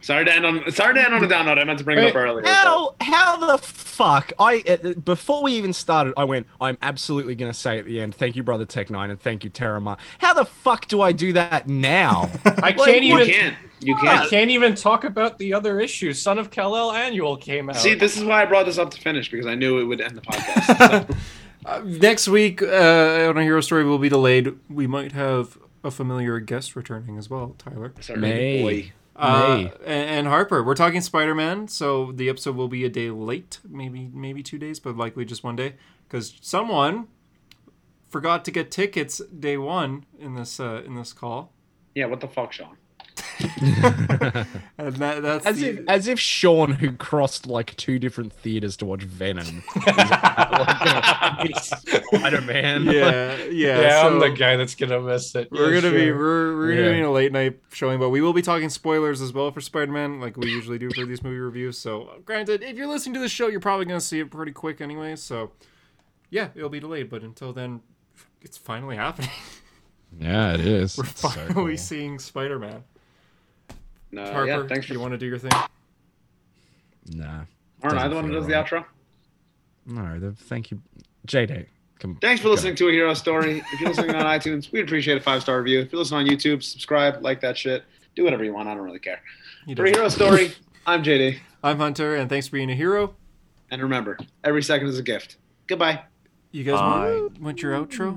A: Sorry to end on. Sorry to end on a down note. I meant to bring it up
D: Wait,
A: earlier. but-
D: How how the fuck? I uh, before we even started, I went. I'm absolutely gonna say at the end. Thank you, brother Tech Nine, and thank you, Terramar. How the fuck do I do that now?
C: I
D: Like,
C: can't
A: You
C: even.
A: can't. You
C: I
A: can't.
C: can't even talk about the other issue. Son of Kal El Annual came out.
A: See, this is why I brought this up to finish because I knew it would end the podcast. So,
B: Uh, next week uh, on a hero story will be delayed. We might have a familiar guest returning as well, Tyler.
A: sorry,
D: May.
A: boy.
B: Uh,
D: May.
B: and, and Harper. We're talking Spider Man, so the episode will be a day late, maybe maybe two days, but likely just one day because someone forgot to get tickets day one in this uh, in this call,
A: Yeah, what the fuck, Sean? Uh,
B: and that, that's
D: As
B: the-
D: if, as if Sean, who crossed like two different theaters to watch Venom, is like, Spider Man.
B: yeah yeah.
C: yeah,
B: so-
C: I'm the guy that's gonna miss it.
B: We're
C: Yeah,
B: gonna be
C: sure.
B: we're, we're gonna
D: Yeah.
B: be in a late night showing, but we will be talking spoilers as well for Spider Man, like we usually do for these movie reviews. So, granted, if you're listening to the show, you're probably gonna see it pretty quick anyway. So, yeah, it'll be delayed, but until then, it's finally happening.
F: Yeah, it is.
B: We're
F: It's so
B: finally
F: cool.
B: seeing Spider Man.
A: No,
B: Harper,
A: Uh, yeah, thanks
B: you
A: for.
B: want to do your thing?
F: Nah.
A: Aren't I the
F: doesn't
A: one who
F: feel
A: does the
F: right.
A: outro?
D: No, the, thank you, JD. Come,
A: Thanks for
D: go.
A: listening to A Hero Story. If you're listening on iTunes, we'd appreciate a five star review. If you're listening on YouTube, subscribe, like that shit. Do whatever you want. I don't really care.
B: He
A: For A
B: doesn't.
A: Hero Story, I'm JD.
B: I'm Hunter, and thanks for being a hero.
A: And remember, every second is a gift. Goodbye.
B: You guys want, want your outro?